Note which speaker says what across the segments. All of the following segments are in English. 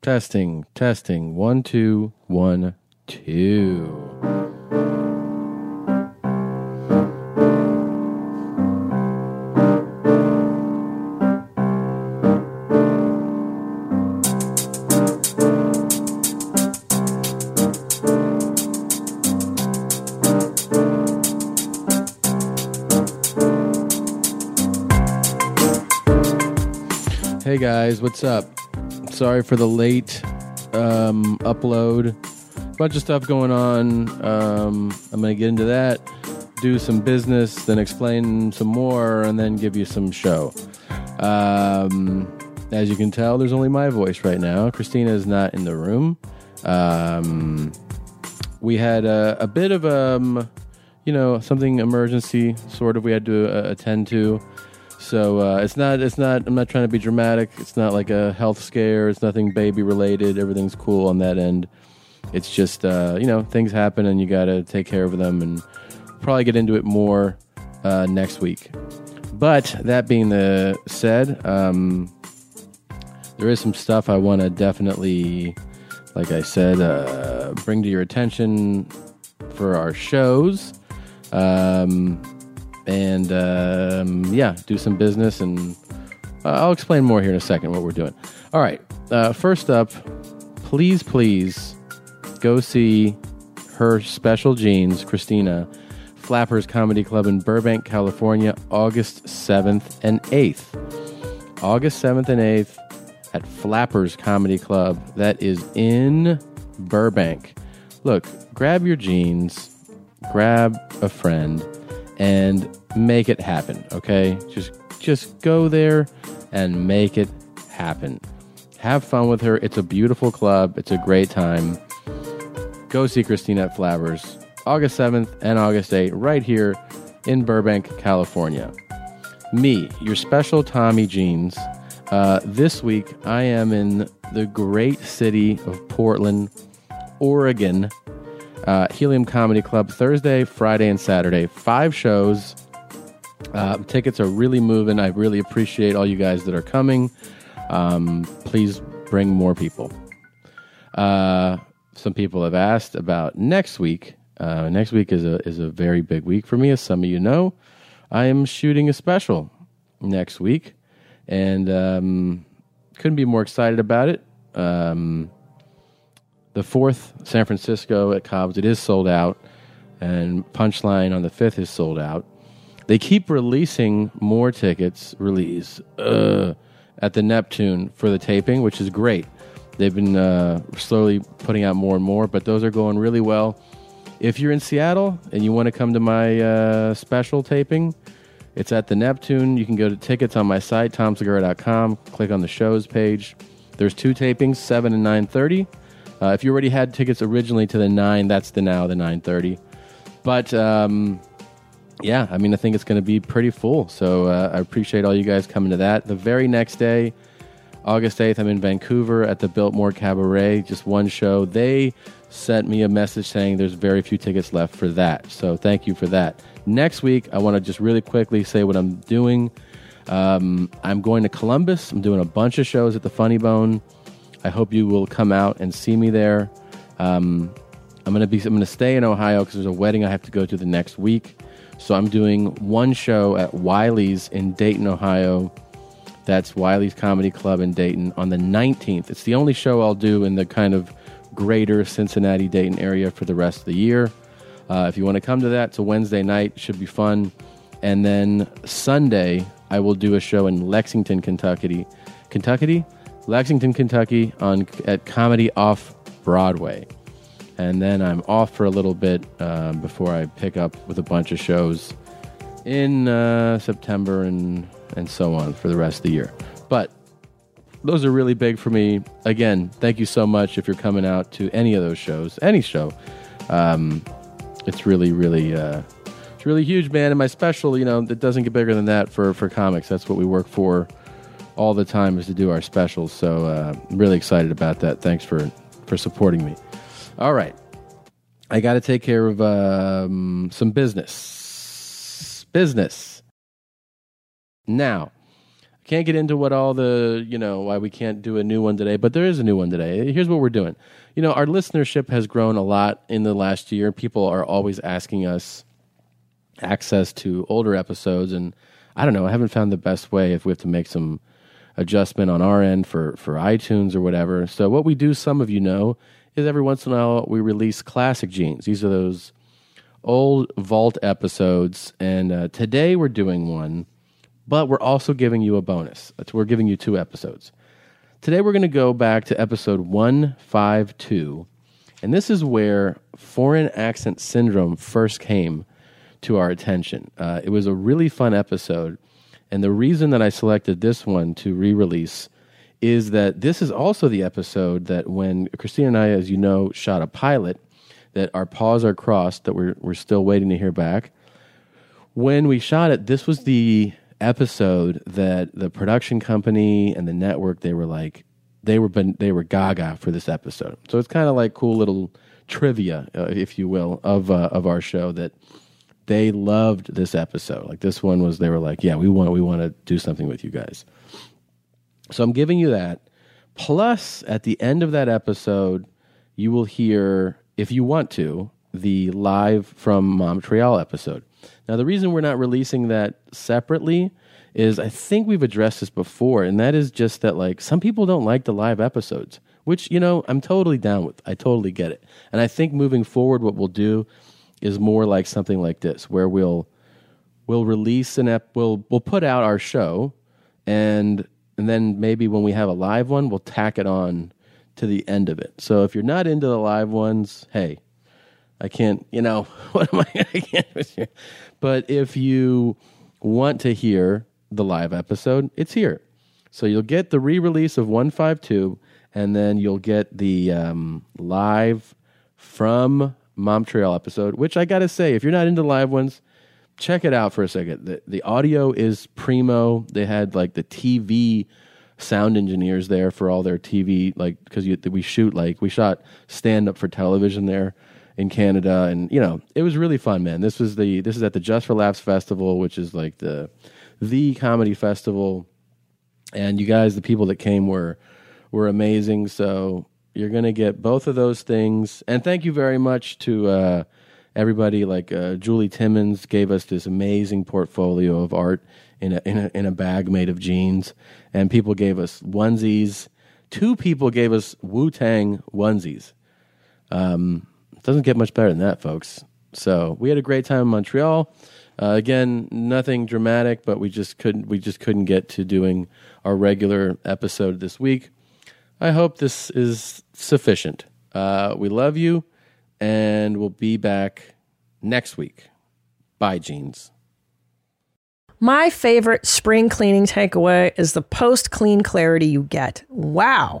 Speaker 1: Testing, testing. One, two, one, two. Hey guys, what's up? Sorry for the late um, upload. Bunch of stuff going on. Um, I'm going to get into that, do some business, then explain some more, and then give you some show. Um, as you can tell, there's only my voice right now. Christina is not in the room. Um, we had a, a bit of um, you know, something emergency sort of we had to uh, attend to. So uh, it's not it's not I'm not trying to be dramatic. It's not like a health scare. It's nothing baby related. Everything's cool on that end. It's just uh, you know things happen and you got to take care of them and probably get into it more uh, next week. But that being the said, um, there is some stuff I want to definitely, like I said, uh, bring to your attention for our shows. Um, and um, yeah, do some business. And uh, I'll explain more here in a second what we're doing. All right. Uh, first up, please, please go see her special jeans, Christina, Flappers Comedy Club in Burbank, California, August 7th and 8th. August 7th and 8th at Flappers Comedy Club. That is in Burbank. Look, grab your jeans, grab a friend, and make it happen, okay? Just just go there and make it happen. Have fun with her. It's a beautiful club. It's a great time. Go see Christina at Flappers August 7th and August 8th right here in Burbank, California me, your special Tommy Jeans. Uh, this week, I am in the great city of Portland, Oregon. Uh, Helium Comedy Club Thursday, Friday, and Saturday. Five shows. Uh, tickets are really moving. I really appreciate all you guys that are coming. Um, please bring more people. Uh, some people have asked about next week. Uh, next week is a is a very big week for me, as some of you know. I am shooting a special next week, and um, couldn't be more excited about it. Um, the fourth, San Francisco at Cobb's, it is sold out, and Punchline on the fifth is sold out. They keep releasing more tickets, release uh, at the Neptune for the taping, which is great. They've been uh, slowly putting out more and more, but those are going really well. If you're in Seattle and you want to come to my uh, special taping, it's at the Neptune. You can go to tickets on my site, tomsegura.com. Click on the shows page. There's two tapings, seven and nine thirty. Uh, if you already had tickets originally to the nine, that's the now the nine thirty. But um, yeah, I mean, I think it's going to be pretty full. So uh, I appreciate all you guys coming to that. The very next day, August 8th, I'm in Vancouver at the Biltmore Cabaret, just one show. They sent me a message saying there's very few tickets left for that. So thank you for that. Next week, I want to just really quickly say what I'm doing. Um, I'm going to Columbus. I'm doing a bunch of shows at the Funny Bone. I hope you will come out and see me there. Um, I'm gonna be. I'm gonna stay in Ohio because there's a wedding I have to go to the next week. So I'm doing one show at Wiley's in Dayton, Ohio. That's Wiley's Comedy Club in Dayton on the 19th. It's the only show I'll do in the kind of greater Cincinnati Dayton area for the rest of the year. Uh, if you want to come to that, it's a Wednesday night. Should be fun. And then Sunday, I will do a show in Lexington, Kentucky. Kentucky? Lexington, Kentucky on at Comedy Off Broadway and then I'm off for a little bit um, before I pick up with a bunch of shows in uh, September and and so on for the rest of the year. But those are really big for me. Again, thank you so much if you're coming out to any of those shows, any show. Um, it's really, really, uh, it's really huge, man. And my special, you know, it doesn't get bigger than that for for comics. That's what we work for all the time is to do our specials. So uh, I'm really excited about that. Thanks for for supporting me. All right. I got to take care of um, some business. Business. Now, Can't get into what all the, you know, why we can't do a new one today, but there is a new one today. Here's what we're doing. You know, our listenership has grown a lot in the last year. People are always asking us access to older episodes and I don't know, I haven't found the best way if we have to make some adjustment on our end for for iTunes or whatever. So what we do, some of you know, is every once in a while we release classic genes. These are those old vault episodes, and uh, today we're doing one, but we're also giving you a bonus. That's- We're giving you two episodes. Today we're going to go back to episode one five two, and this is where foreign accent syndrome first came to our attention. Uh, it was a really fun episode. And the reason that I selected this one to re release is that this is also the episode that when Christina and I, as you know, shot a pilot, that our paws are crossed, that we're, we're still waiting to hear back. When we shot it, this was the episode that the production company and the network they were like they were been, they were gaga for this episode. So it's kind of like cool little trivia, uh, if you will, of uh, of our show that they loved this episode. Like this one was, they were like, "Yeah, we want, we want to do something with you guys." So I'm giving you that. Plus, at the end of that episode, you will hear, if you want to, the live from Montreal episode. Now, the reason we're not releasing that separately is I think we've addressed this before, and that is just that, like, some people don't like the live episodes, which, you know, I'm totally down with. I totally get it. And I think moving forward, what we'll do is more like something like this, where we'll we'll release an ep we'll we'll put out our show and and then maybe when we have a live one we'll tack it on to the end of it so if you're not into the live ones hey i can't you know what am i i can't but if you want to hear the live episode it's here so you'll get the re-release of 152 and then you'll get the um, live from montreal episode which i gotta say if you're not into live ones check it out for a second. The, the audio is primo. They had like the TV sound engineers there for all their TV, like because we shoot like we shot stand up for television there in Canada, and you know it was really fun, man. This was the this is at the Just for Laughs festival, which is like the the comedy festival and you guys the people that came were were amazing so you're gonna get both of those things and thank you very much to uh, everybody like uh, julie timmons gave us this amazing portfolio of art in a, in a in a bag made of jeans and people gave us onesies two people gave us wu-tang onesies Um, it doesn't get much better than that, folks. So we had a great time in Montreal. Uh, again, nothing dramatic, but we just couldn't we just couldn't get to doing our regular episode this week. I hope this is sufficient. Uh, we love you, and we'll be back next week. Bye, jeans.
Speaker 2: My favorite spring cleaning takeaway is the post clean clarity you get. Wow.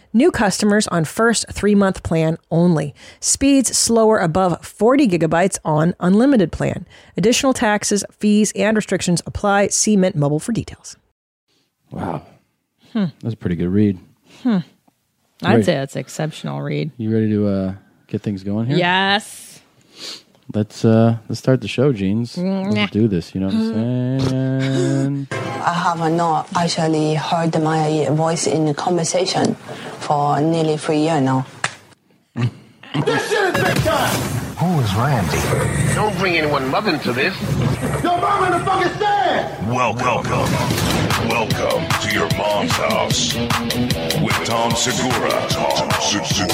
Speaker 2: New customers on first three month plan only. Speeds slower above 40 gigabytes on unlimited plan. Additional taxes, fees, and restrictions apply. See Mint Mobile for details.
Speaker 1: Wow, that's a pretty good read. Right.
Speaker 3: I'd say that's exceptional read.
Speaker 1: You ready to uh, get things going here?
Speaker 3: Yes.
Speaker 1: Let's uh, let's start the show, jeans. Let's do this. You know what I'm saying?
Speaker 4: I have not actually heard my voice in the conversation for nearly three years now.
Speaker 5: This shit is big time!
Speaker 6: Who
Speaker 7: Who is Randy?
Speaker 5: Don't bring anyone mother into this.
Speaker 8: Your mom in the fucking stand!
Speaker 9: Welcome. Welcome to your mom's house with Tom Segura. Tom Segura.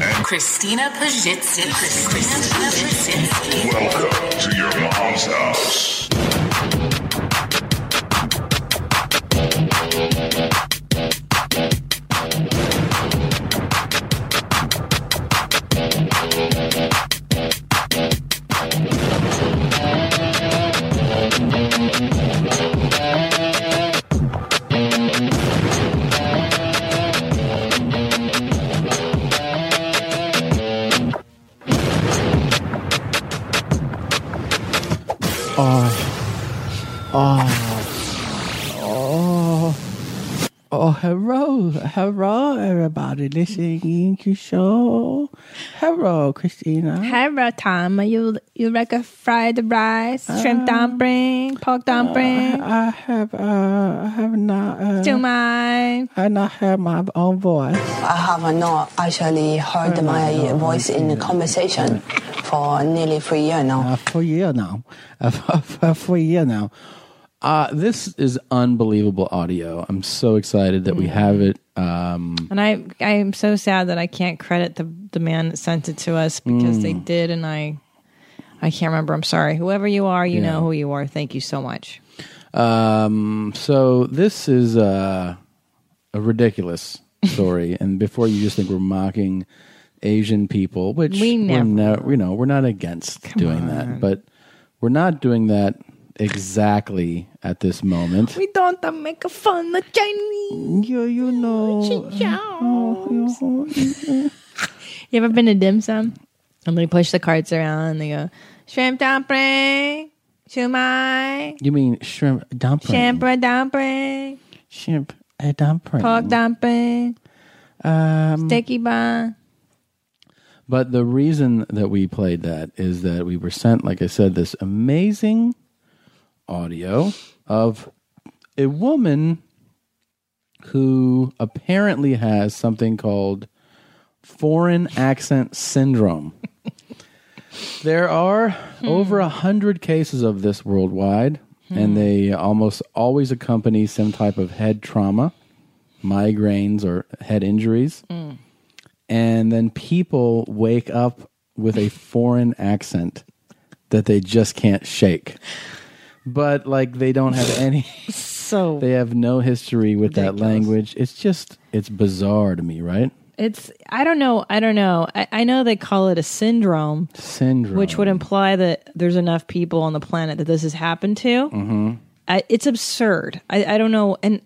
Speaker 9: And
Speaker 10: Christina Pajitsky. Christina Pajitsky.
Speaker 9: welcome to your mom's house.
Speaker 6: Oh, hello, hello, everybody listening to show. Hello, Christina.
Speaker 2: Hi, bro, Tom. You you like a fried rice, shrimp dumpling, pork dumpling?
Speaker 6: I have, uh, I have not, uh,
Speaker 2: Do you mind?
Speaker 6: I not have my own voice.
Speaker 4: I have not actually heard my voice in the conversation for nearly three years now.
Speaker 6: Uh, for year now, uh, for, for year now.
Speaker 1: Uh, this is unbelievable audio. I'm so excited that we have it. Um,
Speaker 2: And I I am so sad that I can't credit the the man that sent it to us because they did, and I I can't remember. I'm sorry. Whoever you are, you know who you are. Thank you so much.
Speaker 1: Um, so this is uh, a ridiculous story, and before you just think we're mocking Asian people, which
Speaker 2: We never
Speaker 1: are not, you know, we're not against doing that, but we're not doing that exactly at this moment.
Speaker 2: We don't uh, make fun of Chinese.
Speaker 6: You, you know,
Speaker 2: You ever been to dim sum? And they push the cards around and they go, shrimp dumpling, shumai,
Speaker 1: You mean shrimp dumpling?
Speaker 2: shrimp dumpling,
Speaker 6: shrimp, a dumpling.
Speaker 2: pork dumpling, um, sticky bun.
Speaker 1: But the reason that we played that is that we were sent, like I said, this amazing audio of a woman who apparently has something called foreign accent syndrome. there are over a hundred cases of this worldwide, and they almost always accompany some type of head trauma, migraines, or head injuries and then people wake up with a foreign accent that they just can't shake. But like they don't have any
Speaker 2: So
Speaker 1: they have no history with that
Speaker 2: Ridiculous.
Speaker 1: language. It's just it's bizarre to me, right?
Speaker 2: it's, I don't know, I don't know. I, I know they call it a syndrome,
Speaker 1: Syndrome.
Speaker 2: which would imply that there's enough people on the planet that this has happened to. Mm-hmm. I, it's absurd. I, I don't know. And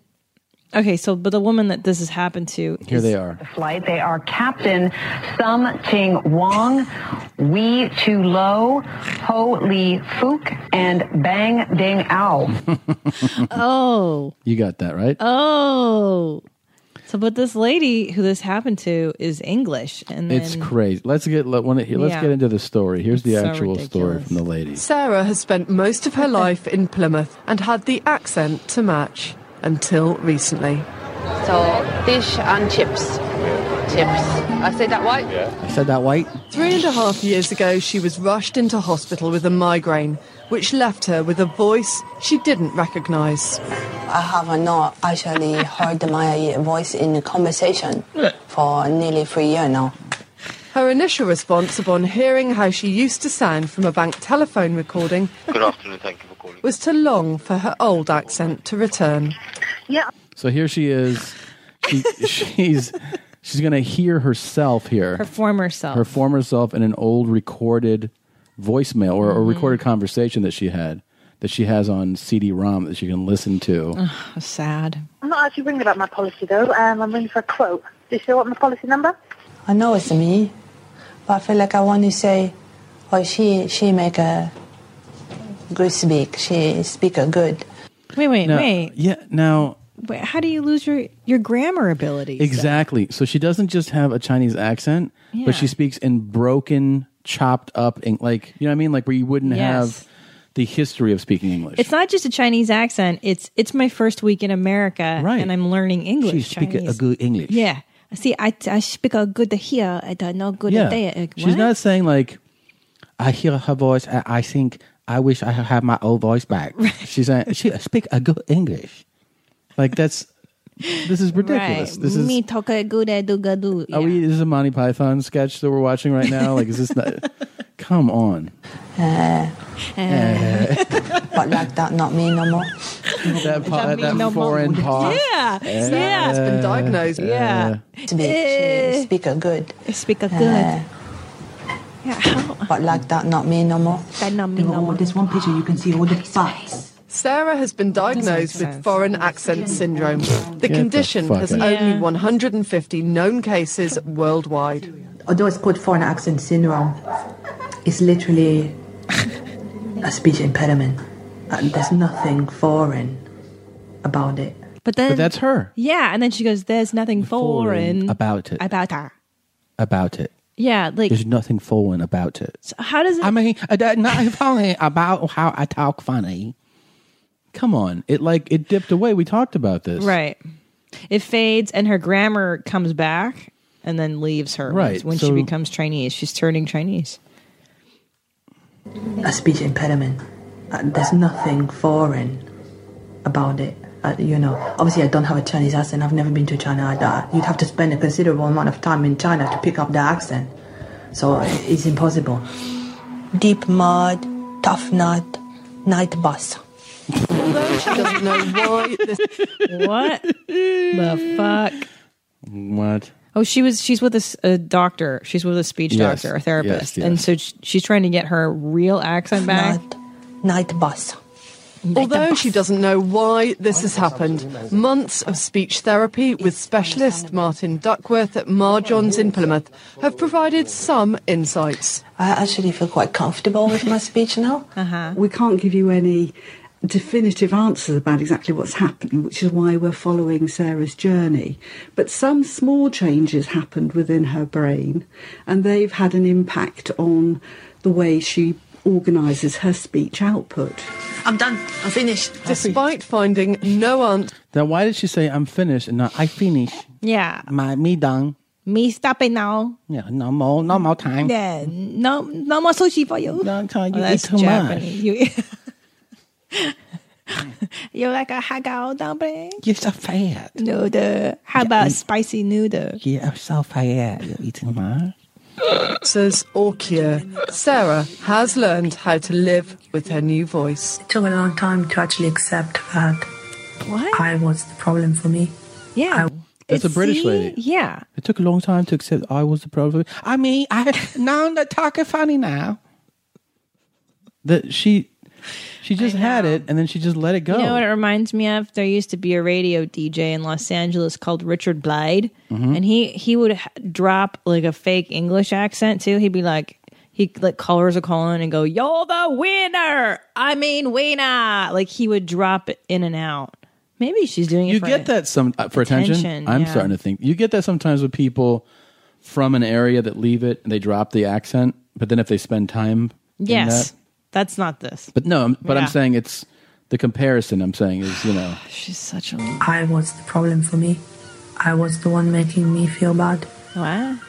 Speaker 2: okay, so, but the woman that this has happened to
Speaker 1: here they are.
Speaker 11: flight. They are Captain Sum Ting Wong, Wee Tu Lo, Ho Lee Fook, and Bang Ding Ao.
Speaker 2: Oh.
Speaker 1: You got that, right?
Speaker 2: Oh. So, but this lady who this happened to is English, and
Speaker 1: it's
Speaker 2: then
Speaker 1: crazy. Let's get let, one, let's
Speaker 2: Yeah.
Speaker 1: get into the story. Here's the
Speaker 2: It's so
Speaker 1: actual story
Speaker 2: ridiculous.
Speaker 1: from the lady.
Speaker 11: Sarah has spent most of her life in Plymouth and had the accent to match until recently.
Speaker 4: So dish and chips. Chips. I said that right?
Speaker 1: I said that white.
Speaker 11: Three and a half years ago, she was rushed into hospital with a migraine, which left her with a voice she didn't recognise.
Speaker 4: I have not actually heard my voice in the conversation for nearly three years now.
Speaker 11: Her initial response upon hearing how she used to sound from a bank telephone recording
Speaker 5: Good afternoon. Thank you for calling.
Speaker 11: was to long for her old accent to return.
Speaker 1: So here she is. She, she's she's gonna hear herself here.
Speaker 2: her former self.
Speaker 1: her former self in an old recorded voicemail or,
Speaker 2: Mm-hmm.
Speaker 1: or recorded conversation that she had that she has on CD-ROM that she can listen to.
Speaker 2: was sad.
Speaker 8: I'm not actually ringing about my policy though. Um, I'm ringing for a quote. Do you still want my policy number?
Speaker 4: I know it's me, but I feel like I want to say, oh, she she make a good speak. She speak a good.
Speaker 2: Wait, wait,
Speaker 1: Now-
Speaker 2: wait.
Speaker 1: Yeah. Now,
Speaker 2: Wait, How do you lose your your grammar abilities?
Speaker 1: exactly. So she doesn't just have a Chinese accent,
Speaker 2: Yeah.
Speaker 1: but she speaks in broken, chopped up, Eng- like you know what I mean, like where you wouldn't
Speaker 2: Yes.
Speaker 1: have the history of speaking English.
Speaker 2: It's not just a Chinese accent. It's it's my first week in America,
Speaker 1: Right.
Speaker 2: And I'm learning English.
Speaker 1: She speak a- a
Speaker 2: Chinese.
Speaker 1: good English.
Speaker 2: Yeah. See, I I speak a good here. I don't know good
Speaker 1: yeah.
Speaker 2: there. Like, what?
Speaker 1: She's not saying like
Speaker 12: I hear her voice and I think I wish I had my old voice back. She's like, she speak a good English. Like that's this is ridiculous. This is
Speaker 2: me talk a good edugadu.
Speaker 1: Oh.
Speaker 4: Uh,
Speaker 12: Are we?
Speaker 1: This is a Monty Python sketch that we're watching right now. Like, is this not? come on. Eh.
Speaker 4: but like that, not me no more.
Speaker 1: that pa- that, foreign pause.
Speaker 4: Yeah,
Speaker 1: Eh. yeah. It's been diagnosed. Yeah.
Speaker 4: Speak, she Uh, speak a good.
Speaker 2: Speak a
Speaker 4: good. But like that, not me no more. That not me no more. There's one picture you can see all the butts.
Speaker 11: Sarah has been diagnosed with foreign accent syndrome. The
Speaker 4: Get the
Speaker 11: condition
Speaker 4: fuck
Speaker 11: has
Speaker 4: out.
Speaker 11: only 150 known cases worldwide.
Speaker 4: Although it's called foreign accent syndrome, it's literally a speech impediment. And there's nothing foreign about it.
Speaker 2: But then
Speaker 12: But that's her
Speaker 2: Yeah, and then she goes, "There's nothing foreign,
Speaker 12: about it.
Speaker 2: about her."
Speaker 12: About it.
Speaker 2: Yeah, like
Speaker 12: There's nothing foreign about it.
Speaker 2: how does it?
Speaker 12: I mean, uh, that- not funny about how I talk funny.
Speaker 1: Come on. It like it dipped away. We talked about this.
Speaker 2: Right. It fades and her grammar comes back and then leaves her. when-
Speaker 1: Right,
Speaker 2: When
Speaker 1: so-
Speaker 2: she becomes Chinese, she's turning Chinese.
Speaker 4: a speech impediment. Uh, there's nothing foreign about it. Uh, you know, obviously, I don't have a Chinese accent. I've never been to China. I, uh, you'd have to spend a considerable amount of time in China to pick up the accent. So uh, it's impossible. Deep mud, tough nut, night bus.
Speaker 11: Although she doesn't know why this.
Speaker 2: What the fuck?
Speaker 1: What?
Speaker 2: Oh, she was. She's with a, s- a doctor. She's with a speech
Speaker 1: Yes,
Speaker 2: doctor, a therapist,
Speaker 1: yes, yes.
Speaker 2: and so sh- she's trying to get her real accent back.
Speaker 4: Night bus.
Speaker 11: Although she doesn't know why this has happened, months of speech therapy with specialist Martin Duckworth at Mar John's in Plymouth have provided some insights.
Speaker 4: I actually feel quite comfortable with my speech now.
Speaker 2: Uh-huh.
Speaker 13: We can't give you any definitive answers about exactly what's happening, which is why we're following Sarah's journey. But some small changes happened within her brain, and they've had an impact on the way she organises her speech output.
Speaker 4: I'm done. I'm finished.
Speaker 11: Despite finding no answer.
Speaker 1: Then why did she say I'm finished and not I finish?
Speaker 2: Yeah,
Speaker 1: My me done.
Speaker 2: me stop it now.
Speaker 12: Yeah, no more, no more time.
Speaker 2: Yeah, no, no more sushi for you. No
Speaker 12: time, you eat
Speaker 2: that's
Speaker 12: too much.
Speaker 2: Japanese. You- You like a hagao dumpling?
Speaker 12: You're so fat.
Speaker 2: Noodle. How about spicy noodle?
Speaker 12: You're so fat. You're eating much.
Speaker 11: Says Orkia, Sarah has learned how to live with her new voice.
Speaker 4: It took a long time to actually accept that I was the problem for me.
Speaker 2: Yeah.
Speaker 1: That's a British lady.
Speaker 2: Yeah.
Speaker 1: It took a long time to accept I was the problem.
Speaker 12: I mean, I now I'm not talking funny now.
Speaker 1: That she she just had it and then she just let it go.
Speaker 2: You know what it reminds me of? There used to be a radio DJ in Los Angeles called Richard Blyde,
Speaker 1: Mhm.
Speaker 2: and he he would h- drop like a fake English accent too. He'd be like, he like callers would call in and go, "You're the winner." I mean, winner. Like he would drop it in and out. Maybe she's doing it.
Speaker 1: you
Speaker 2: for
Speaker 1: get
Speaker 2: it.
Speaker 1: that some uh, for attention.
Speaker 2: Attention,
Speaker 1: I'm
Speaker 2: yeah.
Speaker 1: starting to think you get that sometimes with people from an area that leave it and they drop the accent, but then if they spend time, in
Speaker 2: Yes,
Speaker 1: that-
Speaker 2: that's not this.
Speaker 1: but no, I'm- but
Speaker 2: Yeah.
Speaker 1: I'm saying it's the comparison. I'm saying is you know
Speaker 2: she's such a.
Speaker 4: I was the problem for me. I was the one making me feel bad.
Speaker 2: What?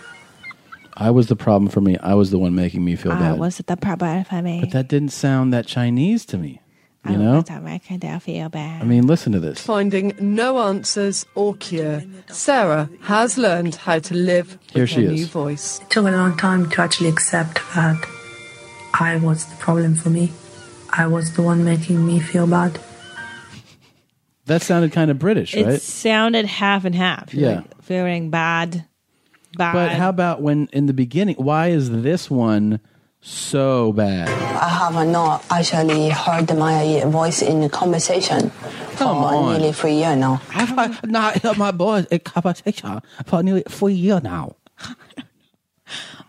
Speaker 1: I was the problem for me. I was the one making me feel
Speaker 2: I
Speaker 1: bad.
Speaker 2: was the problem for me.
Speaker 1: But that didn't sound that Chinese to me. You
Speaker 2: Oh,
Speaker 1: know,
Speaker 2: I could feel bad.
Speaker 1: I mean, listen to this.
Speaker 11: Finding no answers or cure, Sarah has learned how to live with
Speaker 1: Here
Speaker 11: her
Speaker 1: she
Speaker 11: new
Speaker 1: is.
Speaker 11: voice.
Speaker 4: It took a long time to actually accept that I was the problem for me. I was the one making me feel bad.
Speaker 1: That sounded kind of British,
Speaker 2: It
Speaker 1: right?
Speaker 2: sounded half and half. You're
Speaker 1: Yeah.
Speaker 2: like feeling bad. Bad.
Speaker 1: But how about when in the beginning? Why is this one so bad?
Speaker 4: I have not actually heard my voice in the conversation
Speaker 12: Come
Speaker 4: for
Speaker 12: on.
Speaker 4: nearly three years now.
Speaker 12: I've had not heard my voice in conversation for nearly four years now.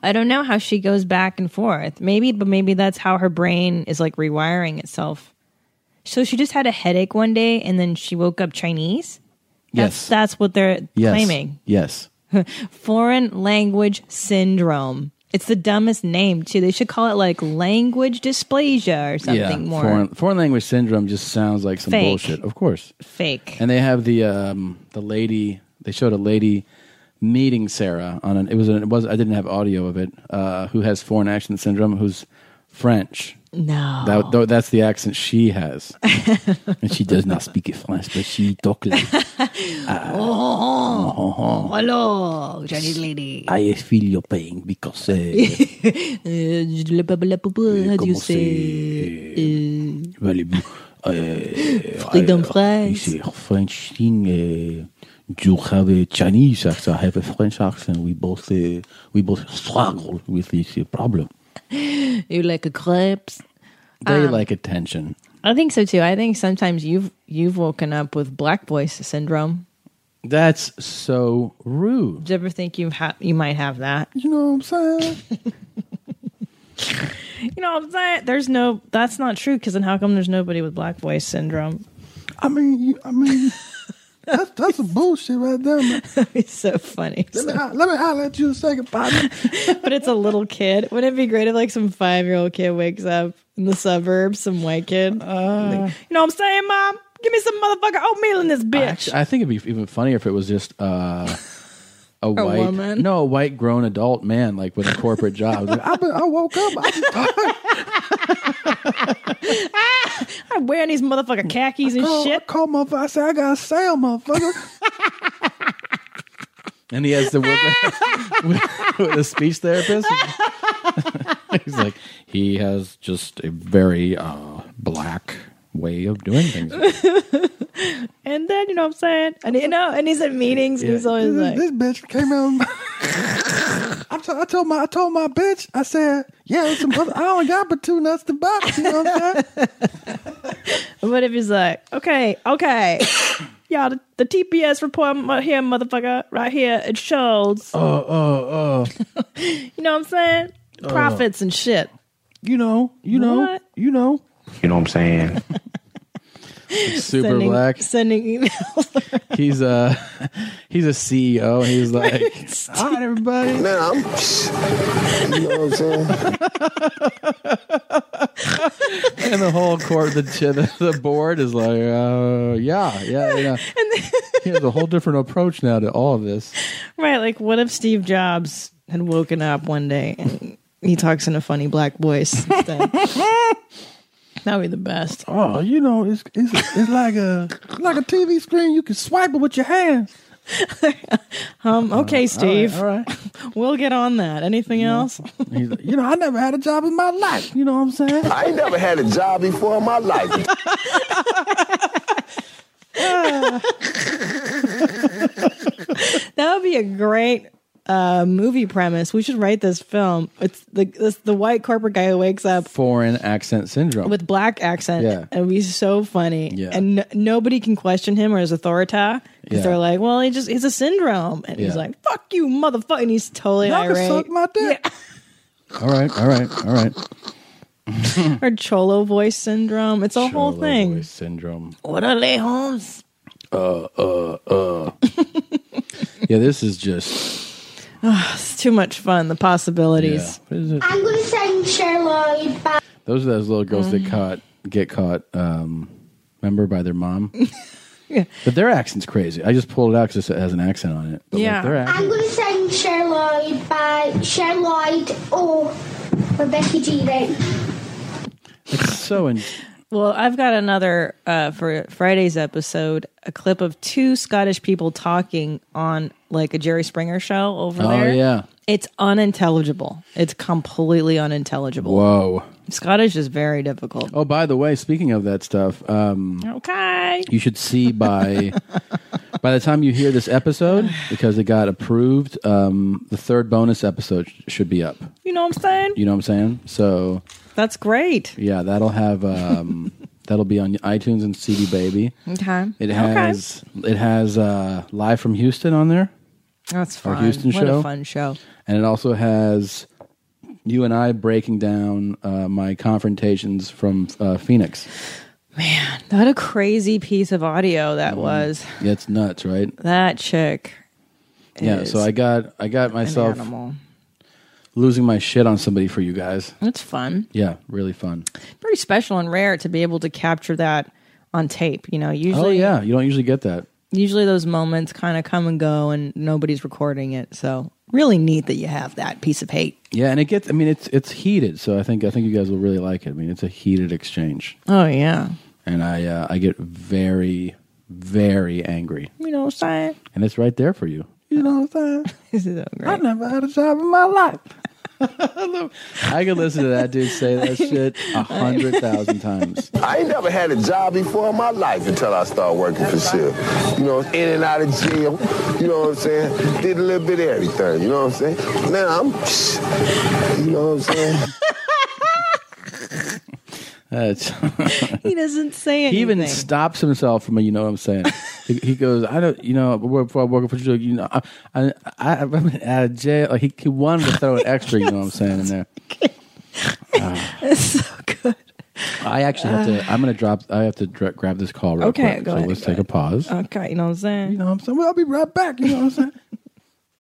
Speaker 2: I don't know how she goes back and forth. Maybe, but maybe that's how her brain is like rewiring itself. So she just had a headache one day and then she woke up Chinese. That's,
Speaker 1: Yes.
Speaker 2: That's what they're
Speaker 1: Yes.
Speaker 2: claiming.
Speaker 1: Yes.
Speaker 2: Foreign language syndrome. It's the dumbest name, too. They should call it like language dysplasia or something more
Speaker 1: Foreign, foreign language syndrome just sounds like some
Speaker 2: Fake.
Speaker 1: bullshit. Of course.
Speaker 2: fake.
Speaker 1: And they have the um the lady. They showed a lady meeting Sarah on an. It was an, it was I didn't have audio of it. Uh, who has foreign accent syndrome? Who's French.
Speaker 2: No.
Speaker 1: That, tho- that's the accent she has. and she does not speak French, but she talk like.
Speaker 12: Uh,
Speaker 2: Oh,
Speaker 1: "Oh,
Speaker 2: hello, Chinese lady.
Speaker 1: I feel your pain because. Uh,
Speaker 2: How do you say? uh,
Speaker 1: well, uh,
Speaker 2: Freedom
Speaker 1: I-
Speaker 2: fries.
Speaker 1: It's a French thing. Uh, you have a Chinese accent. I have a French accent. We both uh, we both struggle with this uh, problem.
Speaker 2: You like a crepes?
Speaker 1: They
Speaker 2: Um,
Speaker 1: like attention.
Speaker 2: I think so too. I think sometimes you've you've woken up with black voice syndrome.
Speaker 1: That's so rude.
Speaker 2: Do you ever think you have you might have that?
Speaker 1: You know what I'm saying?
Speaker 2: you know what I'm saying? There's no that's not true because then how come there's nobody with black voice syndrome?
Speaker 12: I mean, you- I mean, that's that's some bullshit right there. Man.
Speaker 2: it's so funny.
Speaker 12: Let me ho- let me holler at you a second, partner.
Speaker 2: but it's a little kid. Wouldn't it be great if like some five year old kid wakes up in the suburbs, some white kid? like, you know what I'm saying, mom? Give me some motherfucker oatmeal in this bitch.
Speaker 1: Actually, Uh. I think it'd be even funnier if it was just uh, a white
Speaker 2: woman?
Speaker 1: no, a white grown adult man like with a corporate job. Like, I, I woke up. I just
Speaker 2: I'm wearing these motherfucker khakis and
Speaker 12: Call-
Speaker 2: shit.
Speaker 12: Call motherfucker. I said I got a sale, motherfucker.
Speaker 1: And he has the with, with a speech therapist. He's like, he has just a very uh, black way of doing things.
Speaker 2: And then you know what I'm saying? And you know, and he's at meetings and he's
Speaker 12: Yeah.
Speaker 2: always
Speaker 12: this,
Speaker 2: like
Speaker 12: this bitch came out. I to- I told my I told my bitch. I said, yeah, there's some other, I only got but two nuts to box. You know what I'm saying?
Speaker 2: What if he's like, okay, okay. Y'all, the, the TPS report mo- here, motherfucker, right here, it shows.
Speaker 1: Oh, oh, oh.
Speaker 2: You know what I'm saying?
Speaker 1: Uh.
Speaker 12: Oh.
Speaker 2: Profits and shit.
Speaker 1: You know, you know,
Speaker 2: What?
Speaker 1: you know.
Speaker 14: You know what I'm saying?
Speaker 1: Super
Speaker 2: Sending-
Speaker 1: black.
Speaker 2: Sending emails.
Speaker 1: He's a he's a CEO. And he's like, all right, everybody.
Speaker 14: Now, you know what I'm saying?
Speaker 1: and the whole court, the the board is like, uh, yeah, yeah, yeah. he has a whole different approach now to all of this.
Speaker 2: right, like, what if Steve Jobs had woken up one day and he talks in a funny black voice instead? that would be the best.
Speaker 12: Oh, you know, it's it's it's like a like a TV screen. You can swipe it with your hands.
Speaker 2: Um, okay, Steve.
Speaker 12: all right.
Speaker 2: We'll get on that. Anything else?
Speaker 1: He's like,
Speaker 12: You know, I never had a job in my life. You know what I'm saying?
Speaker 14: I ain't never had a job before in my life.
Speaker 2: That would be a great uh, movie premise. We should write this film. It's the this, the white corporate guy who wakes up
Speaker 1: foreign accent syndrome.
Speaker 2: with black accent.
Speaker 1: Yeah.
Speaker 2: It would be so funny.
Speaker 1: Yeah.
Speaker 2: And n- nobody can question him or his authority because
Speaker 1: Yeah.
Speaker 2: they're like, well, he just he's a syndrome. And he's
Speaker 1: Yeah.
Speaker 2: like, fuck you, motherfucker. And he's totally
Speaker 12: Y'all can
Speaker 2: irate.
Speaker 12: suck my dick.
Speaker 1: all right, all right, all right.
Speaker 2: or cholo voice syndrome. It's a whole
Speaker 1: Cholo
Speaker 2: thing.
Speaker 1: voice syndrome.
Speaker 2: What are they, Holmes?
Speaker 1: Uh, uh, uh. yeah, this is just.
Speaker 2: Ah, it's too much fun. The
Speaker 1: Yeah.
Speaker 2: possibilities.
Speaker 1: What is it?
Speaker 15: I'm gonna send Sherloy back.
Speaker 1: Those are those little girls
Speaker 2: Mm.
Speaker 1: that caught get caught. Um, remember by their mom.
Speaker 2: Yeah.
Speaker 1: But their accent's crazy. I just pulled it out because it has an accent on it. But like,
Speaker 2: Yeah.
Speaker 1: their accent,
Speaker 15: I'm gonna send Sherloy by Sherloy or Rebecca G. Then.
Speaker 1: it's so. In-
Speaker 2: Well, I've got another uh, for Friday's episode, a clip of two Scottish people talking on like a Jerry Springer show over
Speaker 1: Oh,
Speaker 2: there.
Speaker 1: yeah.
Speaker 2: It's unintelligible. It's completely unintelligible.
Speaker 1: whoa.
Speaker 2: Scottish is very difficult.
Speaker 1: Oh, by the way, speaking of that stuff, um,
Speaker 2: Okay.
Speaker 1: you should see by by the time you hear this episode because it got approved. Um, the third bonus episode sh- should be up.
Speaker 2: You know what I'm saying?
Speaker 1: You know what I'm saying? So
Speaker 2: That's great.
Speaker 1: yeah, that'll have um, that'll be on iTunes and CD Baby.
Speaker 2: Okay.
Speaker 1: It
Speaker 2: Okay.
Speaker 1: has it has uh, live from Houston on there,
Speaker 2: That's
Speaker 1: our
Speaker 2: fun.
Speaker 1: Houston
Speaker 2: what
Speaker 1: show.
Speaker 2: a fun show.
Speaker 1: and it also has you and I breaking down uh, my confrontations from uh, Phoenix.
Speaker 2: What a crazy piece of audio that
Speaker 1: Mm.
Speaker 2: was.
Speaker 1: Yeah, it's nuts, right?
Speaker 2: That chick.
Speaker 1: yeah.
Speaker 2: is
Speaker 1: So I got I got
Speaker 2: an
Speaker 1: myself
Speaker 2: animal.
Speaker 1: losing my shit on somebody for you guys.
Speaker 2: That's fun.
Speaker 1: Yeah, really fun.
Speaker 2: Pretty special and rare to be able to capture that on tape. You know, usually
Speaker 1: oh yeah, Oh, you don't usually get that.
Speaker 2: usually those moments kind of come and go and nobody's recording it. So really neat that you have that piece of hate.
Speaker 1: Yeah, and it gets. I mean, it's it's heated, so I think I think you guys will really like it. I mean, it's a heated exchange,
Speaker 2: Oh yeah.
Speaker 1: and I uh, I get very very angry,
Speaker 2: You know what I'm saying?
Speaker 1: and it's right there for you. You know what I'm saying?
Speaker 2: This is so
Speaker 1: I
Speaker 2: great.
Speaker 1: never had a job in my life. I could listen to that dude say that shit a hundred thousand times.
Speaker 14: I ain't never had a job before in my life until I started working for Sil. You know, in and out of jail. You know what I'm saying? Did a little bit of everything. You know what I'm saying? Now I'm, you know what I'm saying?
Speaker 1: That's
Speaker 2: He doesn't say anything.
Speaker 1: he even stops himself from a, you know what I'm saying. he, he goes, I don't, you know, before I work for you, you know, I, I, I, I've been out of jail. Like he, he wanted to throw an extra, you know what I'm saying, in there.
Speaker 2: It's so good.
Speaker 1: I actually have to. I'm gonna drop. I have to dra- grab this call. Real
Speaker 2: Okay,
Speaker 1: quick.
Speaker 2: go
Speaker 1: so
Speaker 2: ahead,
Speaker 1: Let's
Speaker 2: go
Speaker 1: take a pause.
Speaker 2: Okay, you know what I'm saying? You
Speaker 1: know what I'm saying? Well, I'll be right back. You know what I'm saying?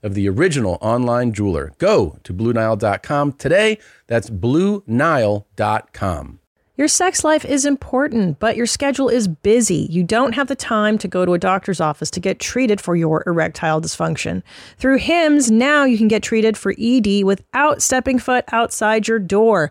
Speaker 1: of the original online jeweler. Go to BlueNile.com today. That's BlueNile.com.
Speaker 16: Your sex life is important, but your schedule is busy. You don't have the time to go to a doctor's office to get treated for your erectile dysfunction. Through HIMS, now you can get treated for ED without stepping foot outside your door.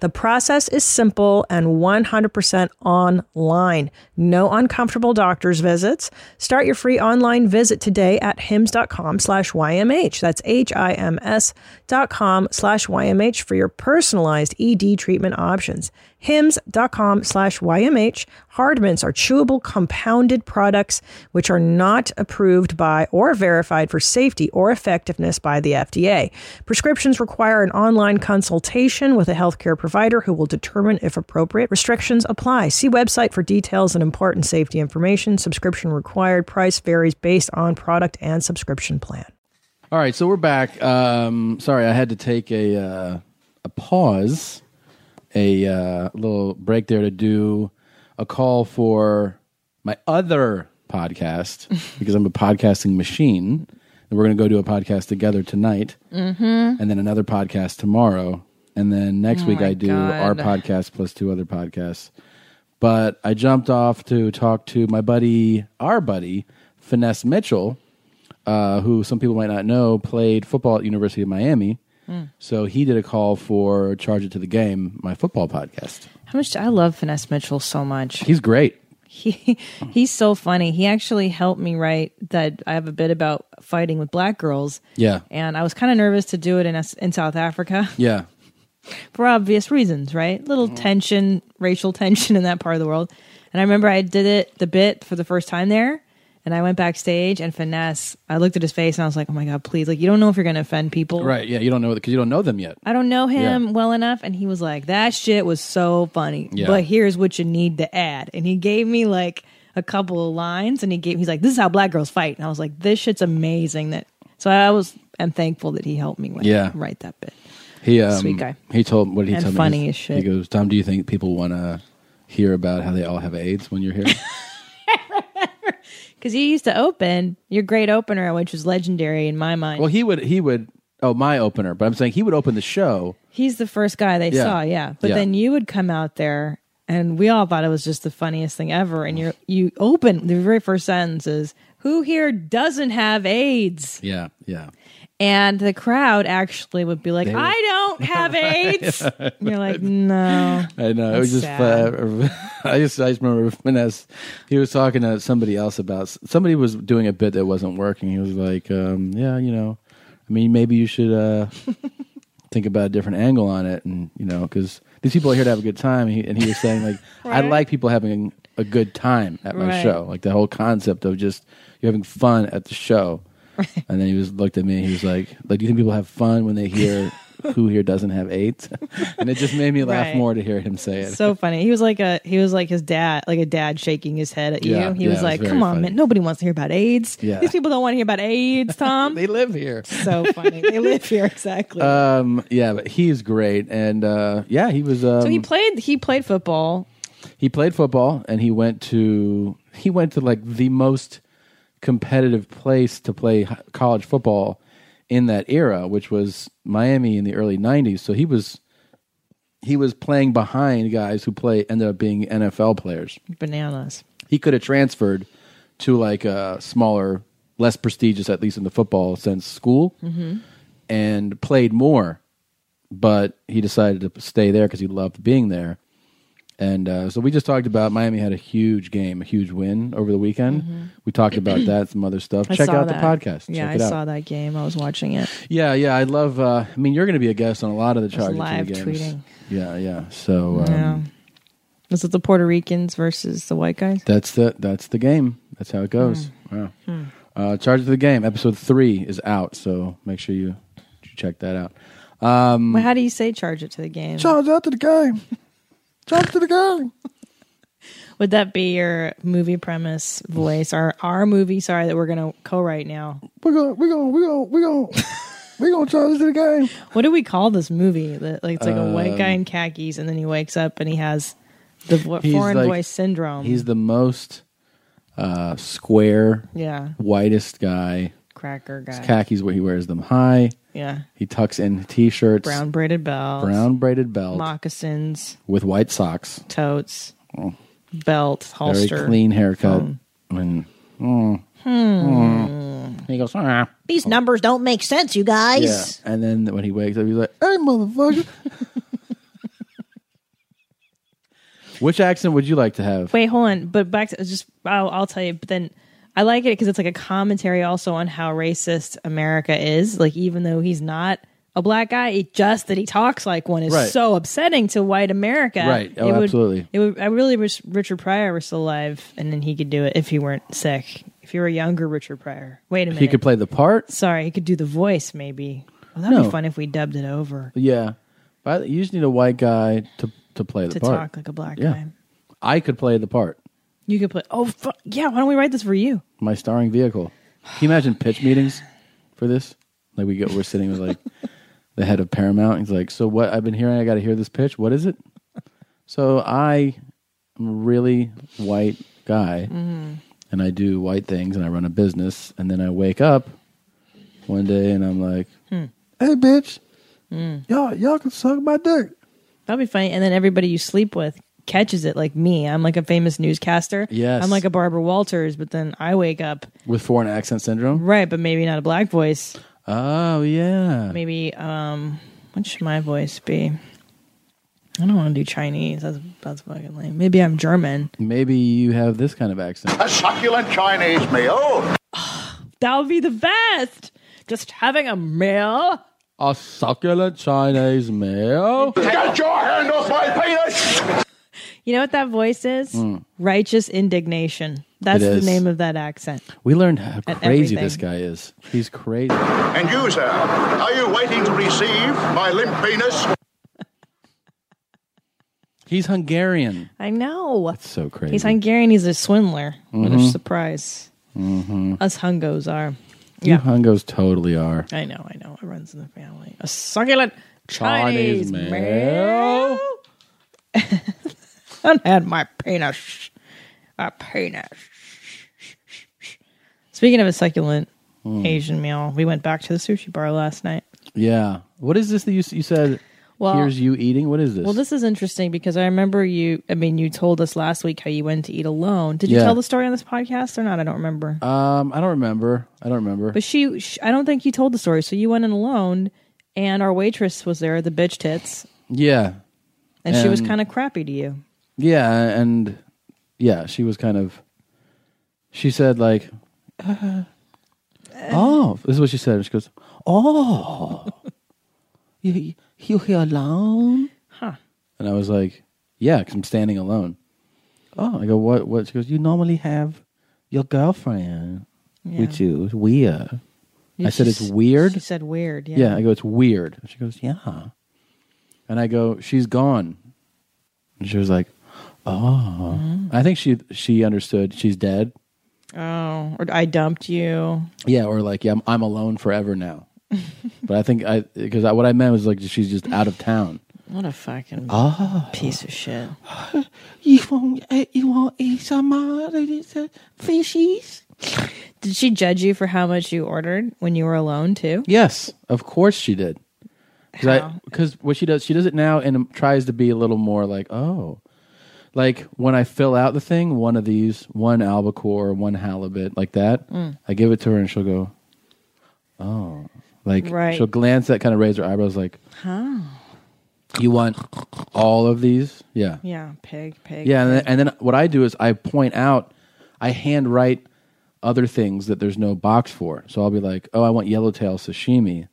Speaker 16: The process is simple and 100% online. No uncomfortable doctor's visits. Start your free online visit today at hims.com slash YMH. That's H-I-M-S dot com slash YMH for your personalized ED treatment options. Hims.com slash YMH. Hardmints are chewable compounded products which are not approved by or verified for safety or effectiveness by the FDA. Prescriptions require an online consultation with a healthcare provider who will determine if appropriate. Restrictions apply. See website for details and important safety information. Subscription required. Price varies based on product and subscription plan.
Speaker 1: All right, so we're back. Um, sorry, I had to take a uh, a pause, a uh, little break there to do a call for my other podcast because I'm a podcasting machine, and we're going to go do a podcast together tonight,
Speaker 2: Mm-hmm.
Speaker 1: and then another podcast tomorrow, and then next
Speaker 2: Oh
Speaker 1: week
Speaker 2: my
Speaker 1: I do
Speaker 2: God.
Speaker 1: our podcast plus two other podcasts. But I jumped off to talk to my buddy, our buddy, Finesse Mitchell uh, who some people might not know, played football at University of Miami.
Speaker 2: Mm.
Speaker 1: So he did a call for Charge It to the Game, my football podcast.
Speaker 2: How much I love Finesse Mitchell so much.
Speaker 1: He's great.
Speaker 2: He he's so funny. He actually helped me write that I have a bit about fighting with black girls.
Speaker 1: Yeah.
Speaker 2: And I was kind of nervous to do it in us in South Africa
Speaker 1: Yeah.
Speaker 2: for obvious reasons, right? Little
Speaker 1: Mm-hmm.
Speaker 2: tension, racial tension in that part of the world. And I remember I did it the bit for the first time there, and I went backstage and finesse. I looked at his face and I was like, "Oh my god, please! Like you don't know if you're going to offend people,
Speaker 1: Right. Yeah. You don't know because you don't know them yet.
Speaker 2: I don't know him well enough. And he was like, that shit was so funny.
Speaker 1: Yeah.
Speaker 2: But here's what you need to add. And he gave me like a couple of lines and he gave he's like, This is how black girls fight. And I was like, This shit's amazing that so I was am thankful that he helped me with
Speaker 1: Yeah.
Speaker 2: write that bit.
Speaker 1: He um,
Speaker 2: Sweet guy.
Speaker 1: He told what did he
Speaker 2: And
Speaker 1: tell
Speaker 2: funny
Speaker 1: me? He-
Speaker 2: as shit.
Speaker 1: He goes, Tom, do you think people want to hear about how they all have AIDS when you're here?
Speaker 2: Because you used to open your great opener, which was legendary in my mind.
Speaker 1: well, he would. He would. Oh, my opener. But I'm saying he would open the show.
Speaker 2: He's the first guy they
Speaker 1: Yeah.
Speaker 2: saw, yeah. But
Speaker 1: Yeah.
Speaker 2: then you would come out there, and we all thought it was just the funniest thing ever. And you you open the very first sentence is, "Who here doesn't have AIDS?"
Speaker 1: Yeah, yeah.
Speaker 2: And the crowd actually would be like,
Speaker 1: They would-
Speaker 2: "I don't have AIDS."
Speaker 1: Right.
Speaker 2: You're like, "No."
Speaker 1: I know. It was
Speaker 2: That's
Speaker 1: just. Uh, I just. I just remember when as he was talking to somebody else about somebody was doing a bit that wasn't working. He was like, um, "Yeah, you know, I mean, maybe you should uh, think about a different angle on it, and you know, because these people are here to have a good time." And he, and he was saying, like,
Speaker 12: Right.
Speaker 1: "I like people having a good time at my
Speaker 12: Right.
Speaker 1: show. Like the whole concept of just you having fun at the show." And then he was looked at me. and He was like, "Like, do you think people have fun when they hear?" Who here doesn't have AIDS? and it just made me laugh
Speaker 2: Right.
Speaker 1: more to hear him say it.
Speaker 2: so funny. He was like a he was like his dad, like a dad shaking his head at you.
Speaker 1: Yeah,
Speaker 2: he
Speaker 1: yeah, it
Speaker 2: was
Speaker 1: was
Speaker 2: like,
Speaker 1: very
Speaker 2: "Come on,
Speaker 1: funny.
Speaker 2: man, nobody wants to hear about AIDS.
Speaker 1: Yeah.
Speaker 2: These people don't want to hear about AIDS, Tom.
Speaker 1: they live here.
Speaker 2: So funny. They live here exactly.
Speaker 1: Um, yeah, but he's great, and uh, yeah, he was. Um,
Speaker 2: so he
Speaker 1: he,
Speaker 2: played he played football.
Speaker 1: played football, and he went to he went to like the most competitive place to play h- college football in that era, which was Miami in the early '90s. So he was he was playing behind guys who play ended up being NFL players.
Speaker 2: Bananas.
Speaker 1: he could have transferred to like a smaller, less prestigious, at least in the football sense, school
Speaker 2: Mm-hmm.
Speaker 17: Mhm.
Speaker 1: and played more. But he decided to stay there because he loved being there. And uh, so we just talked about Miami had a huge game, a huge win over the weekend. We talked about that, some other stuff.
Speaker 2: Mm-hmm. I
Speaker 1: Check
Speaker 2: saw
Speaker 1: out
Speaker 2: that.
Speaker 1: the podcast.
Speaker 2: Yeah,
Speaker 1: Check
Speaker 2: I
Speaker 1: it out.
Speaker 2: saw that game. I was watching it.
Speaker 1: Yeah, yeah. I love. Uh, I mean, you're going to be a guest on a lot of the
Speaker 2: Just
Speaker 1: Chargers
Speaker 2: live
Speaker 1: games.
Speaker 2: tweeting.
Speaker 1: Yeah, yeah. So um,
Speaker 2: yeah. Was it the Puerto Ricans versus the white guys?
Speaker 1: That's the that's the game. That's how it goes. Wow.
Speaker 2: Hmm.
Speaker 1: Uh, Charge of the game episode three is out, so make sure you, you check that out. Um,
Speaker 2: Well, how do you say charge it to the game?
Speaker 1: Charge out to the game. Charge to the game.
Speaker 2: Would that be your movie premise voice? Our our movie, sorry, that we're gonna co write now.
Speaker 1: We're gonna we're gonna we're gonna we're gonna we're gonna charge to the game.
Speaker 2: What do we call this movie? That like it's like a white
Speaker 1: Um,
Speaker 2: guy in khakis and then he wakes up and he has the vo-
Speaker 1: He's
Speaker 2: foreign
Speaker 1: like-
Speaker 2: voice syndrome.
Speaker 1: He's the most uh, square,
Speaker 2: Yeah.
Speaker 1: whitest guy.
Speaker 2: Cracker
Speaker 1: His
Speaker 2: guy.
Speaker 1: khakis where he wears them high.
Speaker 2: Yeah.
Speaker 1: He tucks in t-shirts,
Speaker 2: Brown braided belt.
Speaker 1: brown braided belt
Speaker 2: moccasins,
Speaker 1: with white socks,
Speaker 2: totes, belt, holster.
Speaker 1: very clean haircut. And, mm,
Speaker 2: Hmm.
Speaker 1: He goes, ah.
Speaker 2: These numbers don't make sense, you guys.
Speaker 1: Yeah. And then when he wakes up, he's like,
Speaker 17: Hey, motherfucker.
Speaker 1: which accent would you like to have?
Speaker 2: Wait, hold on. But back to just, I'll, I'll tell you. But then I like it because it's like a commentary also on how racist America is. Like, even though he's not a black guy, it just that he talks like one is
Speaker 1: Right.
Speaker 2: so upsetting to white America.
Speaker 1: Right. Oh,
Speaker 2: it would,
Speaker 1: absolutely.
Speaker 2: It would. I really wish Richard Pryor was still alive, and then he could do it if he weren't sick. If you were a younger Richard Pryor, wait a minute.
Speaker 1: He could play the part.
Speaker 2: Sorry, he could do the voice. Maybe well, that'd
Speaker 1: No.
Speaker 2: be fun if we dubbed it over
Speaker 1: Yeah. But you just need a white guy to, to play the
Speaker 2: to
Speaker 1: part.
Speaker 2: talk like a black
Speaker 1: yeah.
Speaker 2: guy.
Speaker 1: I could play the part.
Speaker 2: You could put. Oh, fu- yeah. Why don't we write this for you?
Speaker 1: My starring vehicle. Can you imagine pitch meetings for this? Like we go, we're sitting with like the head of Paramount. He's like, so what? I've been hearing. I got to hear this pitch. What is it? So I am a really white guy,
Speaker 2: Mm-hmm.
Speaker 17: Mhm.
Speaker 1: and I do white things, and I run a business, and then I wake up one day, and I'm like, hey, bitch,
Speaker 2: Mm.
Speaker 1: y'all y'all can suck my dick.
Speaker 2: That'd be funny. And then everybody you sleep with catches it, like me. I'm like a famous newscaster.
Speaker 1: Yes.
Speaker 2: I'm like a Barbara Walters, but then I wake up
Speaker 1: with foreign accent syndrome.
Speaker 2: right, but maybe not a black voice.
Speaker 1: Oh yeah.
Speaker 2: Maybe um, what should my voice be? I don't want to do Chinese. That's that's fucking lame. Maybe I'm German.
Speaker 1: Maybe you have this kind of accent.
Speaker 9: A succulent Chinese meal.
Speaker 2: That would be the best. Just having a meal.
Speaker 1: A succulent Chinese male.
Speaker 9: Get your hand off my penis!
Speaker 2: You know what that voice is?
Speaker 1: Mm.
Speaker 2: Righteous indignation. That's
Speaker 1: It
Speaker 2: the
Speaker 1: is.
Speaker 2: name of that accent.
Speaker 1: We learned how
Speaker 2: At everything.
Speaker 1: crazy this guy is. He's crazy.
Speaker 9: And you, sir, are you waiting to receive my limp penis?
Speaker 1: He's Hungarian.
Speaker 2: I know.
Speaker 1: That's so crazy.
Speaker 2: He's Hungarian. He's a swindler. What a
Speaker 1: Mhm.
Speaker 2: surprise.
Speaker 1: hmm
Speaker 2: Us hungos are.
Speaker 1: You
Speaker 2: Yeah.
Speaker 1: hungos totally are.
Speaker 2: I know, I know. It runs in the family. A succulent Chinese,
Speaker 1: Chinese
Speaker 2: male. I had my penis. A penis.
Speaker 1: Hmm.
Speaker 2: Speaking of a succulent Asian meal, we went back to the sushi bar last night.
Speaker 1: Yeah. What is this that you, you said?
Speaker 2: Well-
Speaker 1: here's you eating. What is this?
Speaker 2: Well, this is interesting because I remember you. I mean, you told us last week how you went to eat alone. Did you
Speaker 1: Yeah.
Speaker 2: tell the story on this podcast or not? I don't remember.
Speaker 1: um, I don't remember. I don't remember.
Speaker 2: But she, sh I don't think you told the story. So you went in alone, and our waitress was there, the bitch tits,
Speaker 1: yeah.
Speaker 2: and, she was kind of crappy to you.
Speaker 1: Yeah, and yeah, she was kind of. She said like,
Speaker 2: Uh-huh. Uh,
Speaker 1: "Oh, this is what she said." She goes, "Oh, you you here alone?"
Speaker 2: Huh.
Speaker 1: And I was like, "Yeah, because I'm standing alone." Oh, I go, "What? What?" She goes, "You normally have your girlfriend with
Speaker 2: Yeah.
Speaker 1: you. It's weird."
Speaker 2: Yeah,
Speaker 1: I said,
Speaker 2: she
Speaker 1: "It's
Speaker 2: s-
Speaker 1: weird."
Speaker 2: she said weird, yeah.
Speaker 1: I go, "It's weird." And she goes, "Yeah," and I go, "She's gone." And she was like, "Oh,"
Speaker 2: Mm-hmm.
Speaker 1: I think she she understood. She's dead.
Speaker 2: Oh, or I dumped you.
Speaker 1: Yeah, or like, yeah, I'm, I'm alone forever now. but I think I because I, what I meant was like she's just out of town.
Speaker 2: What a fucking
Speaker 1: Oh.
Speaker 2: piece of shit.
Speaker 12: You want uh, you want to eat some uh, fishies?
Speaker 2: Did she judge you for how much you ordered when you were alone too?
Speaker 1: Yes, of course she did. Because what she does, she does it now and tries to be a little more like, oh, like when I fill out the thing, one of these, one albacore, one halibut, like that.
Speaker 12: Mm.
Speaker 1: I give it to her and she'll go, oh, like
Speaker 12: Right.
Speaker 1: she'll glance at, kind of raise her eyebrows, like,
Speaker 2: Huh?
Speaker 1: you want all of these? Yeah.
Speaker 2: Yeah, pig, pig.
Speaker 1: Yeah, and then, and then what I do is I point out, I handwrite other things that there's no box for. So I'll be like, oh, I want yellowtail sashimi.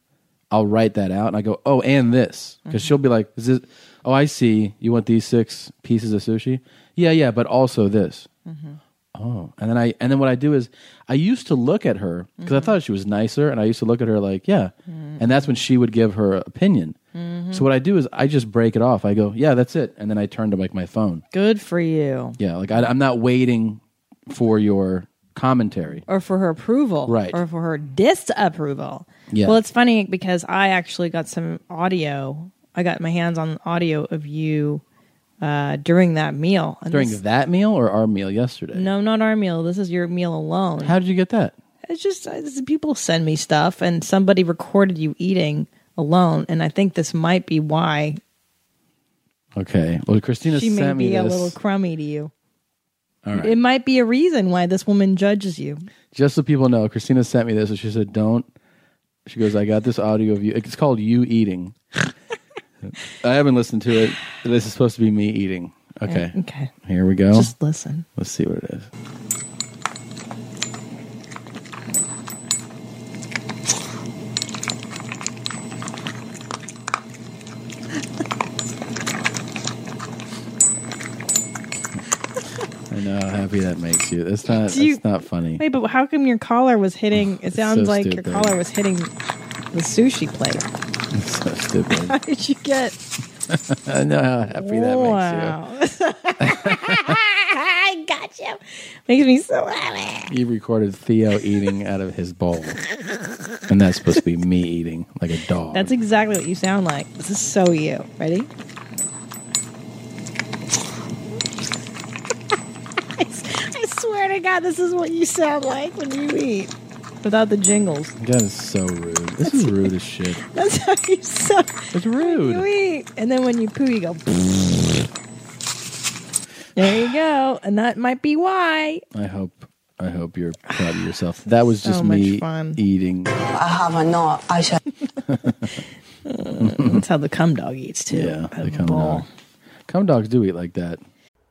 Speaker 1: I'll write that out, and I go, oh, and this, because she'll be like, is this? Oh, I see. You want these six pieces of sushi? Yeah, yeah, but also this.
Speaker 2: Mm-hmm.
Speaker 1: Oh, and then I and then what I do is I used to look at her because
Speaker 2: Mm-hmm.
Speaker 1: I thought she was nicer, and I used to look at her like, yeah,
Speaker 2: Mm.
Speaker 1: and that's when she would give her opinion.
Speaker 2: Mm-hmm.
Speaker 1: So what I do is I just break it off. I go, yeah, that's it, and then I turn to like my phone.
Speaker 2: Good for you.
Speaker 1: Yeah, like I, I'm not waiting for your commentary.
Speaker 2: or for her approval,
Speaker 1: Right.
Speaker 2: Or for her disapproval.
Speaker 1: Yeah.
Speaker 2: Well, it's funny because I actually got some audio. I got my hands on audio of you uh, during that meal. And
Speaker 1: During
Speaker 2: this-
Speaker 1: that meal or our meal yesterday?
Speaker 2: No, not our meal. This is your meal alone.
Speaker 1: How did you get that?
Speaker 2: It's just uh, this- people send me stuff, and somebody recorded you eating alone, and I think this might be why
Speaker 1: Okay. Well, Christina
Speaker 2: she may
Speaker 1: sent me
Speaker 2: be a
Speaker 1: this.
Speaker 2: little crummy to you.
Speaker 1: All right.
Speaker 2: It might be a reason why this woman judges you.
Speaker 1: Just so people know, Christina sent me this and she said, don't. She goes, I got this audio of you. It's called You Eating. I haven't listened to it. This is supposed to be me eating. Okay.
Speaker 2: Okay.
Speaker 1: Here we go.
Speaker 2: Just listen.
Speaker 1: Let's see what it is. I know how happy that makes you. It's not.
Speaker 2: Do you-
Speaker 1: it's not funny.
Speaker 2: Wait, but how come your collar was hitting? It sounds
Speaker 1: so
Speaker 2: like
Speaker 1: stupid.
Speaker 2: your collar was hitting the sushi plate.
Speaker 1: It's so stupid.
Speaker 2: How did you get?
Speaker 1: I know how happy that
Speaker 2: wow. I got you. Makes me so happy.
Speaker 1: makes you. You recorded Theo eating out of his bowl, and that's supposed to be me eating like a dog.
Speaker 2: That's exactly what you sound like. This is so you. Ready? I s- I swear to God, this is what you sound like when you eat without the jingles.
Speaker 1: That is so rude. This is rude as shit.
Speaker 2: That's how you sound.
Speaker 1: It's rude.
Speaker 2: You eat, and then when you poo, you go. there you go, and that might be why.
Speaker 1: I hope I hope you're proud of yourself. That was
Speaker 2: So
Speaker 1: just
Speaker 2: much
Speaker 1: me
Speaker 2: fun.
Speaker 1: eating.
Speaker 2: I have a not. I shall. That's how the cum dog eats too.
Speaker 1: Yeah, the cum dog. Cum dogs do eat like that.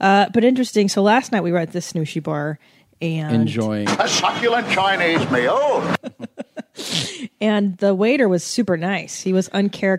Speaker 2: Uh, but interesting. So last night we were at this sushi bar and
Speaker 1: Enjoying.
Speaker 18: A succulent Chinese meal.
Speaker 2: and the waiter was super nice. He was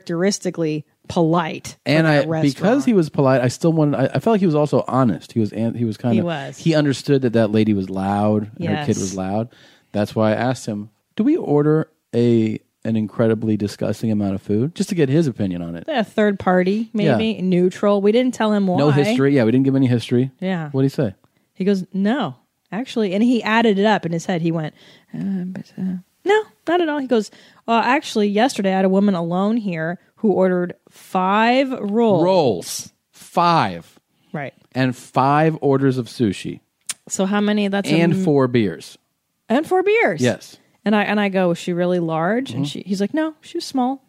Speaker 2: uncharacteristically polite. for
Speaker 1: And
Speaker 2: that
Speaker 1: I,
Speaker 2: restaurant.
Speaker 1: because he was polite, I still wanted. I, I felt like he was also honest. He was. an- He was kind
Speaker 2: He
Speaker 1: of.
Speaker 2: was.
Speaker 1: He understood that that lady was loud. And Her
Speaker 2: Yes.
Speaker 1: kid was loud. That's why I asked him, "Do we order a an incredibly disgusting amount of food?" Just to get his opinion on it.
Speaker 2: a third party, maybe
Speaker 1: Yeah.
Speaker 2: neutral. We didn't tell him why.
Speaker 1: No history. Yeah, we didn't give any history.
Speaker 2: Yeah.
Speaker 1: What do you say?
Speaker 2: He goes, no, actually, and he added it up in his head. He went, uh, but, uh, no, not at all. He goes, uh, actually, yesterday I had a woman alone here who ordered five rolls.
Speaker 1: Rolls. Five
Speaker 2: Right.
Speaker 1: and five orders of sushi
Speaker 2: So how many? That's a
Speaker 1: and
Speaker 2: m-
Speaker 1: four beers.
Speaker 2: and four beers.
Speaker 1: Yes.
Speaker 2: And I and I go, was she really large? And
Speaker 1: Mm-hmm.
Speaker 2: she he's like, no, she was small,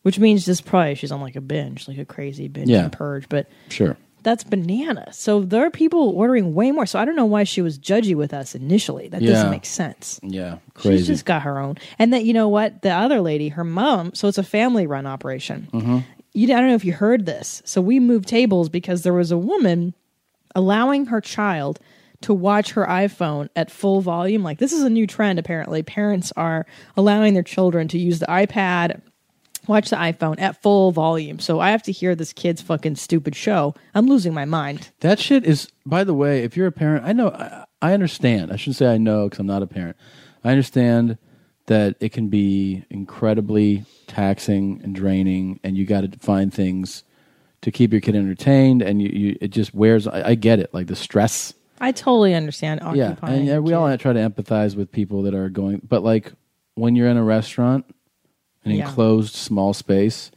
Speaker 2: which means this probably she's on like a binge, like a crazy binge
Speaker 1: Yeah.
Speaker 2: and purge. But
Speaker 1: Sure.
Speaker 2: that's bananas. So there are people ordering way more. So I don't know why she was judgy with us initially. That
Speaker 1: Yeah.
Speaker 2: doesn't make sense.
Speaker 1: Yeah.
Speaker 2: She's
Speaker 1: Crazy.
Speaker 2: just got her own. And then you know what? The other lady, her mom. So it's a family run operation.
Speaker 1: Mhm.
Speaker 2: You I don't know if you heard this. So we moved tables because there was a woman allowing her child to watch her iPhone at full volume. Like this is a new trend apparently. Parents are allowing their children to use the iPad, watch the iPhone at full volume. So I have to hear this kid's fucking stupid show. I'm losing my mind.
Speaker 1: That shit is. By the way, if you're a parent, I know. I, I understand. I shouldn't say I know because I'm not a parent. I understand that it can be incredibly taxing and draining, and you got to find things to keep your kid entertained, and you, you it just wears. I, I get it, like the stress.
Speaker 2: I totally understand
Speaker 1: Yeah,
Speaker 2: occupying.
Speaker 1: and yeah, we all try to empathize with people that are going, but like when you're in a restaurant, an
Speaker 2: Yeah.
Speaker 1: enclosed small space,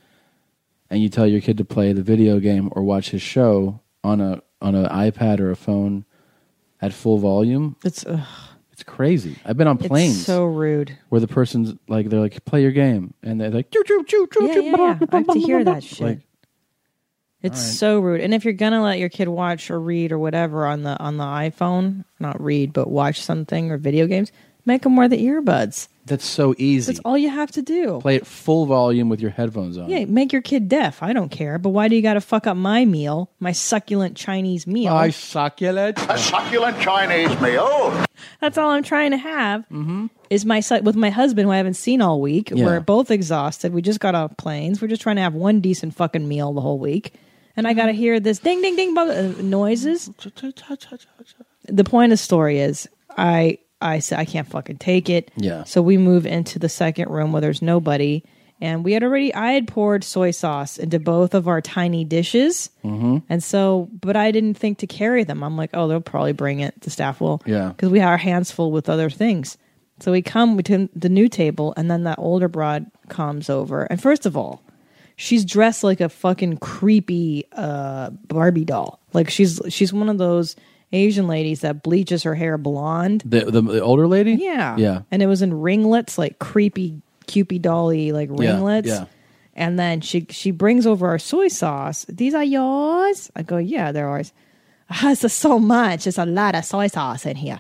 Speaker 1: and you tell your kid to play the video game or watch his show on a on an iPad or a phone at full volume,
Speaker 2: it's
Speaker 1: it's crazy. I've been on
Speaker 2: It's
Speaker 1: planes,
Speaker 2: so rude.
Speaker 1: where the person's like, they're like, play your game, and they're like, choo choo choo choo
Speaker 2: Yeah,
Speaker 1: choo.
Speaker 2: yeah, yeah. I have to hear that shit.
Speaker 1: Like,
Speaker 2: It's
Speaker 1: All right.
Speaker 2: so rude. And if you're gonna let your kid watch or read or whatever on the on the iPhone, not read but watch something or video games, make them wear the earbuds.
Speaker 1: that's so easy.
Speaker 2: That's all you have to do.
Speaker 1: Play it full volume with your headphones on.
Speaker 2: Yeah, make your kid deaf. I don't care. But why do you got to fuck up my meal, my succulent Chinese meal?
Speaker 1: I succulent.
Speaker 18: A succulent Chinese meal.
Speaker 2: That's all I'm trying to have.
Speaker 1: Mm-hmm.
Speaker 2: Is my su- with my husband who I haven't seen all week.
Speaker 18: Yeah.
Speaker 2: We're both exhausted. We just got off planes. We're just trying to have one decent fucking meal the whole week, and I got to hear this ding ding ding bu- uh, noises. the point of the story is I I said I can't fucking take it.
Speaker 1: Yeah.
Speaker 2: So we move into the second room where there's nobody, and we had already I had poured soy sauce into both of our tiny dishes,
Speaker 1: Mm-hmm.
Speaker 2: and so but I didn't think to carry them. I'm like, oh, they'll probably bring it. The staff will.
Speaker 1: Yeah.
Speaker 2: Because we had our hands full with other things. So we come to the new table, and then that older broad comes over, and first of all. She's dressed like a fucking creepy uh, Barbie doll. Like she's she's one of those Asian ladies that bleaches her hair blonde.
Speaker 1: The, the the older lady.
Speaker 2: Yeah.
Speaker 1: Yeah.
Speaker 2: And it was in ringlets, like creepy, cupid dolly, like
Speaker 1: Yeah,
Speaker 2: ringlets.
Speaker 1: yeah.
Speaker 2: And then she she brings over our soy sauce. These are yours? I go, yeah, they're ours. "Ah, This is so much. It's a lot of soy sauce in here.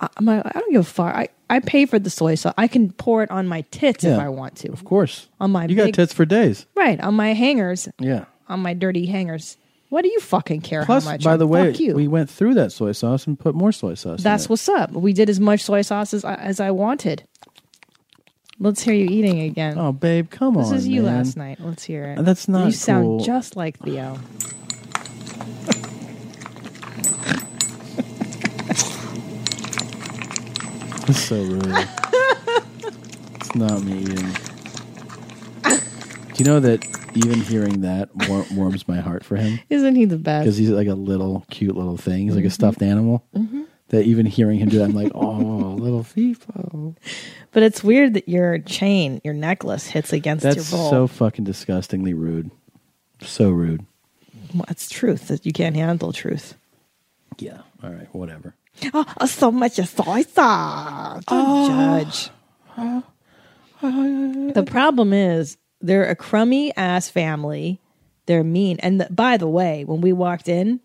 Speaker 2: I- I'm like, I don't give a fuck. I, I pay for the soy sauce. I can pour it on my tits if
Speaker 1: Yeah.
Speaker 2: I want to.
Speaker 1: Of course.
Speaker 2: On my big-
Speaker 1: you got tits for days.
Speaker 2: Right. On my hangers.
Speaker 1: Yeah.
Speaker 2: On my dirty hangers. What do you fucking care
Speaker 1: Plus,
Speaker 2: how much?
Speaker 1: by the way,
Speaker 2: Fuck you.
Speaker 1: we went through that soy sauce and put more soy sauce.
Speaker 2: That's
Speaker 1: in it.
Speaker 2: what's up. We did as much soy sauce as I, as I wanted. Let's hear you eating again.
Speaker 1: Oh, babe, come
Speaker 2: this
Speaker 1: on,
Speaker 2: This is you
Speaker 1: man.
Speaker 2: last night. Let's hear it.
Speaker 1: That's not
Speaker 2: You sound
Speaker 1: cool.
Speaker 2: just like Theo.
Speaker 1: That's so rude. it's not me eating. Do you know that even hearing that war- warms my heart for him?
Speaker 2: Isn't he the best?
Speaker 1: Because he's like a little cute little thing. He's like a
Speaker 2: Mm-hmm.
Speaker 1: stuffed animal. That even hearing him do that, I'm like, oh, little Theo.
Speaker 2: But it's weird that your chain, your necklace, hits against
Speaker 1: That's
Speaker 2: your bowl.
Speaker 1: so fucking disgustingly rude. So rude.
Speaker 2: Well, That's truth. That you can't handle truth.
Speaker 12: Yeah. All right. Whatever.
Speaker 2: Oh, so much soy sauce. Don't
Speaker 1: Oh.
Speaker 2: judge. The problem is they're a crummy ass family. They're mean. And th- by the way, when we walked in,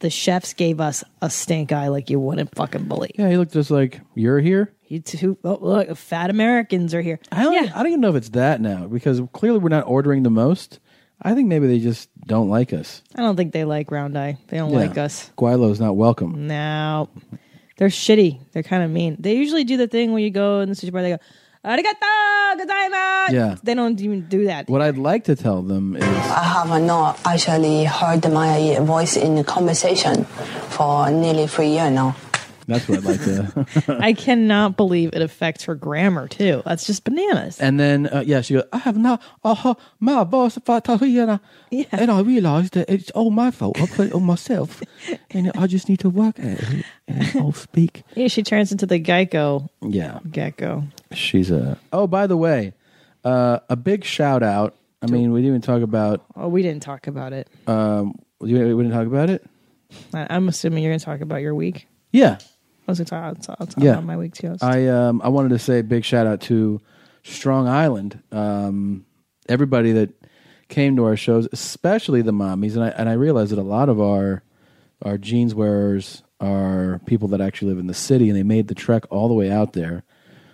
Speaker 2: the chefs gave us a stink eye like you wouldn't fucking believe.
Speaker 1: Yeah, he looked just like you're here.
Speaker 2: You two, oh, look, fat Americans are here.
Speaker 1: I don't. I don't even know if it's that now because clearly we're not ordering the most. I think maybe they just don't like us.
Speaker 2: I don't think they like Round Eye. They don't
Speaker 1: Yeah.
Speaker 2: like us.
Speaker 1: Guilo's not welcome.
Speaker 2: No. They're shitty. They're kind of mean. They usually do the thing where you go in the sushi bar, they go, Arigato, gozaimasu.
Speaker 1: Yeah.
Speaker 2: They don't even do that.
Speaker 1: What I'd like to tell them is
Speaker 19: I have not actually heard my voice in the conversation for nearly three years now.
Speaker 1: that's what I'd like to.
Speaker 2: I cannot believe it affects her grammar, too. That's just bananas.
Speaker 1: and then uh, yeah, she goes. I have not. Uh, huh, my boss fought Tahina, and I realized that it's all my fault. I put it on myself, and I just need to work at it. And I'll speak.
Speaker 2: Yeah, she turns into the Geico.
Speaker 1: Yeah.
Speaker 2: Gecko.
Speaker 1: She's a. Oh, by the way, uh, a big shout out. I mean, we didn't even talk about.
Speaker 2: Oh, we didn't talk about it.
Speaker 1: Um, we didn't talk about it.
Speaker 2: I, I'm assuming you're going to talk about your week.
Speaker 1: Yeah,
Speaker 2: I was going to talk, I'll talk, I'll talk
Speaker 1: Yeah.
Speaker 2: about my week, too. I was-
Speaker 1: I um I wanted to say a big shout out to Strong Island. Um, everybody that came to our shows, especially the mommies, and I and I realize that a lot of our our jeans wearers are people that actually live in the city, and they made the trek all the way out there.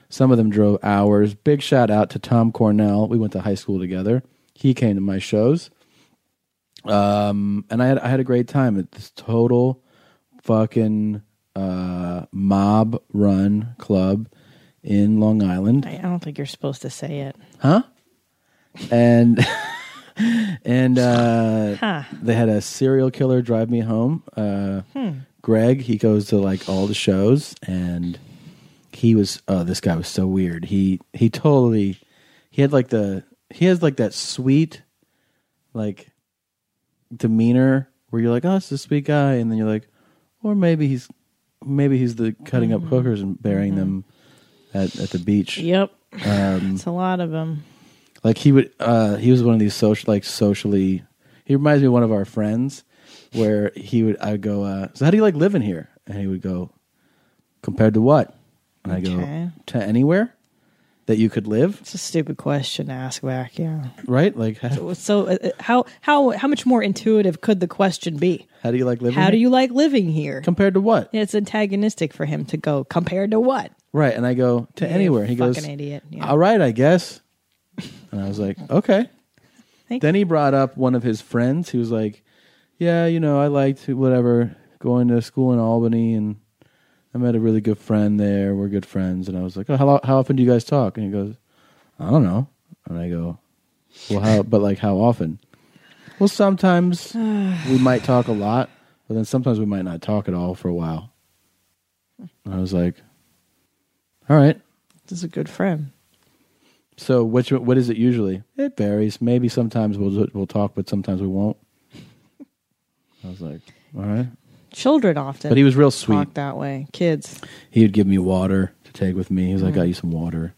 Speaker 1: Some of them drove hours. Big shout out to Tom Cornell. We went to high school together. He came to my shows, um, and I had I had a great time. It's total fucking uh, mob run club in Long Island,
Speaker 2: I don't think you're supposed to say it.
Speaker 1: huh? And and uh,
Speaker 2: Huh.
Speaker 1: they had a serial killer drive me home. Uh,
Speaker 2: Hmm.
Speaker 1: Greg, he goes to like all the shows, and he was oh, this guy was so weird. He he totally he had like the he has like that sweet like demeanor where you're like, oh, it's a sweet guy, and then you're like, or maybe he's maybe he's the cutting up hookers and burying them at at the beach.
Speaker 2: Yep.
Speaker 1: Um,
Speaker 2: It's a lot of them.
Speaker 1: like he would uh he was one of these social like socially he reminds me of one of our friends where he would I would go uh so how do you like living here and he would go compared to what and I
Speaker 2: Okay.
Speaker 1: go to anywhere that you could live
Speaker 2: It's a stupid question to ask back. Yeah.
Speaker 1: right like how,
Speaker 2: So, so uh, uh, how how how much more intuitive could the question be?
Speaker 1: how do you like living
Speaker 2: How do
Speaker 1: here?
Speaker 2: you like living here?
Speaker 1: compared to what
Speaker 2: It's antagonistic for him to go compared to what?
Speaker 1: right and I go to
Speaker 2: You
Speaker 1: anywhere he
Speaker 2: fucking
Speaker 1: goes
Speaker 2: idiot. Yeah.
Speaker 1: all right I guess and I was like okay
Speaker 2: Thank
Speaker 1: then he brought up one of his friends who was like, "Yeah, you know, I liked whatever going to school in Albany, and I met a really good friend there. We're good friends." And I was like, oh, "How how often do you guys talk?" And he goes, "I don't know." And I go, "Well, how? but like, how often?" Well, sometimes we might talk a lot, but then sometimes we might not talk at all for a while. And I was like, "All right."
Speaker 2: This is a good friend.
Speaker 1: So, which what is it usually? It varies. Maybe sometimes we'll we'll talk, but sometimes we won't. I was like, all right.
Speaker 2: Children often.
Speaker 1: But he was real sweet.
Speaker 2: Talk that way. Kids.
Speaker 1: He would give me water to take with me. He was like, I
Speaker 2: Mm.
Speaker 1: got you some water.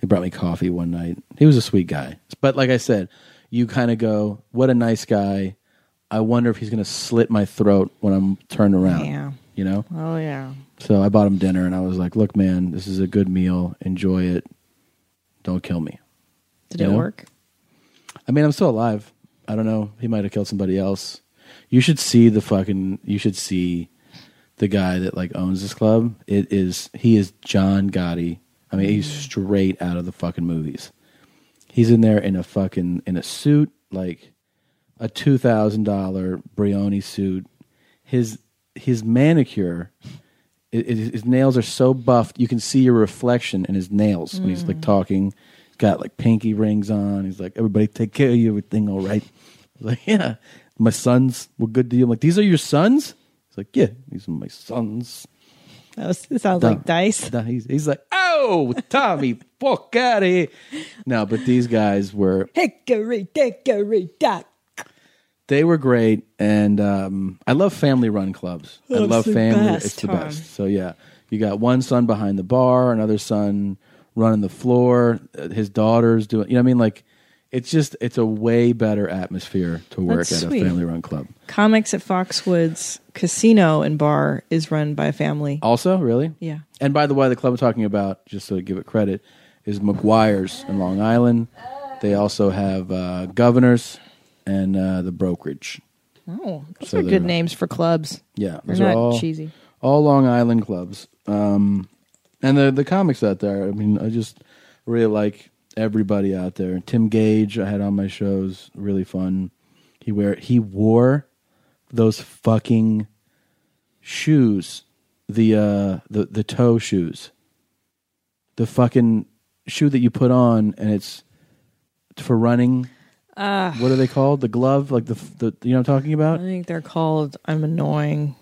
Speaker 1: He brought me coffee one night. He was a sweet guy. But like I said, you kind of go, what a nice guy. I wonder if he's going to slit my throat when I'm turned around.
Speaker 2: Yeah.
Speaker 1: You know?
Speaker 2: Oh yeah.
Speaker 1: So I bought him dinner and I was like, look, man, this is a good meal. Enjoy it. Don't kill me.
Speaker 2: Did
Speaker 1: You
Speaker 2: it
Speaker 1: know?
Speaker 2: work?
Speaker 1: I mean, I'm still alive. I don't know. He might have killed somebody else. You should see the fucking. You should see the guy that like owns this club. It is he is John Gotti. I mean, he's
Speaker 2: Mm.
Speaker 1: straight out of the fucking movies. He's in there in a fucking in a suit, like a two thousand dollar Brioni suit. His his manicure, i i his nails are so buffed you can see your reflection in his nails when he's
Speaker 2: Mm.
Speaker 1: like talking. He's got like pinky rings on. He's like, "Everybody, take care of you. Everything all right?" I was like, "Yeah, my sons were good to you." I'm like, "These are your sons?" He's like, "Yeah, these are my sons."
Speaker 2: That was, it sounds
Speaker 1: Duh.
Speaker 2: like dice.
Speaker 1: Duh. He's, he's like, "Oh, Tommy, fuck out of here!" No, but these guys were
Speaker 2: Hickory dickory dock.
Speaker 1: they were great and um, i love family run clubs i
Speaker 2: Oh, it's
Speaker 1: love
Speaker 2: the
Speaker 1: family
Speaker 2: best,
Speaker 1: it's the
Speaker 2: Tom.
Speaker 1: best so yeah you got one son behind the bar another son running the floor uh, his daughter's doing you know what i mean like It's just it's a way better atmosphere to work
Speaker 2: That's
Speaker 1: at
Speaker 2: sweet.
Speaker 1: a family run club.
Speaker 2: Comics at Foxwoods Casino and Bar is run by a family.
Speaker 1: Also, really?
Speaker 2: Yeah.
Speaker 1: And by the way, the club I'm talking about, just to give it credit, is McGuire's in Long Island. They also have uh, Governors and uh, the Brokerage.
Speaker 2: Oh, those
Speaker 1: So
Speaker 2: are
Speaker 1: they're
Speaker 2: good
Speaker 1: not-
Speaker 2: names for clubs.
Speaker 1: Yeah,
Speaker 2: They're
Speaker 1: those are
Speaker 2: not
Speaker 1: all
Speaker 2: cheesy.
Speaker 1: All Long Island clubs, um, and the the comics out there. I mean, I just really like everybody out there. Tim Gage, I had on my shows, really fun. He wear he wore those fucking shoes, the uh, the the toe shoes, the fucking shoe that you put on, and it's for running.
Speaker 2: Uh,
Speaker 1: what are they called? The glove, like the the you know what I'm talking about.
Speaker 2: I think they're called I'm annoying.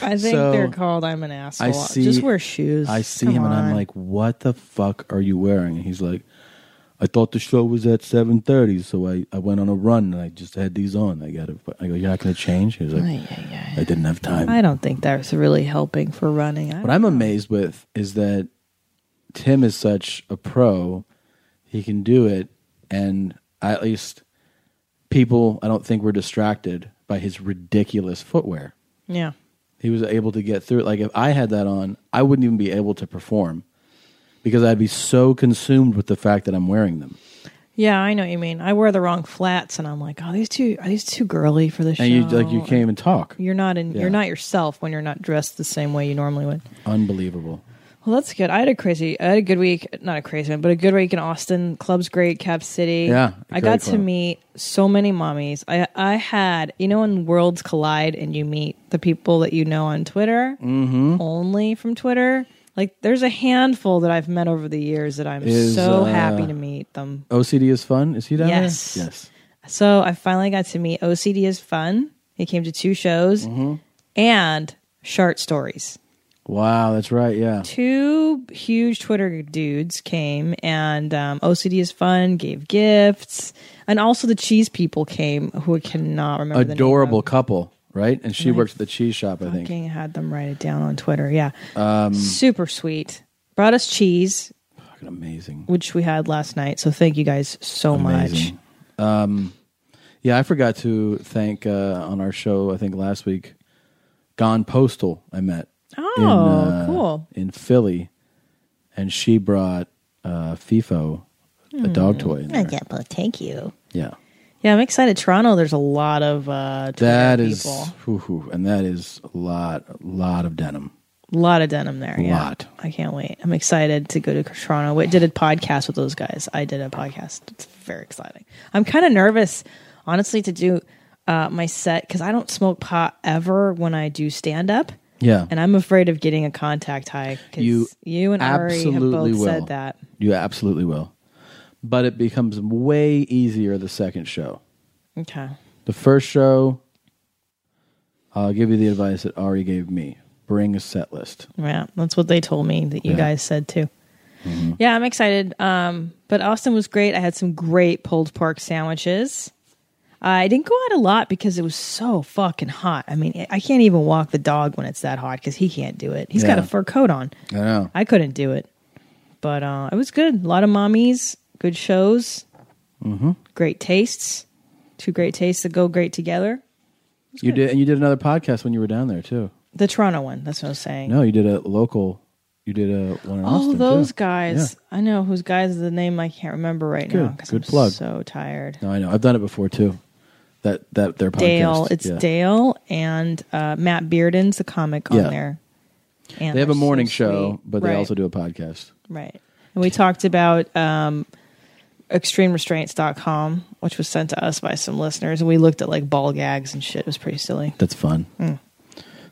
Speaker 2: I think
Speaker 1: So,
Speaker 2: they're called I'm an asshole.
Speaker 1: I see,
Speaker 2: Just wear shoes.
Speaker 1: I see
Speaker 2: Come
Speaker 1: him and I'm
Speaker 2: on.
Speaker 1: like, "What the fuck are you wearing?" And he's like, "I thought the show was at 7:30, so I, I went on a run and I just had these on. I got to." I go, "You're not going to change?" He was like,
Speaker 2: Ay, ay, ay.
Speaker 1: "I didn't have time."
Speaker 2: I don't think that's really helping for running. I
Speaker 1: What I'm amazed with is that Tim is such a pro; he can do it, and I, at least people, I don't think were distracted by his ridiculous footwear.
Speaker 2: Yeah.
Speaker 1: he was able to get through it. Like if I had that on, I wouldn't even be able to perform because I'd be so consumed with the fact that I'm wearing them.
Speaker 2: Yeah, I know what you mean. I wear the wrong flats and I'm like, oh, these two are these too girly for the show.
Speaker 1: and you like you can't even talk.
Speaker 2: You're not in
Speaker 1: Yeah.
Speaker 2: you're not yourself when you're not dressed the same way you normally would.
Speaker 1: Unbelievable.
Speaker 2: Well, that's good. I had a crazy, I had a good week. Not a crazy one, but a good week in Austin. Club's great, Cap City.
Speaker 1: Yeah,
Speaker 2: I
Speaker 1: great
Speaker 2: got to
Speaker 1: club.
Speaker 2: meet so many mommies. I I had, you know, when worlds collide and you meet the people that you know on Twitter,
Speaker 1: Mhm.
Speaker 2: only from Twitter. Like, there's a handful that I've met over the years that I'm
Speaker 1: Is,
Speaker 2: so
Speaker 1: uh,
Speaker 2: happy to meet them.
Speaker 1: OCD is fun. Is he down
Speaker 2: Yes.
Speaker 1: there? Yes.
Speaker 2: So I finally got to meet OCD is fun. He came to two shows
Speaker 1: Mm-hmm.
Speaker 2: and Shart Stories.
Speaker 1: Wow, that's right. Yeah.
Speaker 2: Two huge Twitter dudes came, and um, OCD is fun gave gifts, and also the cheese people came, who I cannot remember. the name
Speaker 1: Adorable couple, right? And she
Speaker 2: Nice.
Speaker 1: works at the cheese shop, I think.
Speaker 2: Fucking had them write it down on Twitter. Yeah,
Speaker 1: Um,
Speaker 2: super sweet. Brought us cheese,
Speaker 1: fucking amazing,
Speaker 2: which we had last night. So thank you guys so much.
Speaker 1: Amazing. Um, yeah, I forgot to thank uh, on our show. I think last week, Gone Postal. I met.
Speaker 2: Oh,
Speaker 1: uh,
Speaker 2: cool.
Speaker 1: In Philly, and she brought uh, FIFO, a dog toy. in there.
Speaker 2: get both. Thank you.
Speaker 1: Yeah,
Speaker 2: Yeah, I'm excited. Toronto, there's a lot of uh, Twitter
Speaker 1: that is,
Speaker 2: people.
Speaker 1: whew, whew, and that is a lot, a lot of denim.
Speaker 2: A lot of denim there. Yeah.
Speaker 1: Lot.
Speaker 2: I can't wait. I'm excited to go to Toronto. We did a podcast with those guys. I did a podcast. It's very exciting. I'm kind of nervous, honestly, to do uh, my set because I don't smoke pot ever when I do stand up.
Speaker 1: Yeah.
Speaker 2: And I'm afraid of getting a contact high because you,
Speaker 1: You
Speaker 2: and Ari have both
Speaker 1: absolutely will.
Speaker 2: said that.
Speaker 1: You absolutely will, but it becomes way easier the second show.
Speaker 2: Okay.
Speaker 1: The first show, I'll give you the advice that Ari gave me: bring a set list.
Speaker 2: Yeah. That's what they told me that you
Speaker 1: Yeah.
Speaker 2: guys said too. Yeah, I'm excited. Um, but Austin was great. I had some great pulled pork sandwiches. Uh, I didn't go out a lot because it was so fucking hot. I mean, I can't even walk the dog when it's that hot because he can't do it. He's got a
Speaker 1: Yeah.
Speaker 2: fur coat on.
Speaker 1: I know.
Speaker 2: I couldn't do it. But uh, it was good. A lot of mommies, good shows,
Speaker 1: Mm-hmm.
Speaker 2: great tastes. Two great tastes that go great together.
Speaker 1: You did, and you did another podcast when you were down there too.
Speaker 2: The Toronto one, that's what I was saying.
Speaker 1: No, you did a local. You did a one in
Speaker 2: Oh,
Speaker 1: Austin. too.
Speaker 2: those guys. I know whose guys is the name I can't remember right
Speaker 1: Yeah.
Speaker 2: now
Speaker 1: Good,
Speaker 2: 'cause
Speaker 1: good
Speaker 2: I'm
Speaker 1: plug.
Speaker 2: so tired.
Speaker 1: No, I know. I've done it before too. That that their podcast.
Speaker 2: Dale. It's
Speaker 1: Yeah.
Speaker 2: Dale and uh, Matt Bearden's the comic on
Speaker 1: Yeah.
Speaker 2: there.
Speaker 1: They have
Speaker 2: they're
Speaker 1: a
Speaker 2: so
Speaker 1: morning show,
Speaker 2: sweet.
Speaker 1: but they
Speaker 2: Right,
Speaker 1: also do a podcast.
Speaker 2: right. And we talked about um, extremerestraints.com, which was sent to us by some listeners, and we looked at like ball gags and shit. It was pretty silly.
Speaker 1: That's fun.
Speaker 2: Mm.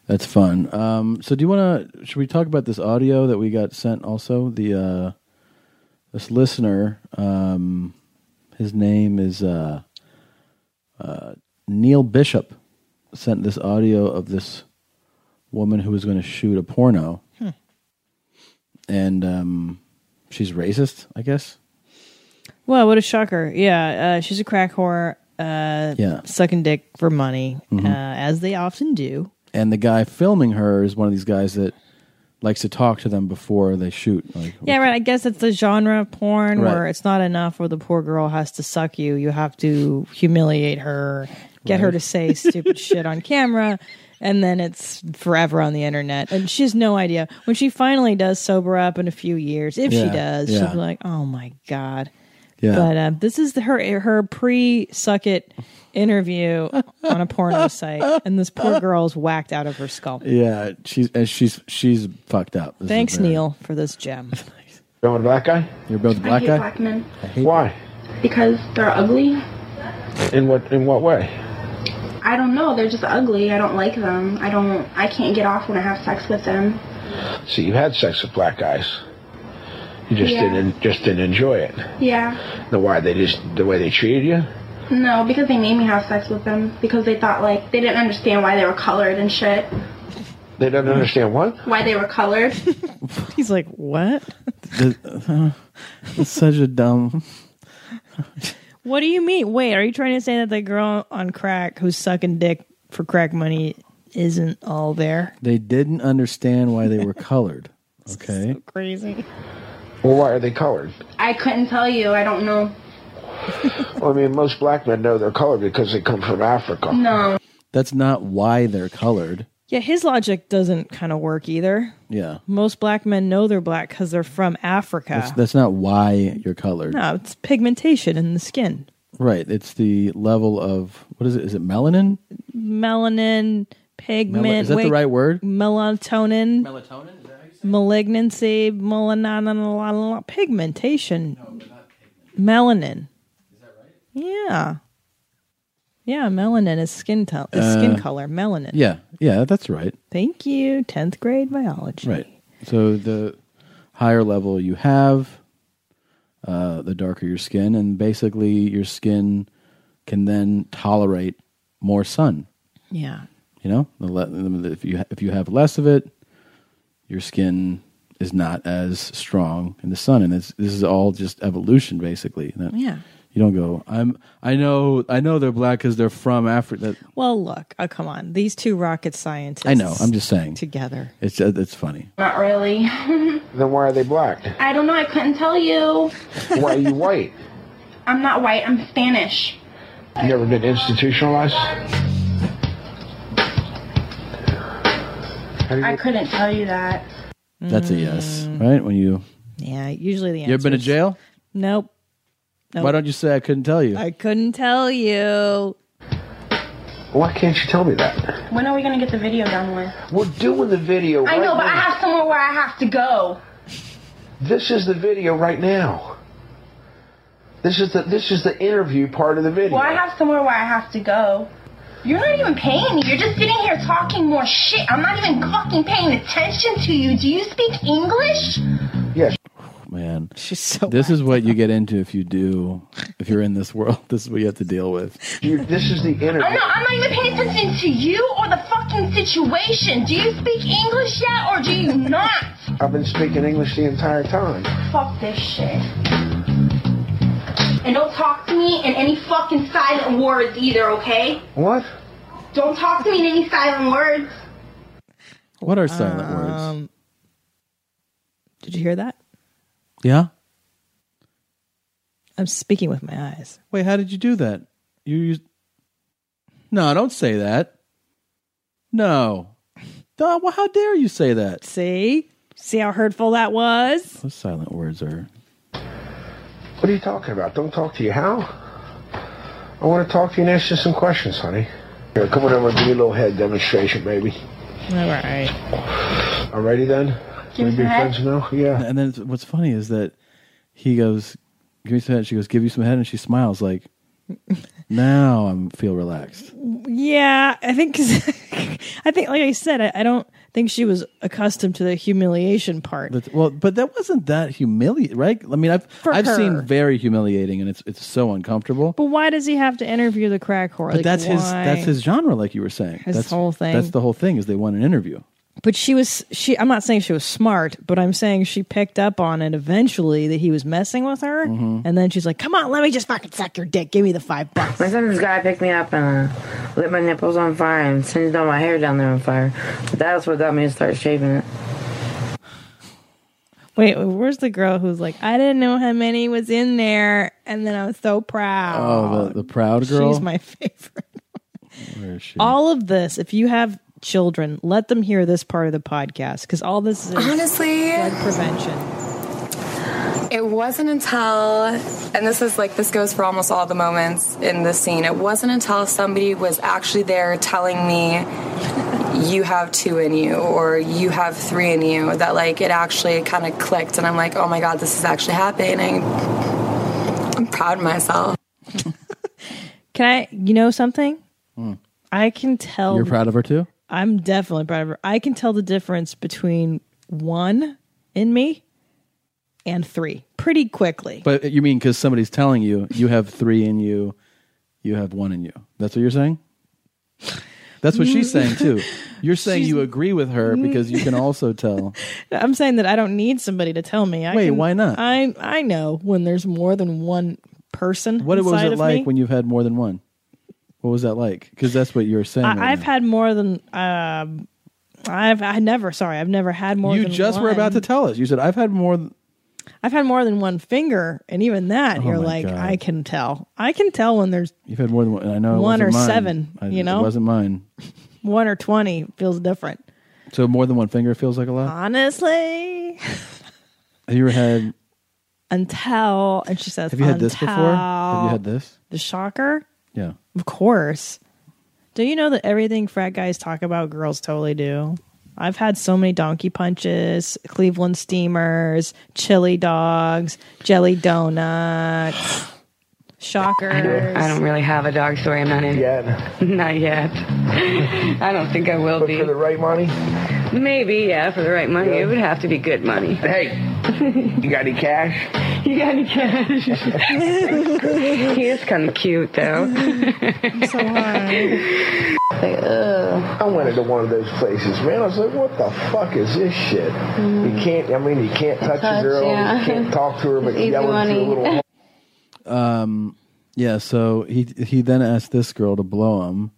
Speaker 1: That's fun. Um, so, do you want to? Should we talk about this audio that we got sent? Also, the uh, this listener, um, his name is uh, uh, Neil Bishop, sent this audio of this woman who was going to shoot a porno,
Speaker 2: Hmm.
Speaker 1: and um, she's racist, I guess.
Speaker 2: Well, what a shocker! Yeah, uh, she's a crack whore. Uh,
Speaker 1: Yeah.
Speaker 2: sucking dick for money,
Speaker 1: Mhm.
Speaker 2: uh, as they often do.
Speaker 1: And the guy filming her is one of these guys that likes to talk to them before they shoot. Like,
Speaker 2: Yeah, right. I guess it's the genre of porn
Speaker 1: Right.
Speaker 2: where it's not enough where the poor girl has to suck you. You have to humiliate her, get her
Speaker 1: Right.
Speaker 2: to say stupid shit on camera, and then it's forever on the internet. And she has no idea. When she finally does sober up in a few years, if she
Speaker 17: Yeah,
Speaker 2: does,
Speaker 17: yeah.
Speaker 2: she'll be like, oh my God.
Speaker 17: Yeah.
Speaker 2: But uh, this is the, her her pre suck it interview on a porno site, and this poor girl's whacked out of her skull.
Speaker 1: yeah, she's and she's she's fucked up. This is
Speaker 2: Thanks,
Speaker 1: bad.
Speaker 2: Neil, for this gem.
Speaker 1: You're with a black guy. You're both black
Speaker 20: I hate
Speaker 1: guy.
Speaker 20: black men
Speaker 1: Why?
Speaker 20: because they're ugly.
Speaker 1: In what in what way?
Speaker 20: I don't know. They're just ugly. I don't like them. I don't. I can't get off when I have sex with them.
Speaker 5: See, you had sex with black guys. You just
Speaker 20: Yeah.
Speaker 5: didn't just didn't enjoy it.
Speaker 20: Yeah.
Speaker 5: The why they just the way they treated you.
Speaker 20: No, because they made me have sex with them because they thought like they didn't understand why they were colored and shit.
Speaker 5: They don't understand what.
Speaker 20: Why they were colored.
Speaker 2: He's like, what?
Speaker 1: Th- uh, it's such a dumb.
Speaker 2: What do you mean? Wait, are you trying to say that the girl on crack who's sucking dick for crack money isn't all there?
Speaker 1: They didn't understand why they were colored. Okay.
Speaker 2: Crazy.
Speaker 5: Well, why are they colored?
Speaker 20: I couldn't tell you. I don't know.
Speaker 5: well, I mean, most black men know they're colored because they come from Africa.
Speaker 20: No.
Speaker 1: That's not why they're colored.
Speaker 2: Yeah, his logic doesn't kind of work either.
Speaker 1: Yeah.
Speaker 2: Most black men know they're black because they're from
Speaker 1: That's,
Speaker 2: Africa.
Speaker 1: that's not why you're colored.
Speaker 2: No, it's pigmentation in the skin.
Speaker 1: Right. It's the level of what is it? Is it melanin?
Speaker 2: Melanin, pigment.
Speaker 1: Mel- is that the
Speaker 2: wait,
Speaker 1: right word?
Speaker 2: Melatonin. Melatonin? Malignancy, melanin, pigmentation. Melanin. Is that right? Yeah. Yeah, melanin is skin tone, is skin
Speaker 1: Uh,
Speaker 2: color. Melanin.
Speaker 1: Yeah. Yeah, that's right.
Speaker 2: Thank you. Tenth grade biology.
Speaker 1: Right. So the higher level you have, uh, the darker your skin, and basically your skin can then tolerate more sun.
Speaker 2: Yeah.
Speaker 1: You know, the le- if you if you have less of it, your skin is not as strong in the sun, and it's, this is all just evolution, basically. That-
Speaker 2: Yeah.
Speaker 1: You don't go. I'm. I know. I know they're black because they're from Africa. That-
Speaker 2: Well, look. Oh, come on. These two rocket scientists.
Speaker 1: I know. I'm just saying.
Speaker 2: Together.
Speaker 1: It's uh, it's funny.
Speaker 20: Not really. I
Speaker 5: Then why are they black?
Speaker 20: don't know. I couldn't tell you.
Speaker 5: Why are you white?
Speaker 20: I'm not white. I'm Spanish.
Speaker 5: You ever been institutionalized?
Speaker 20: I couldn't tell you that.
Speaker 2: Mm.
Speaker 1: That's a uh, yes, right? When you
Speaker 2: Yeah. Usually the answer.
Speaker 1: you ever been to
Speaker 2: is-
Speaker 1: jail?
Speaker 2: Nope. Nope.
Speaker 1: Why don't you say I couldn't tell you?
Speaker 2: I couldn't tell you.
Speaker 5: Why can't you tell me that?
Speaker 20: When are we gonna get the video done with?
Speaker 5: We're doing the video.
Speaker 20: I
Speaker 5: right
Speaker 20: know, but I
Speaker 5: now.
Speaker 20: have somewhere where I have to go.
Speaker 5: This is the video right now. This is the this is the interview part of the video.
Speaker 20: Well, I have somewhere where I have to go. You're not even paying me. You're just sitting here talking more shit. I'm not even fucking paying attention to you. Do you speak English?
Speaker 5: Yes.
Speaker 1: Man,
Speaker 2: she's so.
Speaker 1: This is what you get into if you do. If you're in this world, this is what you have to deal with.
Speaker 5: You, this is the interview.
Speaker 20: I'm not. I'm not even paying attention to you or the fucking situation. Do you speak English yet, or do you not?
Speaker 5: I've been speaking English the entire time.
Speaker 20: Fuck this shit. And don't talk to me in any fucking silent words either, okay?
Speaker 5: What?
Speaker 20: Don't talk to me in any silent words.
Speaker 1: What are silent words?
Speaker 2: Um, Did you hear that?
Speaker 1: Yeah.
Speaker 2: I'm speaking with my eyes.
Speaker 1: Wait, how did you do that? You used. No, don't say that. No. Duh, well, how dare you say that?
Speaker 2: See? See how hurtful that was?
Speaker 1: Those silent words are.
Speaker 5: What are you talking about? Don't talk to you. How? I want to talk to you and ask you some questions, honey. Here, come on over and give me a little head demonstration, baby.
Speaker 2: All right.
Speaker 5: Alrighty then.
Speaker 2: Give me
Speaker 5: Wanna be
Speaker 2: some head?
Speaker 5: friends now. Yeah.
Speaker 1: And then it's- what's funny is that he goes, "Give me some head." She goes, "Give you some head," and she smiles like, "Now I'm feel relaxed."
Speaker 2: Yeah, I think 'cause- I think like I said, I, I don't think she was accustomed to the humiliation part.
Speaker 1: That's, well, but that wasn't that humiliating, right? I mean, I've
Speaker 2: For
Speaker 1: I've
Speaker 2: her.
Speaker 1: seen very humiliating, and it's it's so uncomfortable.
Speaker 2: But why does he have to interview the crack whore?
Speaker 1: But
Speaker 2: Like,
Speaker 1: that's his
Speaker 2: why?
Speaker 1: that's his genre, like you were saying.
Speaker 2: His
Speaker 1: that's
Speaker 2: whole thing.
Speaker 1: That's the whole thing is they want an interview.
Speaker 2: But she was she. I'm not saying she was smart, but I'm saying she picked up on it eventually that he was messing with her,
Speaker 1: Mm-hmm.
Speaker 21: Mhm.
Speaker 2: and then she's like, "Come on, let me just fucking suck your dick. Give me the five bucks."
Speaker 21: My son, this guy picked me up and uh, lit my nipples on fire and singed all my hair down there on fire. That's what got me to start shaving it.
Speaker 2: Wait, where's the girl who's like, I didn't know how many was in there, and then I was so proud.
Speaker 1: Oh, the, the proud girl.
Speaker 2: She's my favorite.
Speaker 1: Where is she?
Speaker 2: All of this, if you have children, let them hear this part of the podcast because all this is
Speaker 22: Honestly,
Speaker 2: drug prevention.
Speaker 22: It wasn't until, and this is like, this goes for almost all the moments in this scene. It wasn't until somebody was actually there telling me, you have two in you, or you have three in you, that like it actually kind of clicked. And I'm like, oh my God, this is actually happening. I'm proud of myself.
Speaker 2: Can I, you know something?
Speaker 1: Hmm.
Speaker 2: I can tell.
Speaker 1: You're proud of her too.
Speaker 2: I'm definitely proud of her. I can tell the difference between one in me and three pretty quickly.
Speaker 1: But you mean because somebody's telling you you have three in you, you have one in you. That's what you're saying. That's what she's saying too. You're saying you agree with her because you can also tell.
Speaker 2: I'm saying that I don't need somebody to tell me. I
Speaker 1: Wait,
Speaker 2: can-
Speaker 1: why not?
Speaker 2: I I know when there's more than one person.
Speaker 1: What was
Speaker 2: inside
Speaker 1: it
Speaker 2: of
Speaker 1: like
Speaker 2: me.
Speaker 1: when you've had more than one? What was that like? Because that's what you're saying. right
Speaker 2: I, I've had more than um I've I never sorry I've never had
Speaker 1: now.
Speaker 2: more.
Speaker 1: you
Speaker 2: than
Speaker 1: just were
Speaker 2: one.
Speaker 1: about to tell us. You said I've had more. Th-
Speaker 2: I've had more than one finger, and even that
Speaker 1: Oh
Speaker 2: you're
Speaker 1: my
Speaker 2: like
Speaker 1: God.
Speaker 2: I can tell. I can tell when there's
Speaker 1: you've had more than one. and I know it
Speaker 2: One or
Speaker 1: wasn't mine.
Speaker 2: seven,
Speaker 1: I-
Speaker 2: you know?
Speaker 1: it wasn't mine.
Speaker 2: one or twenty feels different.
Speaker 1: So more than one finger feels like a
Speaker 2: Uh,
Speaker 1: lot.
Speaker 2: Honestly,
Speaker 1: Have you ever had?
Speaker 2: until and she says,
Speaker 1: Have you had this before? Have
Speaker 2: until-
Speaker 1: you had this?
Speaker 2: the shocker?
Speaker 1: Yeah.
Speaker 2: Of course. Do you know that everything frat guys talk about, girls totally do? I've had so many donkey punches, Cleveland steamers, chili dogs, jelly donuts, shockers.
Speaker 21: I don't really have a dog story. I'm not in. Yet. Not yet. I don't think I will be. For the right money? Maybe, yeah, for the right money. It would have to be good money. Hey, you got any cash? You got any cash? he is kind of cute, though. so high.
Speaker 5: Like, I went into one of those places, man. I was like, what the fuck is this shit? You can't, I mean, you can't touch,
Speaker 21: Mm-hmm. Touch,
Speaker 5: a girl,
Speaker 21: yeah.
Speaker 5: you can't talk to her, but
Speaker 21: Easy
Speaker 5: yelling through
Speaker 21: money.
Speaker 5: a little hole.
Speaker 1: Um, yeah. So he he then asked this girl to blow him,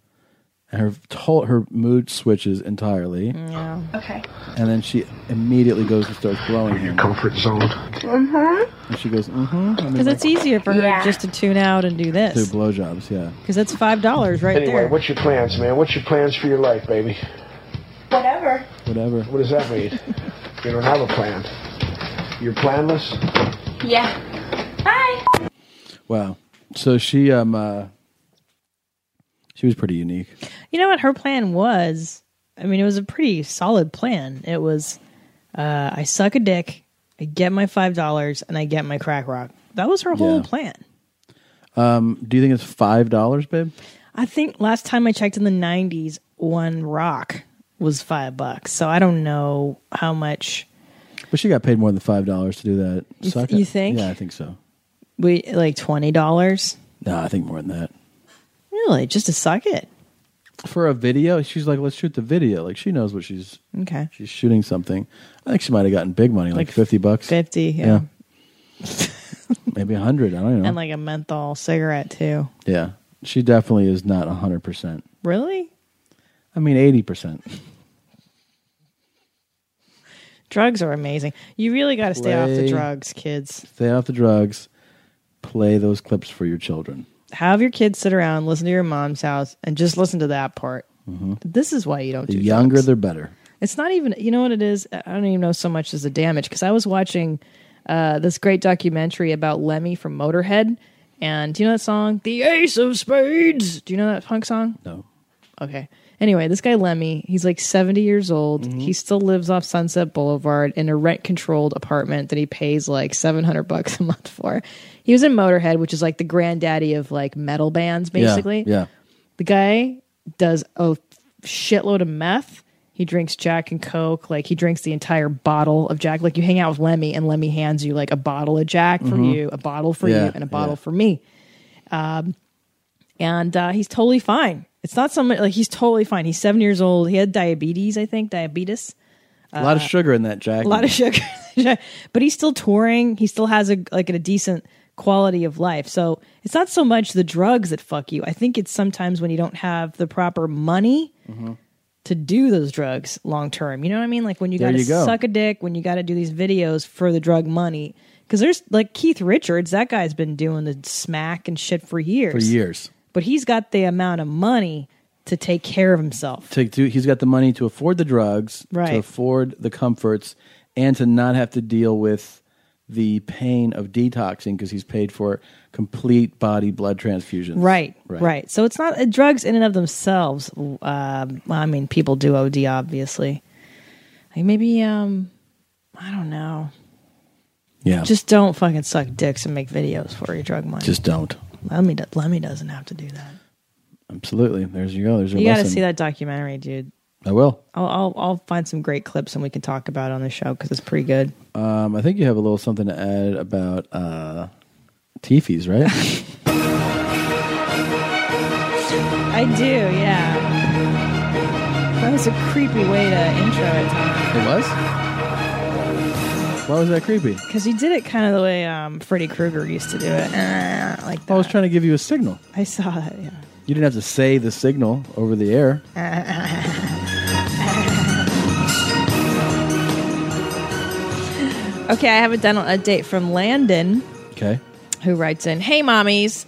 Speaker 1: and her tol- her mood switches entirely,
Speaker 2: Yeah.
Speaker 20: Okay.
Speaker 1: and then she immediately goes and starts blowing him. Comfort zone.
Speaker 20: Mm-hmm.
Speaker 1: And she goes, mm-hmm.
Speaker 2: Because Uh-huh. it's easier for her
Speaker 20: Yeah.
Speaker 2: just to tune out and do
Speaker 1: to
Speaker 2: this.
Speaker 1: blowjobs. Yeah.
Speaker 2: Because that's five dollars right
Speaker 5: Anyway,
Speaker 2: there.
Speaker 5: what's your plans, man? What's your plans for your life, baby?
Speaker 20: Whatever.
Speaker 1: Whatever.
Speaker 5: What does that mean? you don't have a plan. You're planless.
Speaker 20: Yeah. Bye.
Speaker 1: Wow. So she um uh, she was pretty unique.
Speaker 2: You know what her plan was? I mean, it was a pretty solid plan. It was uh, I suck a dick, I get my five dollars, and I get my crack rock. That was her whole
Speaker 1: Yeah.
Speaker 2: plan.
Speaker 1: Um, do you think it's five dollars, babe?
Speaker 2: I think last time I checked in the nineties, one rock was five bucks. So I don't know how much
Speaker 1: But she got paid more than five dollars to do that.
Speaker 2: You th-
Speaker 1: Suck
Speaker 2: you
Speaker 1: it.
Speaker 2: think?
Speaker 1: Yeah, I think so.
Speaker 2: we like twenty dollars.
Speaker 1: No, I think more than that.
Speaker 2: Really? Just to suck it.
Speaker 1: For a video, she's like, "Let's shoot the video." Like she knows what she's
Speaker 2: Okay.
Speaker 1: she's shooting something. I think she might have gotten big money, like, fifty bucks,
Speaker 2: Fifty, yeah.
Speaker 1: maybe a hundred. I don't know.
Speaker 2: And like a menthol cigarette too.
Speaker 1: yeah, she definitely is not hundred percent.
Speaker 2: Really?
Speaker 1: I mean, eighty percent.
Speaker 2: Drugs are amazing. You really gotta stay off the
Speaker 1: Play.
Speaker 2: drugs, kids.
Speaker 1: Stay off the drugs. Play those clips for your children.
Speaker 2: have your kids sit around, listen to your mom's house, and just listen to that part.
Speaker 1: Mhm.
Speaker 2: This is why you don't
Speaker 1: The
Speaker 2: do
Speaker 1: younger,
Speaker 2: drugs.
Speaker 1: they're better.
Speaker 2: It's not even, you know what it is? I don't even know so much as the damage because I was watching uh, this great documentary about Lemmy from Motorhead. And do you know that song? The Ace of Spades. Do you know that punk song?
Speaker 1: No.
Speaker 2: Okay. Anyway, this guy Lemmy, he's like 70 years old.
Speaker 1: Mm-hmm.
Speaker 2: He still lives off Sunset Boulevard in a rent controlled apartment that he pays like 700 bucks a month for. He was in Motorhead, which is like the granddaddy of like metal bands,
Speaker 1: Yeah,
Speaker 2: basically.
Speaker 1: yeah.
Speaker 2: The guy does a shitload of meth. He drinks Jack and Coke. Like he drinks the entire bottle of Jack. Like you hang out with Lemmy, and Lemmy hands you like a bottle of Jack
Speaker 1: Mm-hmm.
Speaker 2: for
Speaker 23: Mhm.
Speaker 2: you, a bottle for
Speaker 23: Yeah,
Speaker 2: you, and a bottle
Speaker 23: yeah.
Speaker 2: for me. Um, and uh, he's totally fine. It's not so much like he's totally fine. He's seven years old. He had diabetes, I think, diabetes.
Speaker 1: a lot of
Speaker 2: Uh,
Speaker 1: sugar in that jacket.
Speaker 2: a lot of sugar but he's still touring he still has a like a decent quality of life so it's not so
Speaker 21: Mm-hmm.
Speaker 2: much the drugs that fuck you i think it's sometimes when you don't have the proper money to do those drugs long term. You know what I mean? Like when you
Speaker 1: There
Speaker 2: got to
Speaker 1: you go.
Speaker 2: suck a dick, when you got to do these videos for the drug money. Because there's like Keith Richards, that guy's been doing the smack and shit for years.
Speaker 1: for years.
Speaker 2: But he's got the amount of money to take care of himself.
Speaker 1: To, to, he's got the money to afford the drugs,
Speaker 2: Right.
Speaker 1: to afford the comforts, and to not have to deal with the pain of detoxing because he's paid for complete body blood transfusions.
Speaker 2: Right, right, So it's not uh, drugs in and of themselves. Um, well, I mean, people do OD, obviously. Like maybe, um, I don't know.
Speaker 1: Yeah.
Speaker 2: Just don't fucking suck dicks and make videos for your drug money.
Speaker 1: Just don't.
Speaker 2: Lemmy, do- Lemmy doesn't have to do that.
Speaker 1: Absolutely. There's you go. There's your
Speaker 2: You got to
Speaker 1: lesson.
Speaker 2: see that documentary, dude.
Speaker 1: I will.
Speaker 2: I'll, I'll I'll find some great clips and we can talk about it on the show because it's pretty good.
Speaker 1: Um, I think you have a little something to add about uh, Tifi's, right?
Speaker 2: I do, yeah. That was a creepy way to intro it, Tom.
Speaker 1: it was. Why was that creepy?
Speaker 2: Because he did it kind of the way um, Freddy Krueger used to do it. Uh, like
Speaker 1: I was trying to give you a signal.
Speaker 2: I saw that, yeah.
Speaker 1: You didn't have to say the signal over the air.
Speaker 2: Okay, I have a dental update from Landon,
Speaker 1: Okay.
Speaker 2: who writes in Hey, mommies.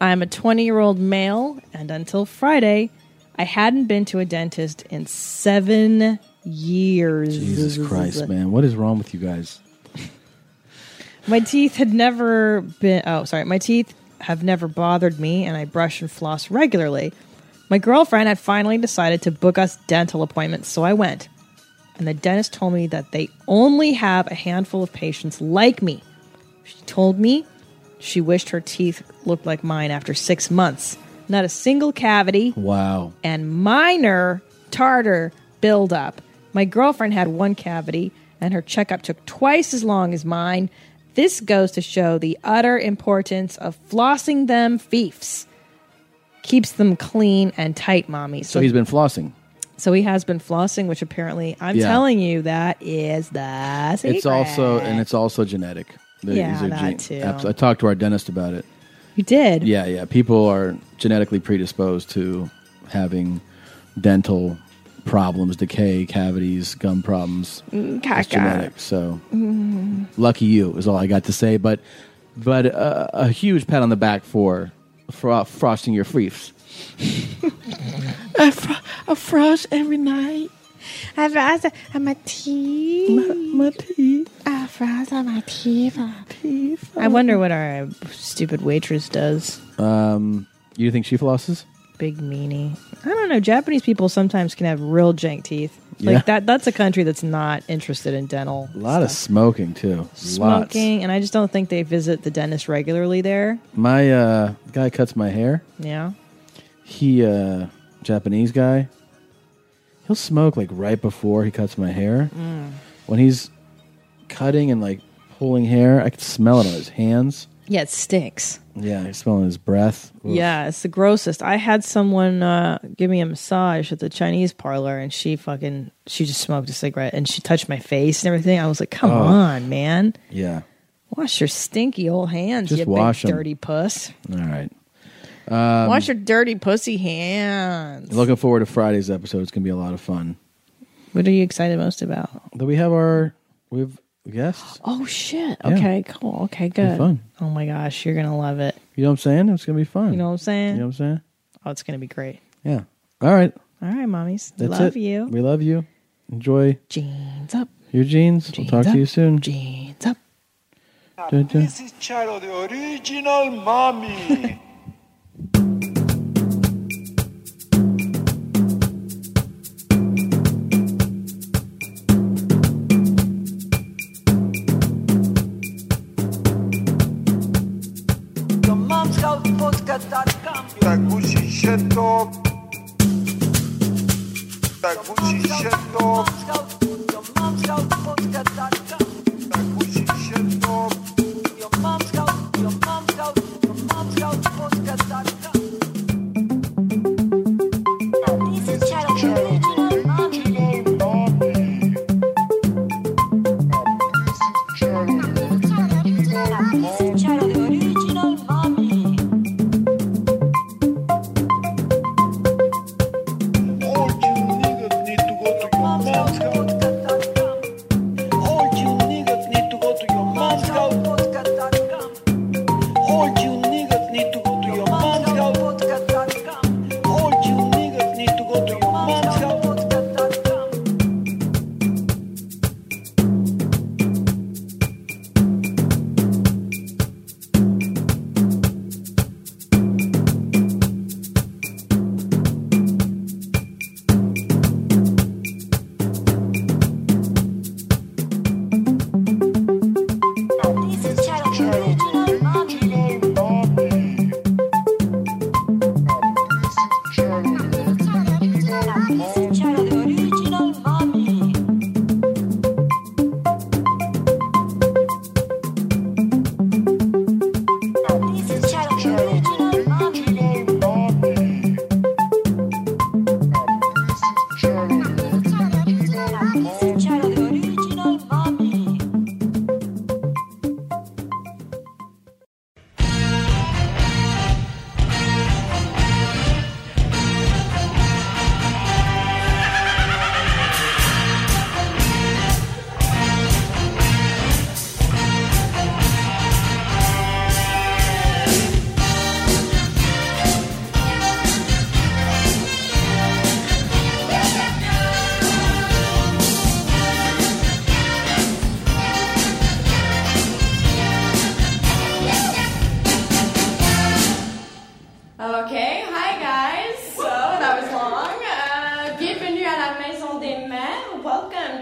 Speaker 2: I'm a 20 year old male, and until Friday, I hadn't been to a dentist in seven years.
Speaker 1: Jesus Christ, man. What is wrong with you guys?
Speaker 2: My teeth had never been. Oh, sorry. My teeth have never bothered me, and I brush and floss regularly. My girlfriend had finally decided to book us dental appointments, so I went. And the dentist told me that they only have a handful of patients like me. She told me she wished her teeth looked like mine after six months. Not a single cavity
Speaker 1: Wow.
Speaker 2: and minor tartar buildup. My girlfriend had one cavity, and her checkup took twice as long as mine. This goes to show the utter importance of flossing them fiefs. Keeps them clean and tight, mommy.
Speaker 1: So he's been flossing.
Speaker 2: so he has been flossing, which apparently I'm
Speaker 1: Yeah.
Speaker 2: telling you that is the secret.
Speaker 1: It's also and it's also genetic.
Speaker 2: Yeah,
Speaker 1: These are
Speaker 2: that
Speaker 1: gene-
Speaker 2: too.
Speaker 1: abs- I talked to our dentist about it.
Speaker 2: you did
Speaker 1: Yeah, yeah. People are genetically predisposed to having dental problems, decay, cavities, gum problems.
Speaker 2: Mm,
Speaker 1: It's
Speaker 2: caca.
Speaker 1: genetic. So
Speaker 2: Mm.
Speaker 1: lucky you is all I got to say. But but uh, a huge pat on the back for for uh, frosting your freefs.
Speaker 17: I, fr- I frost every night. I frost on my teeth. My, teeth. I frost on my teeth. My teeth.
Speaker 2: I wonder what our stupid waitress does.
Speaker 1: Um, you think she flosses?
Speaker 2: Big meanie. I don't know. Japanese people sometimes can have real jank teeth. Like
Speaker 1: Yeah.
Speaker 2: that. That's a country that's not interested in dental
Speaker 1: A lot of smoking too. Lots.
Speaker 2: smoking, and I just don't think they visit the dentist regularly there.
Speaker 1: My uh, guy cuts my hair.
Speaker 2: Yeah.
Speaker 1: he uh Japanese guy. He'll smoke like right before he cuts my hair.
Speaker 2: Mm.
Speaker 1: When he's cutting and like pulling hair, I could smell it on his hands.
Speaker 2: Yeah, it stinks.
Speaker 1: Yeah, I can smell it on his breath. Oof.
Speaker 2: Yeah, it's the grossest. I had someone uh, give me a massage at the Chinese parlor, and she fucking she just smoked a cigarette and she touched my face and everything. I was like, "Come
Speaker 1: Oh.
Speaker 2: on, man,
Speaker 1: Yeah.
Speaker 2: wash your stinky old hands,
Speaker 1: Just
Speaker 2: you
Speaker 1: wash
Speaker 2: big
Speaker 1: 'em.
Speaker 2: dirty puss.
Speaker 1: All right. Um,
Speaker 2: wash your dirty pussy hands."
Speaker 1: looking forward to Friday's episode. It's gonna be a lot of fun.
Speaker 2: What are you excited most about?
Speaker 1: That we have our we've guests.
Speaker 2: Oh shit!
Speaker 1: Yeah.
Speaker 2: Okay, cool. Okay,
Speaker 1: It'll be
Speaker 2: good.
Speaker 1: fun.
Speaker 2: Oh my gosh, you're gonna love it.
Speaker 1: You know what I'm saying? It's gonna be fun.
Speaker 2: You know what I'm saying?
Speaker 1: You know what I'm saying?
Speaker 2: Oh, it's gonna be great.
Speaker 1: Yeah. All right.
Speaker 2: All right, mommies.
Speaker 1: That's
Speaker 2: love
Speaker 1: it.
Speaker 2: you.
Speaker 1: We love you. Enjoy
Speaker 2: jeans up.
Speaker 1: your jeans. we'll talk
Speaker 2: up.
Speaker 1: to you soon.
Speaker 2: Jeans up.
Speaker 1: Dun, dun.
Speaker 23: This is Charo, the original mommy. Tak musi się to... Tak musi się to... Tak musi się to...
Speaker 2: Uh,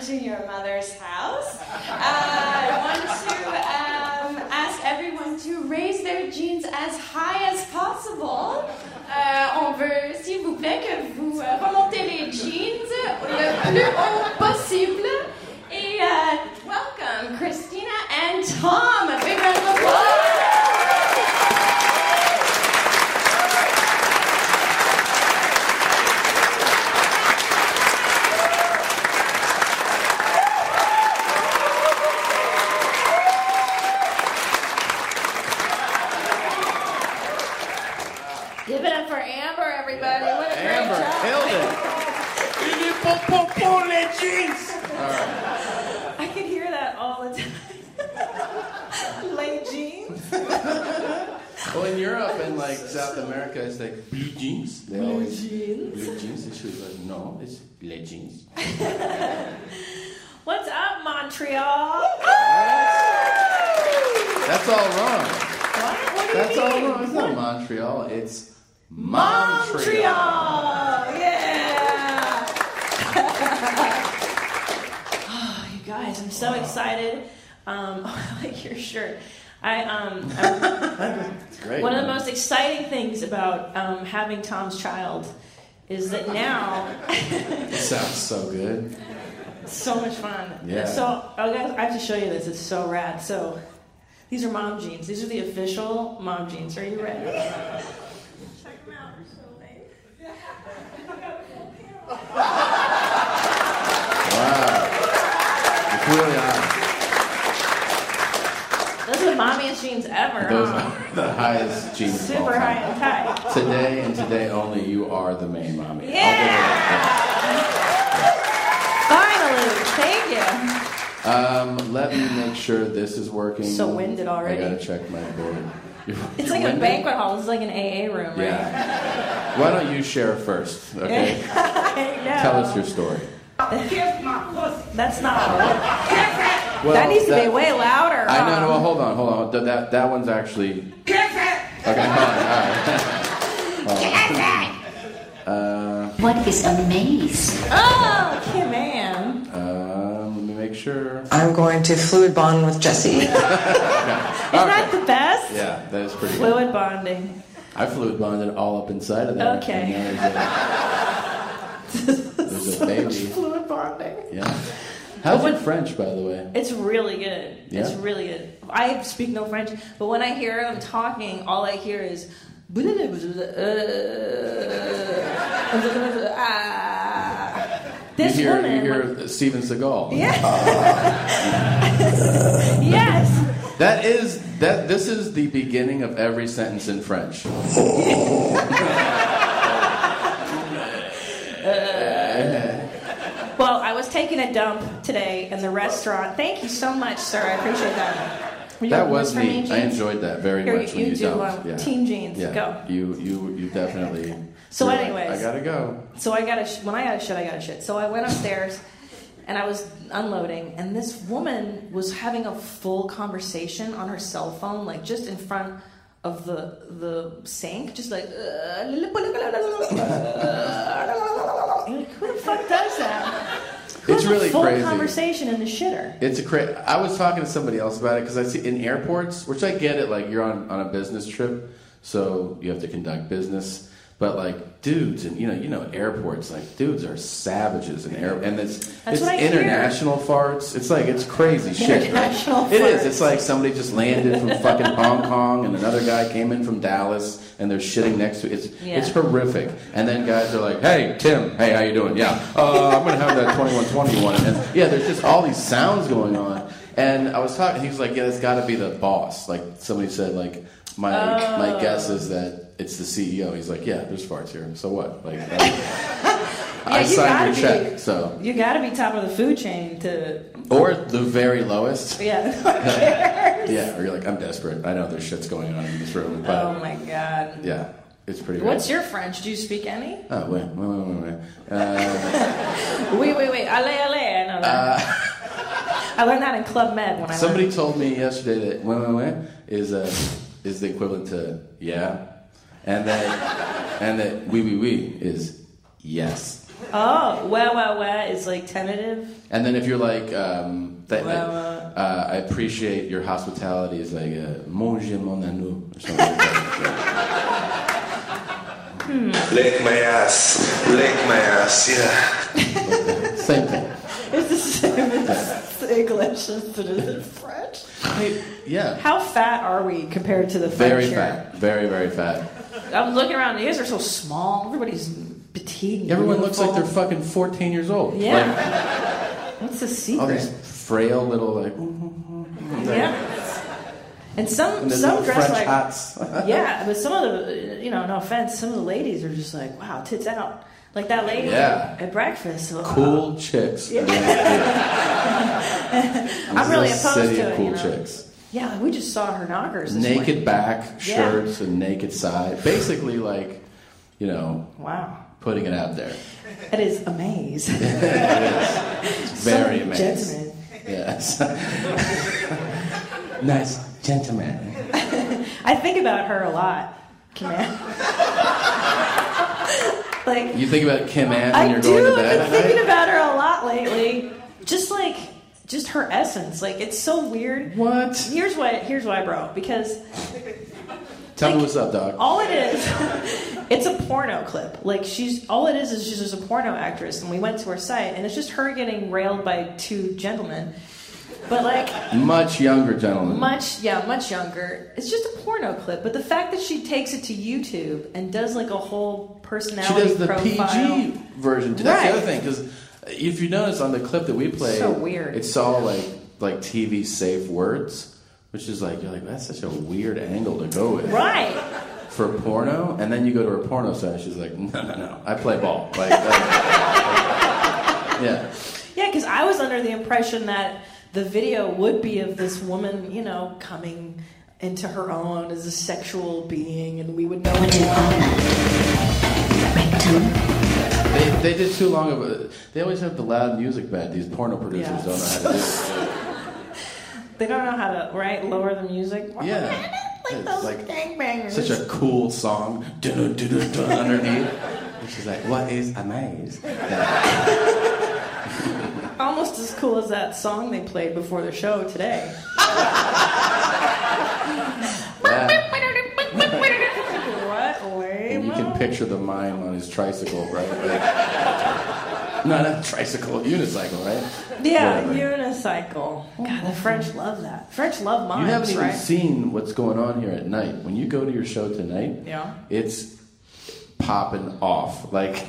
Speaker 2: to your mother's house. Uh, I want to um, ask everyone to raise their jeans as high as possible. Euh, on veut, s'il vous plaît, que vous euh, remontez les jeans le plus haut possible. Et uh, welcome, Christina and Tom. A big round of applause. Give it up for Amber, everybody. What a great
Speaker 6: Amber,
Speaker 2: job.
Speaker 6: Il est pour pour pour les jeans.
Speaker 2: I could hear that all the time. Late jeans.
Speaker 1: Well, in Europe and like South America, it's like blue jeans. They
Speaker 2: Blue
Speaker 1: always
Speaker 2: jeans.
Speaker 1: blue jeans. And she was like, no, it's blue jeans.
Speaker 2: What's up, Montreal?
Speaker 1: That's all wrong.
Speaker 2: What do you
Speaker 1: That's all
Speaker 2: mean?
Speaker 1: wrong. It's not Montreal. It's Montreal.
Speaker 2: Montreal! Yeah! oh, you guys, I'm so excited. Um, I like your shirt. I, um, I'm-
Speaker 1: great.
Speaker 2: One of the most exciting things about um, having Tom's child is that now
Speaker 1: It sounds so good.
Speaker 2: so much fun.
Speaker 1: Yeah.
Speaker 2: So, oh guys, I have to show you this. It's so rad. So, these are mom jeans. These are the official mom jeans. Are you ready? Check them out. They're so lame.
Speaker 1: It's really high.
Speaker 2: Those are the mommiest jeans ever.
Speaker 1: Those
Speaker 2: huh?
Speaker 1: are the highest jeans. of all
Speaker 2: Super
Speaker 1: time.
Speaker 2: high and tight.
Speaker 1: Today and today only, you are the main mommy.
Speaker 2: Finally, thank you.
Speaker 1: Um, let me make sure this is working.
Speaker 2: So winded already.
Speaker 1: I gotta check my board. You're-
Speaker 2: It's
Speaker 1: you're
Speaker 2: like a
Speaker 1: winded?
Speaker 2: banquet hall. It's like an AA room, right?
Speaker 1: Yeah. Why don't you share first? Okay. Tell us your story.
Speaker 2: That's not.
Speaker 1: Well,
Speaker 2: that needs to be
Speaker 1: that-
Speaker 2: way louder.
Speaker 1: I know.
Speaker 2: huh?
Speaker 1: No, well, hold on, hold on. Th- That that one's actually okay. Hold on. All right. Hold on. Uh,
Speaker 24: What is a maze?
Speaker 2: Oh, okay, man.
Speaker 1: um, let me make sure.
Speaker 24: I'm going to fluid bond with Jesse.
Speaker 1: Okay.
Speaker 2: Isn't that the best?
Speaker 1: Yeah, that is pretty good.
Speaker 2: Fluid bonding.
Speaker 1: I fluid bonded all up inside of that.
Speaker 2: Okay.
Speaker 1: And there's a- there's a baby.
Speaker 2: Fluid bonding.
Speaker 1: Yeah. How's your French, by the way?
Speaker 2: It's really good. It's
Speaker 1: Yeah?
Speaker 2: really good. I speak no French, but when I hear them talking, all I hear is. "Blah, blah, blah, blah, uh, blah, blah, blah, ah." This
Speaker 1: you hear,
Speaker 2: woman,
Speaker 1: you hear Steven Seagal.
Speaker 2: yes,
Speaker 1: That is that. This is the beginning of every sentence in French.
Speaker 2: Well, I was taking a dump today in the restaurant. Thank you so much, sir. I appreciate that. Would you
Speaker 1: that
Speaker 2: like
Speaker 1: was
Speaker 2: one for me,
Speaker 1: neat. I
Speaker 2: Jeans?
Speaker 1: enjoyed that very
Speaker 2: Here,
Speaker 1: much
Speaker 2: you-
Speaker 1: when
Speaker 2: you
Speaker 1: you,
Speaker 2: do,
Speaker 1: dumped.
Speaker 2: um, team jeans.
Speaker 1: Yeah.
Speaker 2: Go.
Speaker 1: You you you definitely.
Speaker 2: So
Speaker 1: were like,
Speaker 2: anyways.
Speaker 1: I gotta go.
Speaker 2: So I got a sh- when I got a shit, I got a shit. So I went upstairs, and I was unloading, and this woman was having a full conversation on her cell phone, like just in front of the the sink, just like. "Uh, You're like, Who the fuck does that? Who
Speaker 1: It's
Speaker 2: has a
Speaker 1: really
Speaker 2: full
Speaker 1: crazy.
Speaker 2: conversation in the shitter.
Speaker 1: It's a cra- I was talking to somebody else about it because I see in airports, which I get it, like you're on, on a business trip, so you have to conduct business. But like dudes, and you know, you know, airports, like dudes are savages in air, and it's
Speaker 6: That's
Speaker 1: it's
Speaker 6: what I hear.
Speaker 1: international farts. It's like it's crazy shit.
Speaker 6: International
Speaker 1: It is.
Speaker 6: farts.
Speaker 1: It's like somebody just landed from fucking Hong Kong, and another guy came in from Dallas, and they're shitting next to it's
Speaker 6: Yeah.
Speaker 1: it's horrific. And then guys are like, "Hey Tim, hey how you doing? Yeah, uh, I'm gonna have that 2121." And yeah, there's just all these sounds going on. And I was talking. He was like, "Yeah, it's got to be the boss." Like somebody said, like my my
Speaker 6: Oh.
Speaker 1: guess is that it's the CEO. He's like, "Yeah, there's farts here. So what?" Like. I-
Speaker 2: Yeah,
Speaker 1: I
Speaker 2: you
Speaker 1: signed your
Speaker 2: gotta be-
Speaker 1: check, so
Speaker 2: You got to be top of the food chain to.
Speaker 1: or the very lowest.
Speaker 2: Yeah.
Speaker 1: Yeah, or you're like, I'm desperate. I know there's shit's going on in this room, but
Speaker 2: oh my god.
Speaker 1: yeah, it's pretty.
Speaker 2: What's
Speaker 1: rough.
Speaker 2: your French? Do you speak any?
Speaker 1: Oh wait, wait, wait, wait, wait. Uh,
Speaker 2: Wait, wait, wait. Allez, allez. I know that.
Speaker 1: uh,
Speaker 2: I learned that in Club Med when I
Speaker 1: somebody
Speaker 2: learned.
Speaker 1: told me yesterday that wait, wait, wait is uh, is the equivalent to yeah, and that and that we we we is yes.
Speaker 2: Oh, wah wah wah is like tentative.
Speaker 1: And then if you're like, um, th-
Speaker 2: Wow.
Speaker 1: uh, I appreciate your hospitality, is like, uh, Manger mon anneau, or something like that.
Speaker 2: Hmm.
Speaker 6: Lick my ass. Lick my ass, yeah.
Speaker 1: Same thing.
Speaker 2: It's the same as English as it is in French.
Speaker 1: Yeah.
Speaker 2: How fat are we compared to the French?
Speaker 1: Very
Speaker 2: here?
Speaker 1: fat. Very, very fat.
Speaker 2: I'm looking around. The ears are so small. Everybody's petite. and
Speaker 1: Everyone looks like they're
Speaker 2: beautiful.
Speaker 1: fucking 14 years old.
Speaker 2: Yeah. What's the
Speaker 1: Like, all
Speaker 2: secret?
Speaker 1: these frail little, like,
Speaker 2: yeah. And some
Speaker 1: and there's
Speaker 2: some
Speaker 1: little
Speaker 2: dress
Speaker 1: French
Speaker 2: like
Speaker 1: hats.
Speaker 2: yeah, but some of the you know no offense, some of the ladies are just like wow tits out like that lady
Speaker 1: Yeah.
Speaker 2: at breakfast. so- uh,
Speaker 1: cool chicks.
Speaker 2: Yeah. I'm
Speaker 1: This
Speaker 2: really
Speaker 1: is a
Speaker 2: opposed
Speaker 1: city
Speaker 2: to
Speaker 1: of
Speaker 2: it.
Speaker 1: cool
Speaker 2: you know?
Speaker 1: chicks.
Speaker 2: Yeah, like, we just saw her knockers. This
Speaker 1: Naked
Speaker 2: morning.
Speaker 1: back
Speaker 2: Yeah.
Speaker 1: shirts and naked side. Basically, like, you know,
Speaker 2: Wow,
Speaker 1: putting it out there.
Speaker 2: that is a maze.
Speaker 1: Very
Speaker 2: Some
Speaker 1: amazing.
Speaker 2: gentlemen.
Speaker 1: Yes. nice gentleman.
Speaker 2: I think about her a lot, Command. like
Speaker 1: You think about Kim Ann when
Speaker 2: I
Speaker 1: you're
Speaker 2: do.
Speaker 1: going to
Speaker 2: I've
Speaker 1: bed
Speaker 2: been
Speaker 1: at
Speaker 2: thinking
Speaker 1: night?
Speaker 2: about her a lot lately. Just like, just her essence. Like, it's so weird.
Speaker 1: What?
Speaker 2: Here's why. Here's why, bro. Because
Speaker 1: Tell me what's up, dog.
Speaker 2: all it is, it's a porno clip. Like, she's all it is is she's just a porno actress, and we went to her site, and it's just her getting railed by two gentlemen. But like,
Speaker 1: Much younger gentleman.
Speaker 2: much yeah, much younger. It's just a porno clip. But the fact that she takes it to YouTube and does like a whole
Speaker 1: she
Speaker 2: personality
Speaker 1: does the
Speaker 2: profile.
Speaker 1: PG version. too. That's
Speaker 2: Right.
Speaker 1: the other thing because if you notice on the clip that we played,
Speaker 2: So weird.
Speaker 1: It's all like like TV safe words, which is like you're like that's such a weird angle to go with.
Speaker 2: Right.
Speaker 1: For porno, and then you go to her porno site. She's like, no, no, no, I play ball. Like, that- yeah.
Speaker 2: Yeah, because I was under the impression that the video would be of this woman, you know, coming into her own as a sexual being, and we would know.
Speaker 1: They, they did too long of a. They always have the loud music bed. These porno producers
Speaker 2: Yeah.
Speaker 1: don't know how to do. it.
Speaker 2: They don't know how to right lower the music.
Speaker 1: Yeah.
Speaker 2: like those gangbangers.
Speaker 1: Such a cool song dun, dun, dun, dun, underneath. And she's like, what is a maze?
Speaker 2: almost as cool as that song they played before the show today.
Speaker 1: Yeah.
Speaker 2: what? Wait.
Speaker 1: And you can picture the mime on his tricycle, right? Like- no, not tricycle, unicycle, right?
Speaker 2: Yeah,
Speaker 1: Whatever.
Speaker 2: unicycle. God, the French love that. French love
Speaker 1: you haven't
Speaker 2: mimes,
Speaker 1: even
Speaker 2: right?
Speaker 1: seen what's going on here at night. When you go to your show tonight,
Speaker 2: Yeah.
Speaker 1: it's popping off. Like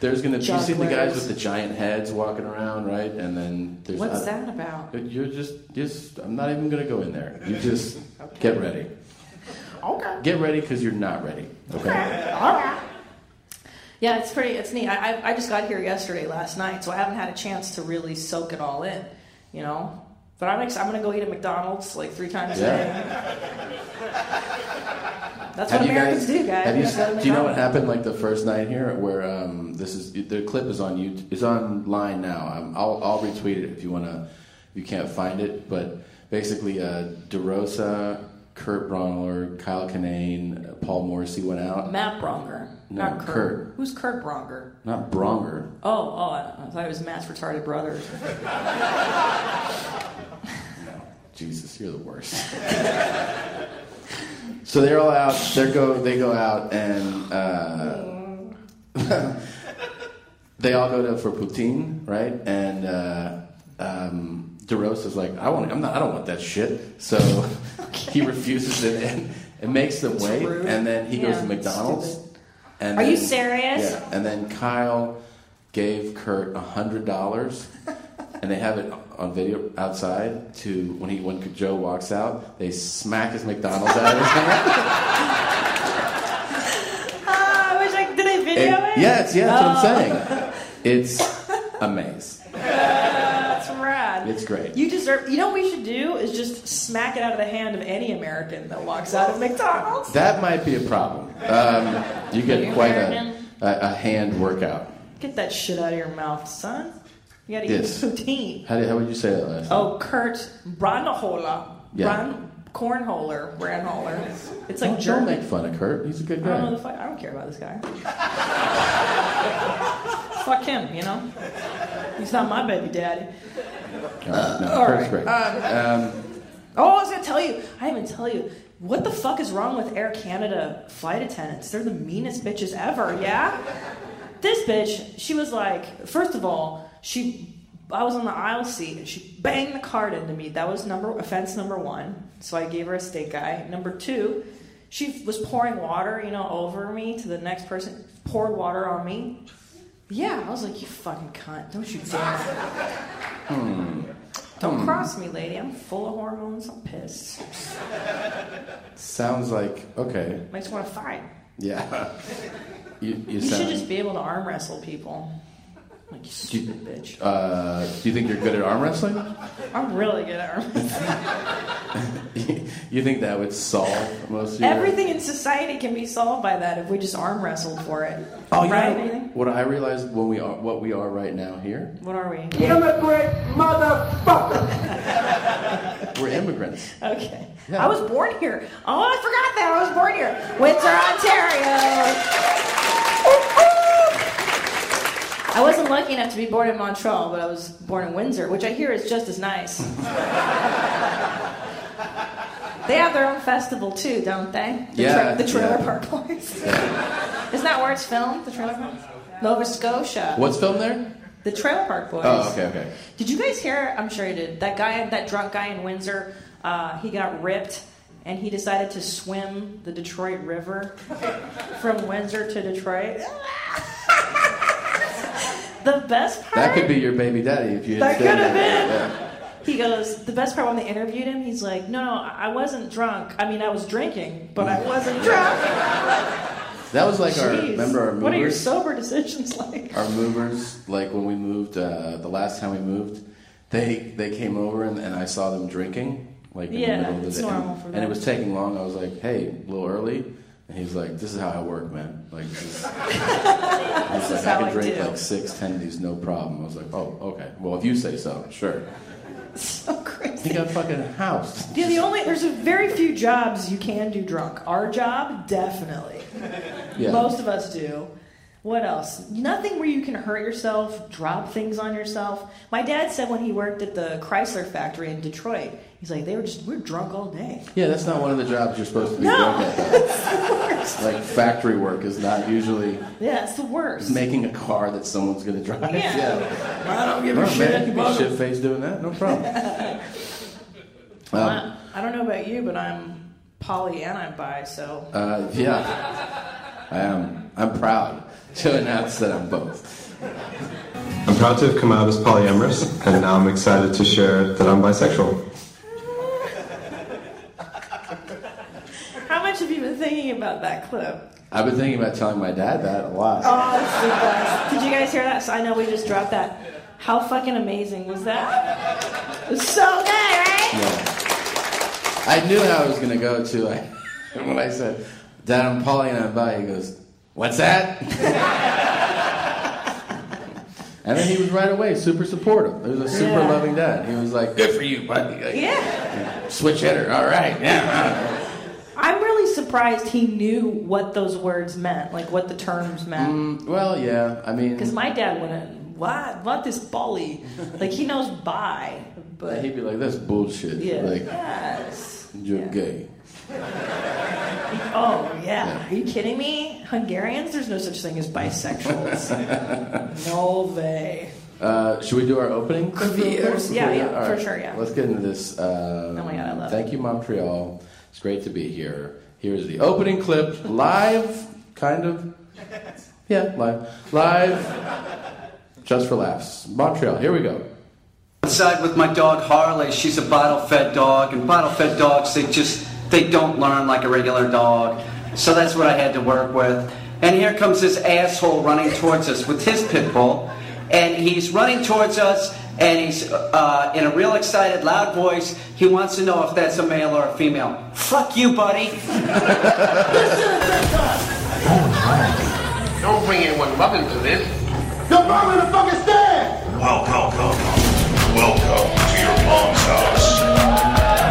Speaker 1: there's gonna be you see the
Speaker 2: Jugglers.
Speaker 1: guys with the giant heads walking around, right? And then there's
Speaker 2: What's
Speaker 1: other-
Speaker 2: that about?
Speaker 1: You're just just I'm not even gonna go in there. You just get ready.
Speaker 2: Okay.
Speaker 1: Get ready because you're not ready. Okay.
Speaker 2: All right. Yeah, it's pretty. It's neat. I, I I just got here yesterday, last night, so I haven't had a chance to really soak it all in, you know. But I'm ex- I'm gonna go eat at McDonald's like three times
Speaker 1: Yeah.
Speaker 2: a day. That's
Speaker 1: Have
Speaker 2: what
Speaker 1: you
Speaker 2: Americans do, guys.
Speaker 1: Have you,
Speaker 2: We just go to
Speaker 1: do you know what
Speaker 2: McDonald's.
Speaker 1: happened like the first night here? Where um, this is the clip is on you is online now. Um, I'll I'll retweet it if you wanna. If you can't find it, but basically, uh, DeRosa, Kurt Bronner, Kyle Kinane, uh, Paul Morrissey went out.
Speaker 2: Matt Bronger,
Speaker 1: No,
Speaker 2: not Kurt.
Speaker 1: Kurt.
Speaker 2: Who's Kurt Bronger?
Speaker 1: Not Bronger.
Speaker 2: Oh, oh, I, I thought it was Matt's retarded brother. Ah,
Speaker 1: Jesus, you're the worst. so they're all out. They go. They go out and uh, they all go to for poutine, right? And uh, um, DeRosa's like, I want. I'm not. I don't want that shit. So he refuses it and, and makes them wait.
Speaker 2: rude.
Speaker 1: And then he goes
Speaker 2: Yeah,
Speaker 1: to McDonald's.
Speaker 2: stupid.
Speaker 1: And
Speaker 2: Are you
Speaker 1: then-
Speaker 2: serious?
Speaker 1: Yeah. And then Kyle gave Kurt hundred dollars, and they have it on video outside. To when he when Joe walks out, they smack his McDonald's out of his hand.
Speaker 2: Ah, I wish I did I video
Speaker 1: And-
Speaker 2: it.
Speaker 1: yeah, it's, yeah, that's what
Speaker 2: Oh,
Speaker 1: I'm saying. It's a maze.
Speaker 2: That's rad.
Speaker 1: It's great.
Speaker 2: You deserve. You know what we should do is just smack it out of the hand of any American that walks out of McDonald's.
Speaker 1: That might be a problem. Um, you get quite a, a, a hand workout.
Speaker 2: Get that shit out of your mouth, son. You gotta
Speaker 1: Yes.
Speaker 2: eat poutine.
Speaker 1: How, did, how would you say that last?
Speaker 2: Oh, Kurt Branahola.
Speaker 1: Yeah.
Speaker 2: Bran cornholer, ran holer. It's
Speaker 1: Don't-
Speaker 2: like German.
Speaker 1: Don't make fun of Kurt. He's a good
Speaker 2: I don't know
Speaker 1: guy.
Speaker 2: the fuck. I don't care about this guy. fuck him, you know. He's not my baby daddy.
Speaker 1: No, no,
Speaker 2: Uh, all
Speaker 1: Kurt's
Speaker 2: right.
Speaker 1: great.
Speaker 2: Um,
Speaker 1: Um,
Speaker 2: Oh, I was gonna tell you. I didn't even tell you. What the fuck is wrong with Air Canada flight attendants? They're the meanest bitches ever. Yeah. This bitch, she was like, first of all, she, I was on the aisle seat and she banged the card into me. That was number offense number one. So I gave her a steak eye. Number two, she was pouring water, you know, over me to the next person. Poured water on me. Yeah, I was like, you fucking cunt! Don't you dare! Oh.
Speaker 1: hmm.
Speaker 2: Don't
Speaker 1: Hmm.
Speaker 2: cross me, lady. I'm full of hormones. I'm pissed.
Speaker 1: Sounds like okay.
Speaker 2: Makes me want to fight.
Speaker 1: Yeah. you you,
Speaker 2: You
Speaker 1: sound.
Speaker 2: should just be able to arm wrestle people. Like you
Speaker 1: do you,
Speaker 2: stupid bitch.
Speaker 1: Uh, do you think you're good at arm wrestling?
Speaker 2: I'm really good at arm wrestling.
Speaker 1: You think that would solve most of your
Speaker 2: Everything in society can be solved by that if we just arm wrestled for it.
Speaker 1: Oh, you
Speaker 2: right?
Speaker 1: know what I realized when we are what we are right now here.
Speaker 2: What are we?
Speaker 5: Immigrant motherfucker.
Speaker 1: We're immigrants.
Speaker 2: Okay. I was born here. Oh, I forgot that. I was born here. Windsor, Ontario. I wasn't lucky enough to be born in Montreal, but I was born in Windsor, which I hear is just as nice. they have their own festival too, don't they? The
Speaker 5: Yeah,
Speaker 2: the Trailer
Speaker 5: yeah.
Speaker 2: Park Boys. Isn't that where it's filmed? The Trailer Park? Nova Scotia.
Speaker 1: What's filmed there?
Speaker 2: The Trailer Park Boys.
Speaker 1: Oh, okay, okay.
Speaker 2: Did you guys hear? I'm sure you did. That guy, that drunk guy in Windsor, uh, he got ripped, and he decided to swim the Detroit River from Windsor to Detroit. the best part.
Speaker 1: That could be your baby daddy if you.
Speaker 2: That
Speaker 1: didn't
Speaker 2: could've
Speaker 1: say
Speaker 2: been.
Speaker 1: that.
Speaker 2: He goes. The best part when they interviewed him, he's like, "No, no, I I wasn't drunk. I mean, I was drinking, but I wasn't drunk."
Speaker 1: Yeah. That was like our
Speaker 2: Jeez.
Speaker 1: remember our movers.
Speaker 2: What are your sober decisions like?
Speaker 1: our movers, like when we moved, uh, the last time we moved, they they came over and, and I saw them drinking, like in
Speaker 2: Yeah,
Speaker 1: the middle of the
Speaker 2: it's
Speaker 1: day,
Speaker 2: normal
Speaker 1: and,
Speaker 2: for
Speaker 1: and it
Speaker 2: them.
Speaker 1: was taking long. I was like, hey, a little early, and he's like, this is how I work, man. Like, this is,
Speaker 2: is
Speaker 1: he's like,
Speaker 2: how I
Speaker 1: I can drink
Speaker 2: do."
Speaker 1: like six, ten of these, no problem. I was like, oh, okay. Well, if you say so, sure.
Speaker 2: So crazy.
Speaker 1: He got fucking housed.
Speaker 2: Yeah, the only there's a very few jobs you can do drunk. Our job, definitely.
Speaker 1: Yeah.
Speaker 2: Most of us do. What else? Nothing where you can hurt yourself, drop things on yourself. My dad said when he worked at the Chrysler factory in Detroit, he's like, they were just we are drunk all day.
Speaker 1: Yeah, that's not one of the jobs you're supposed to be drunk at. though. like factory work is not usually
Speaker 2: Yeah, it's the worst.
Speaker 1: making a car that someone's gonna drive.
Speaker 2: Yeah. I don't give a
Speaker 1: No,
Speaker 2: shit.
Speaker 1: Man, you can
Speaker 2: Bug
Speaker 1: be
Speaker 2: 'em.
Speaker 1: shit faced doing that, no problem.
Speaker 2: Well,
Speaker 1: Um,
Speaker 2: I, I don't know about you, but I'm poly and I'm bi, so
Speaker 1: uh, yeah, I am. I'm proud to announce that I'm both.
Speaker 11: I'm proud to have come out as polyamorous, and now I'm excited to share that I'm bisexual.
Speaker 2: how much have you been thinking about that clip?
Speaker 1: I've been thinking about telling my dad that a lot.
Speaker 2: Oh, it's the best. Did you guys hear that? So I know we just dropped that. How fucking amazing was that? It was so good, right?
Speaker 1: Yeah. I knew how I was gonna go to. I, when I said, "Dad, I'm poly and I'm bi," he goes, "What's that?" and then he was right away, super supportive. It was a super
Speaker 2: Yeah.
Speaker 1: loving dad. He was like, "Good for you, buddy." Like,
Speaker 2: Yeah.
Speaker 1: Switch hitter. All right. Yeah.
Speaker 2: I'm really surprised he knew what those words meant, like what the terms meant.
Speaker 1: Mm, well, yeah. I mean,
Speaker 2: Because my dad wouldn't, what, what this bully? Like he knows bi, but
Speaker 1: he'd be like, "That's bullshit."
Speaker 2: yeah.
Speaker 1: Like,
Speaker 2: yes.
Speaker 1: you're gay.
Speaker 2: Oh, yeah. Are you kidding me? Hungarians? There's no such thing as bisexuals. no way.
Speaker 1: Uh, should we do our opening? clip real
Speaker 2: Yeah,
Speaker 1: quick?
Speaker 2: yeah,
Speaker 1: All
Speaker 2: for sure, yeah.
Speaker 1: Let's get into this. Uh,
Speaker 2: Oh my God, I love
Speaker 1: Thank you, Montreal. It's great to be here. Here's the opening clip, live, kind of. Yeah, live. Live, just for laughs. Montreal, here we go.
Speaker 25: Inside with my dog Harley. She's a bottle-fed dog, and bottle-fed dogs they just they don't learn like a regular dog. So that's what I had to work with. And here comes this asshole running towards us with his pit bull, and he's running towards us, and he's uh, in a real excited, loud voice. He wants to know if that's a male or a female. Fuck you, buddy.
Speaker 5: Don't bring anyone mother to this. Your mom in the fucking stand.
Speaker 9: Welcome, welcome, welcome to your mom's house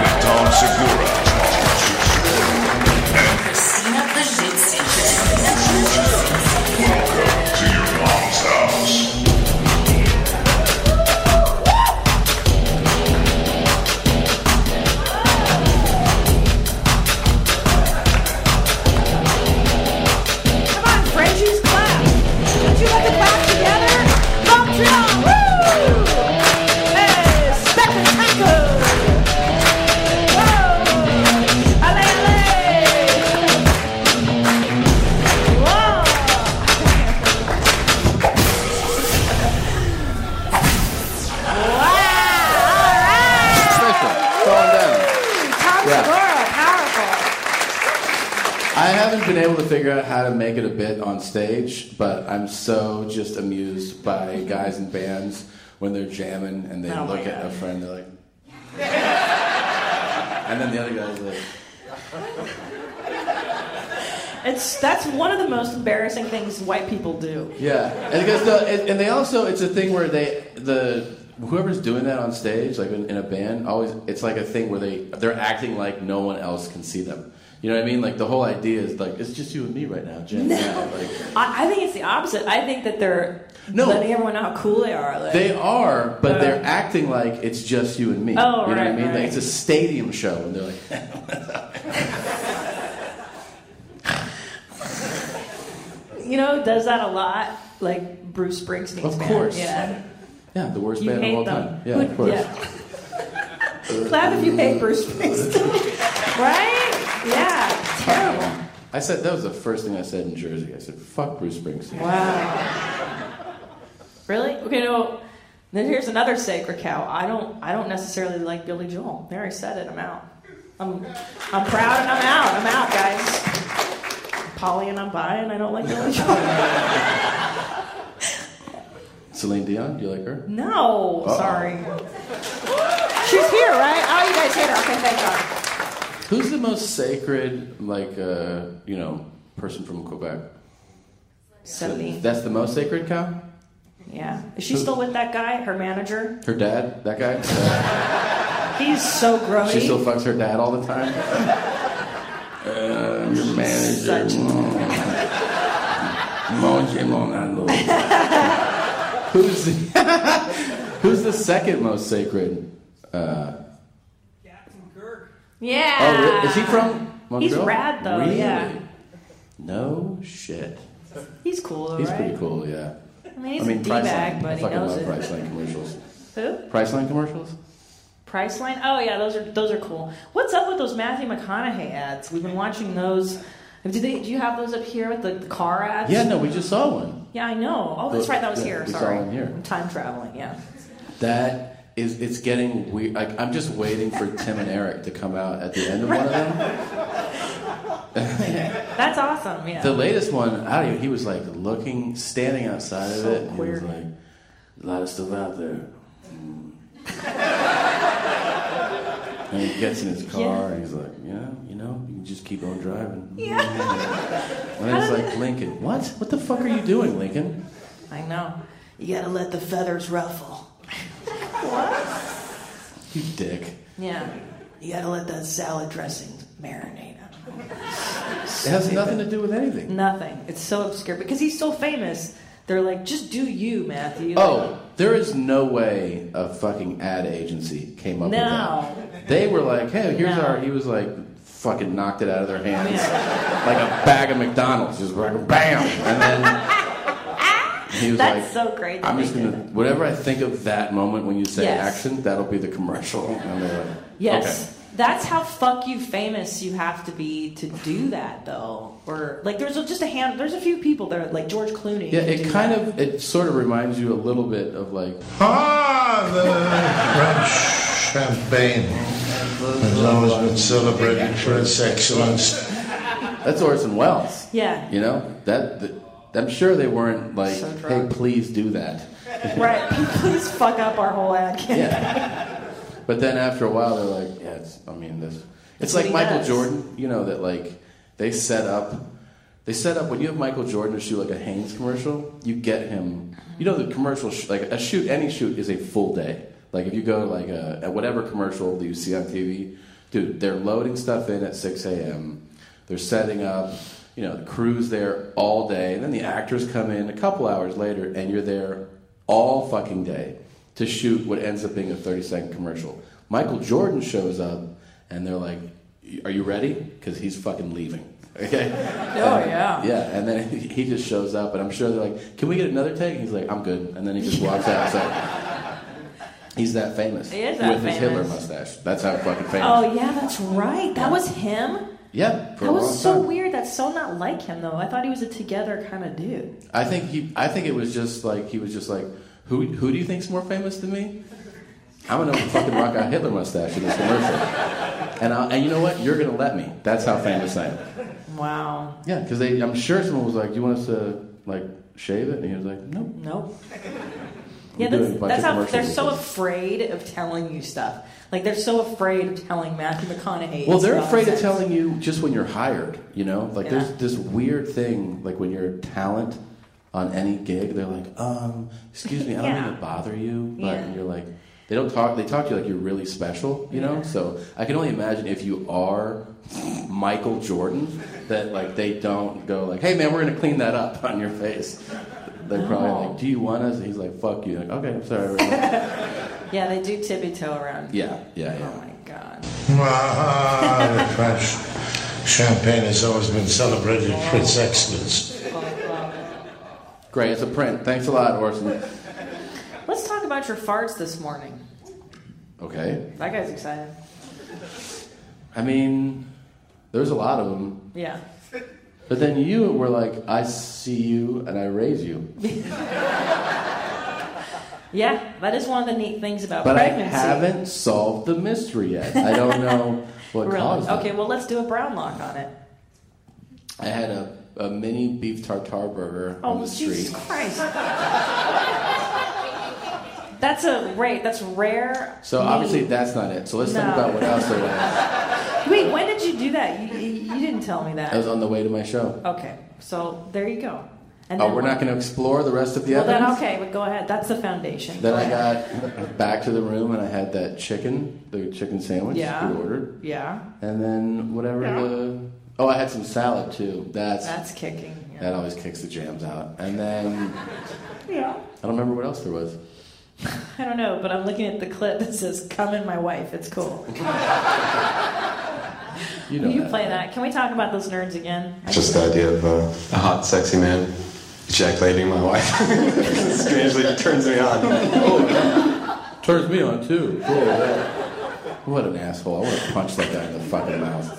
Speaker 9: with Tom Segura
Speaker 1: haven't been able to figure out how to make it a bit on stage, but I'm so just amused by guys in bands when they're jamming and they
Speaker 2: Oh my
Speaker 1: look at a
Speaker 2: God.
Speaker 1: friend, they're like, and then the other guy's like,
Speaker 2: It's that's one of the most embarrassing things white people do.
Speaker 1: yeah, and because the, and, and they also it's a thing where they the whoever's doing that on stage, like in, in a band, always it's like a thing where they they're acting like no one else can see them. You know what I mean? Like the whole idea is like it's just you and me right now, Jim. Yeah, like,
Speaker 2: I, I think it's the opposite. I think that they're letting everyone know how cool they are. Like,
Speaker 1: They are, but they're acting like it's just you and me.
Speaker 2: Oh,
Speaker 1: you know what I
Speaker 2: right,
Speaker 1: mean?
Speaker 2: right.
Speaker 1: Like it's a stadium show, and they're like,
Speaker 2: you know, does that a lot. Like Bruce Springsteen.
Speaker 1: Of course.
Speaker 2: Yeah.
Speaker 1: "Yeah, the worst
Speaker 2: You
Speaker 1: band of
Speaker 2: hate
Speaker 1: all
Speaker 2: them.
Speaker 1: time." Yeah, of course.
Speaker 2: Clap if you hate Bruce Springsteen. right? Yeah. Terrible.
Speaker 1: I said that was the first thing I said in Jersey. I said, "Fuck Bruce Springsteen."
Speaker 2: Wow. Really? Okay, no. Then here's another sacred cow. I don't I don't necessarily like Billy Joel. There I said it, I'm out. I'm I'm proud and I'm out. I'm out, guys. Polly and I'm bi and I don't like Billy Joel.
Speaker 1: Celine Dion, do you like her?
Speaker 2: No,
Speaker 1: Uh-oh.
Speaker 2: sorry. She's here, right? Oh you guys hate her. Okay, thank God.
Speaker 1: Who's the most sacred, like, uh, you know, person from Quebec?
Speaker 2: Celine.
Speaker 1: That's the most sacred cow.
Speaker 2: Yeah. Is she still with that guy, her manager?
Speaker 1: Her dad, that guy.
Speaker 2: He's so grody.
Speaker 1: she still fucks her dad all the time. Uh, your manager. Mm. Mon- Mon- Mon- Mon- Who's the, Who's the second most sacred? Uh,
Speaker 2: yeah.
Speaker 1: oh, really? Is he from Montreal?
Speaker 2: He's rad though,
Speaker 1: Really?
Speaker 2: yeah.
Speaker 1: No shit.
Speaker 2: He's cool though,
Speaker 1: He's
Speaker 2: right?
Speaker 1: pretty cool, yeah.
Speaker 2: I mean, he's a
Speaker 1: Priceline.
Speaker 2: D-bag, but
Speaker 1: I
Speaker 2: he
Speaker 1: fucking
Speaker 2: knows
Speaker 1: love
Speaker 2: it.
Speaker 1: Priceline commercials.
Speaker 2: Who?
Speaker 1: Priceline commercials?
Speaker 2: Priceline. Oh yeah, those are those are cool. What's up with those Matthew McConaughey ads? We've been watching those. Do they? Do you have those up here with the, the car ads?
Speaker 1: Yeah, no, we just saw one.
Speaker 2: Yeah, I know. Oh, that's
Speaker 1: The-
Speaker 2: right. That was
Speaker 1: yeah,
Speaker 2: here.
Speaker 1: we saw
Speaker 2: Sorry,
Speaker 1: one here.
Speaker 2: I'm time traveling. Yeah.
Speaker 1: That is, it's getting weird. Like, I'm just waiting for Tim and Eric to come out at the end of one of them.
Speaker 2: That's awesome. Um, Yeah.
Speaker 1: The latest one, I don't even, he was like looking, standing outside of it. and He was like, a lot of stuff out there. Mm. and he gets in his car
Speaker 2: Yeah.
Speaker 1: and he's like, yeah, you know, you can just keep on driving.
Speaker 2: Yeah.
Speaker 1: And it's like, Lincoln, what? What the fuck are you doing, Lincoln?
Speaker 2: I know. You gotta let the feathers ruffle.
Speaker 1: You dick.
Speaker 2: Yeah. You gotta let that salad dressing marinate.
Speaker 1: It has nothing to do with anything.
Speaker 2: Nothing. It's so obscure because he's so famous. They're like, just do you, Matthew.
Speaker 1: Oh, there is no way a fucking ad agency came up with that.
Speaker 2: no.
Speaker 1: They were like, hey, here's
Speaker 2: No. Oh,
Speaker 1: our. He was like, fucking knocked it out of their hands. Like a bag of McDonald's. Just like, bam! And then he was
Speaker 2: That's
Speaker 1: like,
Speaker 2: so great. that
Speaker 1: I'm
Speaker 2: they
Speaker 1: just
Speaker 2: did
Speaker 1: going to. Whatever I think of that moment when you say
Speaker 2: Yes.
Speaker 1: action, that'll be the commercial. And they're like,
Speaker 2: Yes. That's how fuck you famous you have to be to do that though. Or like there's just a hand there's a few people there like George Clooney.
Speaker 1: Okay. Yeah,
Speaker 2: can do
Speaker 1: it kind
Speaker 2: that.
Speaker 1: of. It sort of reminds you a little bit of like.
Speaker 6: Champagne has always been celebrated for its excellence.
Speaker 1: That's Orson Welles.
Speaker 2: Yeah.
Speaker 1: You know that. that I'm sure they weren't like, hey, please do that.
Speaker 2: Right. Please fuck up our whole ad campaign.
Speaker 1: But then after a while, they're like, yeah, it's, I mean, this. It's
Speaker 2: That's
Speaker 1: like
Speaker 2: what he
Speaker 1: Michael
Speaker 2: does.
Speaker 1: Jordan, you know, that like they set up. They set up when you have Michael Jordan to shoot like a Hanes commercial, you get him. You know, the commercial, sh- like a shoot, any shoot is a full day. Like if you go to like a, at whatever commercial that you see on TV, dude, they're loading stuff in at 6 a.m. They're setting up, you know, the crew's there all day. And then the actors come in a couple hours later, and you're there all fucking day to shoot what ends up being a 30 second commercial. Michael Jordan shows up, and they're like, Are you ready? Because he's fucking leaving. Okay?
Speaker 2: Oh,
Speaker 1: And-
Speaker 2: yeah.
Speaker 1: Yeah, and then he just shows up, and I'm sure they're like, Can we get another take? And he's like, I'm good. And then he just walks out. So he's that famous.
Speaker 2: He is that
Speaker 1: With his Hitler
Speaker 2: famous.
Speaker 1: mustache. That's how fucking famous.
Speaker 2: Oh yeah, that's right. That was him.
Speaker 1: Yeah, for
Speaker 2: That
Speaker 1: a long
Speaker 2: was so
Speaker 1: time.
Speaker 2: weird. That's so not like him though. I thought he was a together kind of dude.
Speaker 1: I think he. I think it was just like he was just like, who who do you think's more famous than me? I'm gonna fucking rock out Hitler mustache in this commercial, and I'll, and you know what? You're gonna let me. That's how famous I am.
Speaker 2: Wow.
Speaker 1: Yeah, because they, I'm sure someone was like, "Do you want us to like shave it?" And he was like, "No."
Speaker 2: Nope. Yeah,
Speaker 1: We're
Speaker 2: that's,
Speaker 1: doing a bunch
Speaker 2: that's
Speaker 1: of
Speaker 2: how
Speaker 1: commercials
Speaker 2: they're
Speaker 1: with
Speaker 2: so
Speaker 1: this.
Speaker 2: afraid of telling you stuff. Like they're so afraid of telling Matthew McConaughey.
Speaker 1: Well, they're
Speaker 2: it's
Speaker 1: afraid of
Speaker 2: nonsense.
Speaker 1: telling you just when you're hired. You know, like there's
Speaker 2: Yeah.
Speaker 1: this weird thing, like when you're a talent on any gig, they're like, "Um, excuse me, I don't
Speaker 2: Yeah.
Speaker 1: mean to bother you," but
Speaker 2: Yeah.
Speaker 1: you're like, they don't talk. They talk to you like you're really special. You know,
Speaker 2: Yeah.
Speaker 1: so I can only imagine if you are Michael Jordan, that like they don't go like, "Hey, man, we're gonna clean that up on your face." They're probably like, "Do you want us?" He's like, "Fuck you." Like, okay, I'm sorry.
Speaker 2: Yeah, they do tippy toe around.
Speaker 1: yeah, yeah, yeah.
Speaker 5: Ah, the French champagne has always been celebrated for its excellence.
Speaker 2: Oh,
Speaker 1: Great, it's a print. Thanks a lot, Orson.
Speaker 2: Let's talk about your farts this morning.
Speaker 1: Okay.
Speaker 2: That guy's excited.
Speaker 1: I mean, there's a lot of them.
Speaker 2: Yeah.
Speaker 1: But then you were like, I see you and I raise you.
Speaker 2: Yeah, that is one of the neat things about
Speaker 1: But I
Speaker 2: pregnancy.
Speaker 1: haven't solved the mystery yet. I don't know what
Speaker 2: Really?
Speaker 1: caused it.
Speaker 2: Okay, well, let's do a brown lock on it.
Speaker 1: I had a, a mini beef tartare burger
Speaker 2: Oh,
Speaker 1: on the street.
Speaker 2: Jesus Christ. that's a rate. That's rare.
Speaker 1: So obviously that's not it. So let's
Speaker 2: No.
Speaker 1: talk about what else there was.
Speaker 2: Wait, when did you do that? You, you, you didn't tell me that.
Speaker 1: I was on the way to my show.
Speaker 2: Okay, so there you go.
Speaker 1: oh,
Speaker 2: then
Speaker 1: we're
Speaker 2: what?
Speaker 1: not going to explore the rest of the
Speaker 2: Well, then
Speaker 1: evidence?
Speaker 2: okay, but go ahead. That's the foundation.
Speaker 1: Then
Speaker 2: Go
Speaker 1: I
Speaker 2: ahead.
Speaker 1: got back to the room and I had that chicken, the chicken sandwich
Speaker 2: Yeah.
Speaker 1: we ordered.
Speaker 2: Yeah,
Speaker 1: And then whatever the. Oh, I had some salad too. That's,
Speaker 2: that's kicking.
Speaker 1: That always kicks the jams out. And then
Speaker 2: Yeah.
Speaker 1: I don't remember what else there was.
Speaker 2: I don't know, but I'm looking at the clip that says "Come in, my wife." It's cool.
Speaker 1: You
Speaker 2: Will you play that? Can we talk about those nerds again?
Speaker 6: Just the idea of uh, a hot, sexy man ejaculating my wife. Strangely, it turns me on.
Speaker 1: Turns me on too. Cool. What an asshole! I want to punch that guy in the fucking mouth.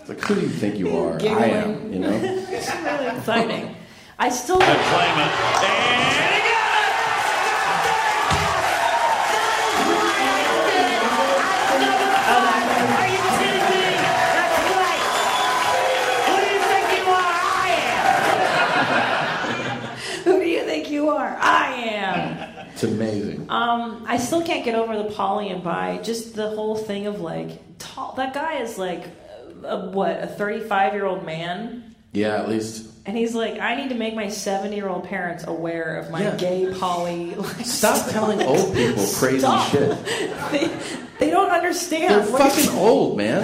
Speaker 1: It's like, who do you think you are? I am. You know.
Speaker 2: it's really exciting. I still. Who do you think you are? I am.
Speaker 1: It's amazing.
Speaker 2: Um, I still can't get over the poly and bi. Just the whole thing of like tall. That guy is like, a, a- what, a 35 year old man,
Speaker 1: Yeah, at least
Speaker 2: and he's like, I need to make my 70 year old parents aware of my
Speaker 1: Yeah.
Speaker 2: gay poly. Like,
Speaker 1: stop telling old people crazy
Speaker 2: Stop.
Speaker 1: shit.
Speaker 2: They don't understand.
Speaker 1: They're
Speaker 2: what-
Speaker 1: fucking old, man.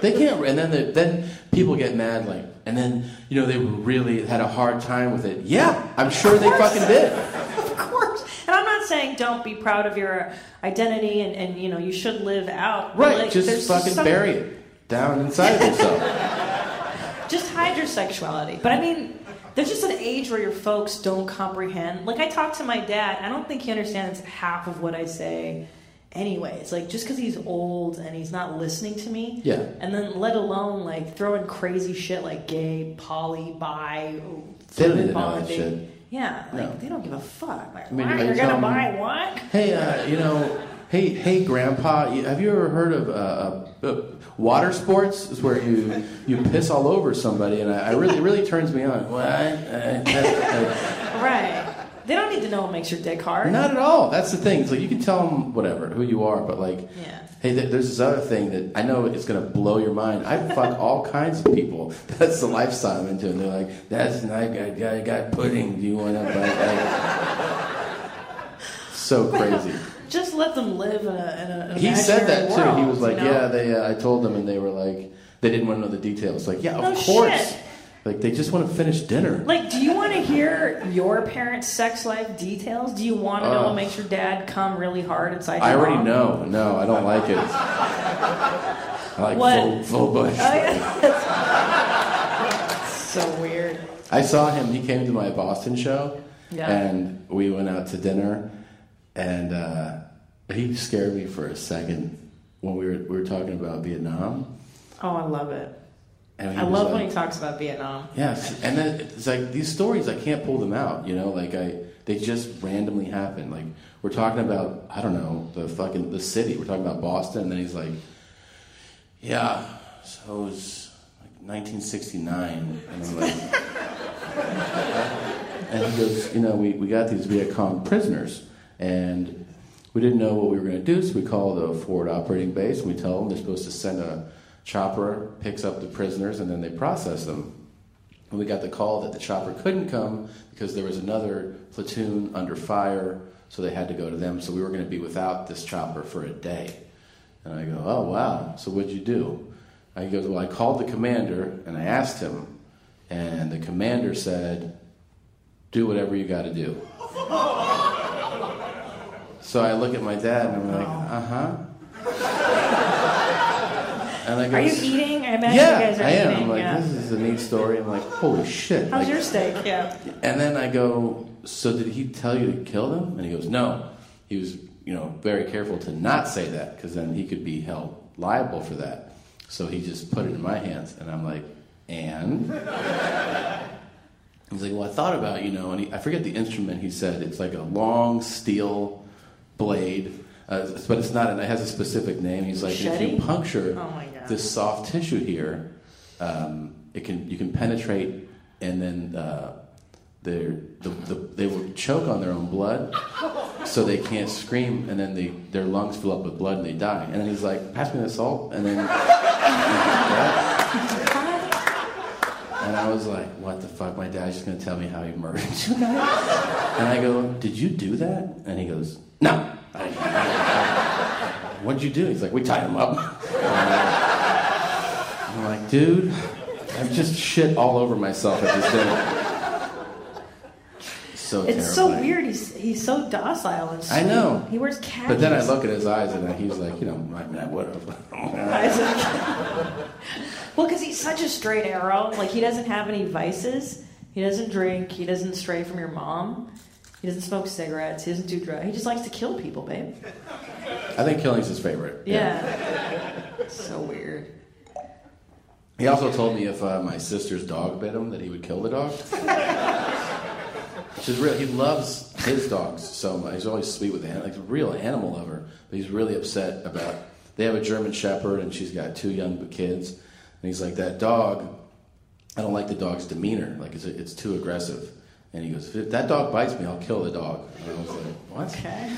Speaker 1: They can't. And then they, then people get mad, like, and then you know they really had a hard time with it. Yeah, I'm sure they
Speaker 2: Of course.
Speaker 1: fucking did.
Speaker 2: Of course. And I'm not saying don't be proud of your identity and, and you know, you should live out. but,
Speaker 1: Right,
Speaker 2: like,
Speaker 1: just
Speaker 2: there's
Speaker 1: fucking
Speaker 2: some-
Speaker 1: bury it down inside of yourself.
Speaker 2: Just hide your sexuality. But I mean, there's just an age where your folks don't comprehend. Like, I talk to my dad, I don't think he understands half of what I say anyway. It's like, just because he's old and he's not listening to me.
Speaker 1: Yeah.
Speaker 2: And then, let alone, like, throwing crazy shit like gay, poly, bi,
Speaker 1: They don't
Speaker 2: fluid
Speaker 1: even know that
Speaker 2: bonding.
Speaker 1: shit.
Speaker 2: Yeah, like,
Speaker 1: No.
Speaker 2: they don't give a fuck. Like,
Speaker 1: I mean,
Speaker 2: why?
Speaker 1: I
Speaker 2: You're
Speaker 1: tell
Speaker 2: gonna
Speaker 1: them-
Speaker 2: buy what?
Speaker 1: Hey, uh, you know, hey, hey, Grandpa, you- have you ever heard of uh, uh, uh, water sports? Is where you you piss all over somebody, and I, I really it really turns me on. Well, I, I, I-
Speaker 2: Right. They don't need to know what makes your dick
Speaker 1: I-
Speaker 2: hard.
Speaker 1: not at all. That's the thing. It's like you can tell them whatever who you are, but like.
Speaker 2: Yeah.
Speaker 1: Hey, there- there's this other thing that I know it's gonna blow your mind. I fuck all kinds of people. That's the lifestyle I'm into. And they're like, "That's not I got, I got pudding. Do you want to?" so crazy.
Speaker 2: Just let them live in a. In a an
Speaker 1: He said that
Speaker 2: imaginary
Speaker 1: too. He
Speaker 2: world,
Speaker 1: was like,
Speaker 2: you know?
Speaker 1: "Yeah, they." Uh, I told them, and they were like, they didn't want to know the details. Like, yeah, of
Speaker 2: No
Speaker 1: course.
Speaker 2: shit.
Speaker 1: Like, they just want to finish dinner.
Speaker 2: Like, do you want to hear your parents' sex life details? Do you want to know
Speaker 1: Ugh.
Speaker 2: what makes your dad come really hard inside?
Speaker 1: I
Speaker 2: your
Speaker 1: already
Speaker 2: mom?
Speaker 1: know. No, I don't like it. I like
Speaker 2: What?
Speaker 1: full, full bush.
Speaker 2: Oh, yeah. so weird.
Speaker 1: I saw him. He came to my Boston show,
Speaker 2: Yeah.
Speaker 1: and we went out to dinner, and uh, he scared me for a second when we were we were talking about Vietnam.
Speaker 2: Oh, I love it.
Speaker 1: And he
Speaker 2: I
Speaker 1: was
Speaker 2: love
Speaker 1: like-
Speaker 2: when he talks about Vietnam.
Speaker 1: Yes, and then it's like these stories I can't pull them out. You know, like I they just randomly happen. Like we're talking about I don't know the fucking the city. We're talking about Boston, and then he's like, "Yeah, so it was, 1969. And I'm like, and he goes, you know, we, we got these Viet Cong prisoners, and we didn't know what we were going to do, so we call the forward operating base, and we tell them they're supposed to send a chopper, picks up the prisoners, and then they process them. And we got the call that the chopper couldn't come because there was another platoon under fire, so they had to go to them. So we were going to be without this chopper for a day. And I go, oh, wow, so what'd you do? And he goes, well, I called the commander and I asked him, and the commander said, do whatever you got to do. So I look at my dad and I'm like, uh huh. And I go,
Speaker 2: Are you eating? I imagine
Speaker 1: yeah,
Speaker 2: you guys are
Speaker 1: I am.
Speaker 2: eating.
Speaker 1: I'm like,
Speaker 2: yeah.
Speaker 1: this is a neat story. I'm like, holy shit.
Speaker 2: How's
Speaker 1: Like,
Speaker 2: your steak? Yeah.
Speaker 1: and then I go, so did he tell you to kill them? And he goes, no. He was, you know, very careful to not say that because then he could be held liable for that. So he just put it in my hands, and I'm like, and he's like, well, I thought about, you know, and he, I forget the instrument he said. It's like a long steel blade, uh, but it's not, and it has a specific name. He's like, if
Speaker 2: Machete?
Speaker 1: you puncture
Speaker 2: Oh my God.
Speaker 1: this soft tissue here, um, it can you can penetrate, and then uh, they're, the, the, they will choke on their own blood, so they can't scream, and then they, their lungs fill up with blood and they die. And then he's like, pass me the salt, and then. And I was like, what the fuck? My dad's just gonna tell me how he murdered you. And I go, did you do that? And he goes, no. I didn't. What'd you do? He's like, we tied him up. I'm like, dude, I'm just shit all over myself at this dinner. So
Speaker 2: It's so
Speaker 1: terrifying.
Speaker 2: weird. He's he's so docile and sweet.
Speaker 1: I know.
Speaker 2: He wears khakis.
Speaker 1: But then I look at his eyes and he's like, you know, I mean, I would have.
Speaker 2: Well, because he's such a straight arrow. Like he doesn't have any vices. He doesn't drink. He doesn't stray from your mom. He doesn't smoke cigarettes. He doesn't do drugs. He just likes to kill people, babe.
Speaker 1: I think killing's his favorite.
Speaker 2: Yeah. so weird.
Speaker 1: He also told me if uh, my sister's dog bit him that he would kill the dog. Which is real. He loves his dogs so much. He's always sweet with the animals. Like a real animal lover. But he's really upset about. They have a German Shepherd and she's got two young kids. And he's like, that dog. I don't like the dog's demeanor. Like it's it's too aggressive. And he goes, if that dog bites me, I'll kill the dog. And I was like, what?
Speaker 2: Okay.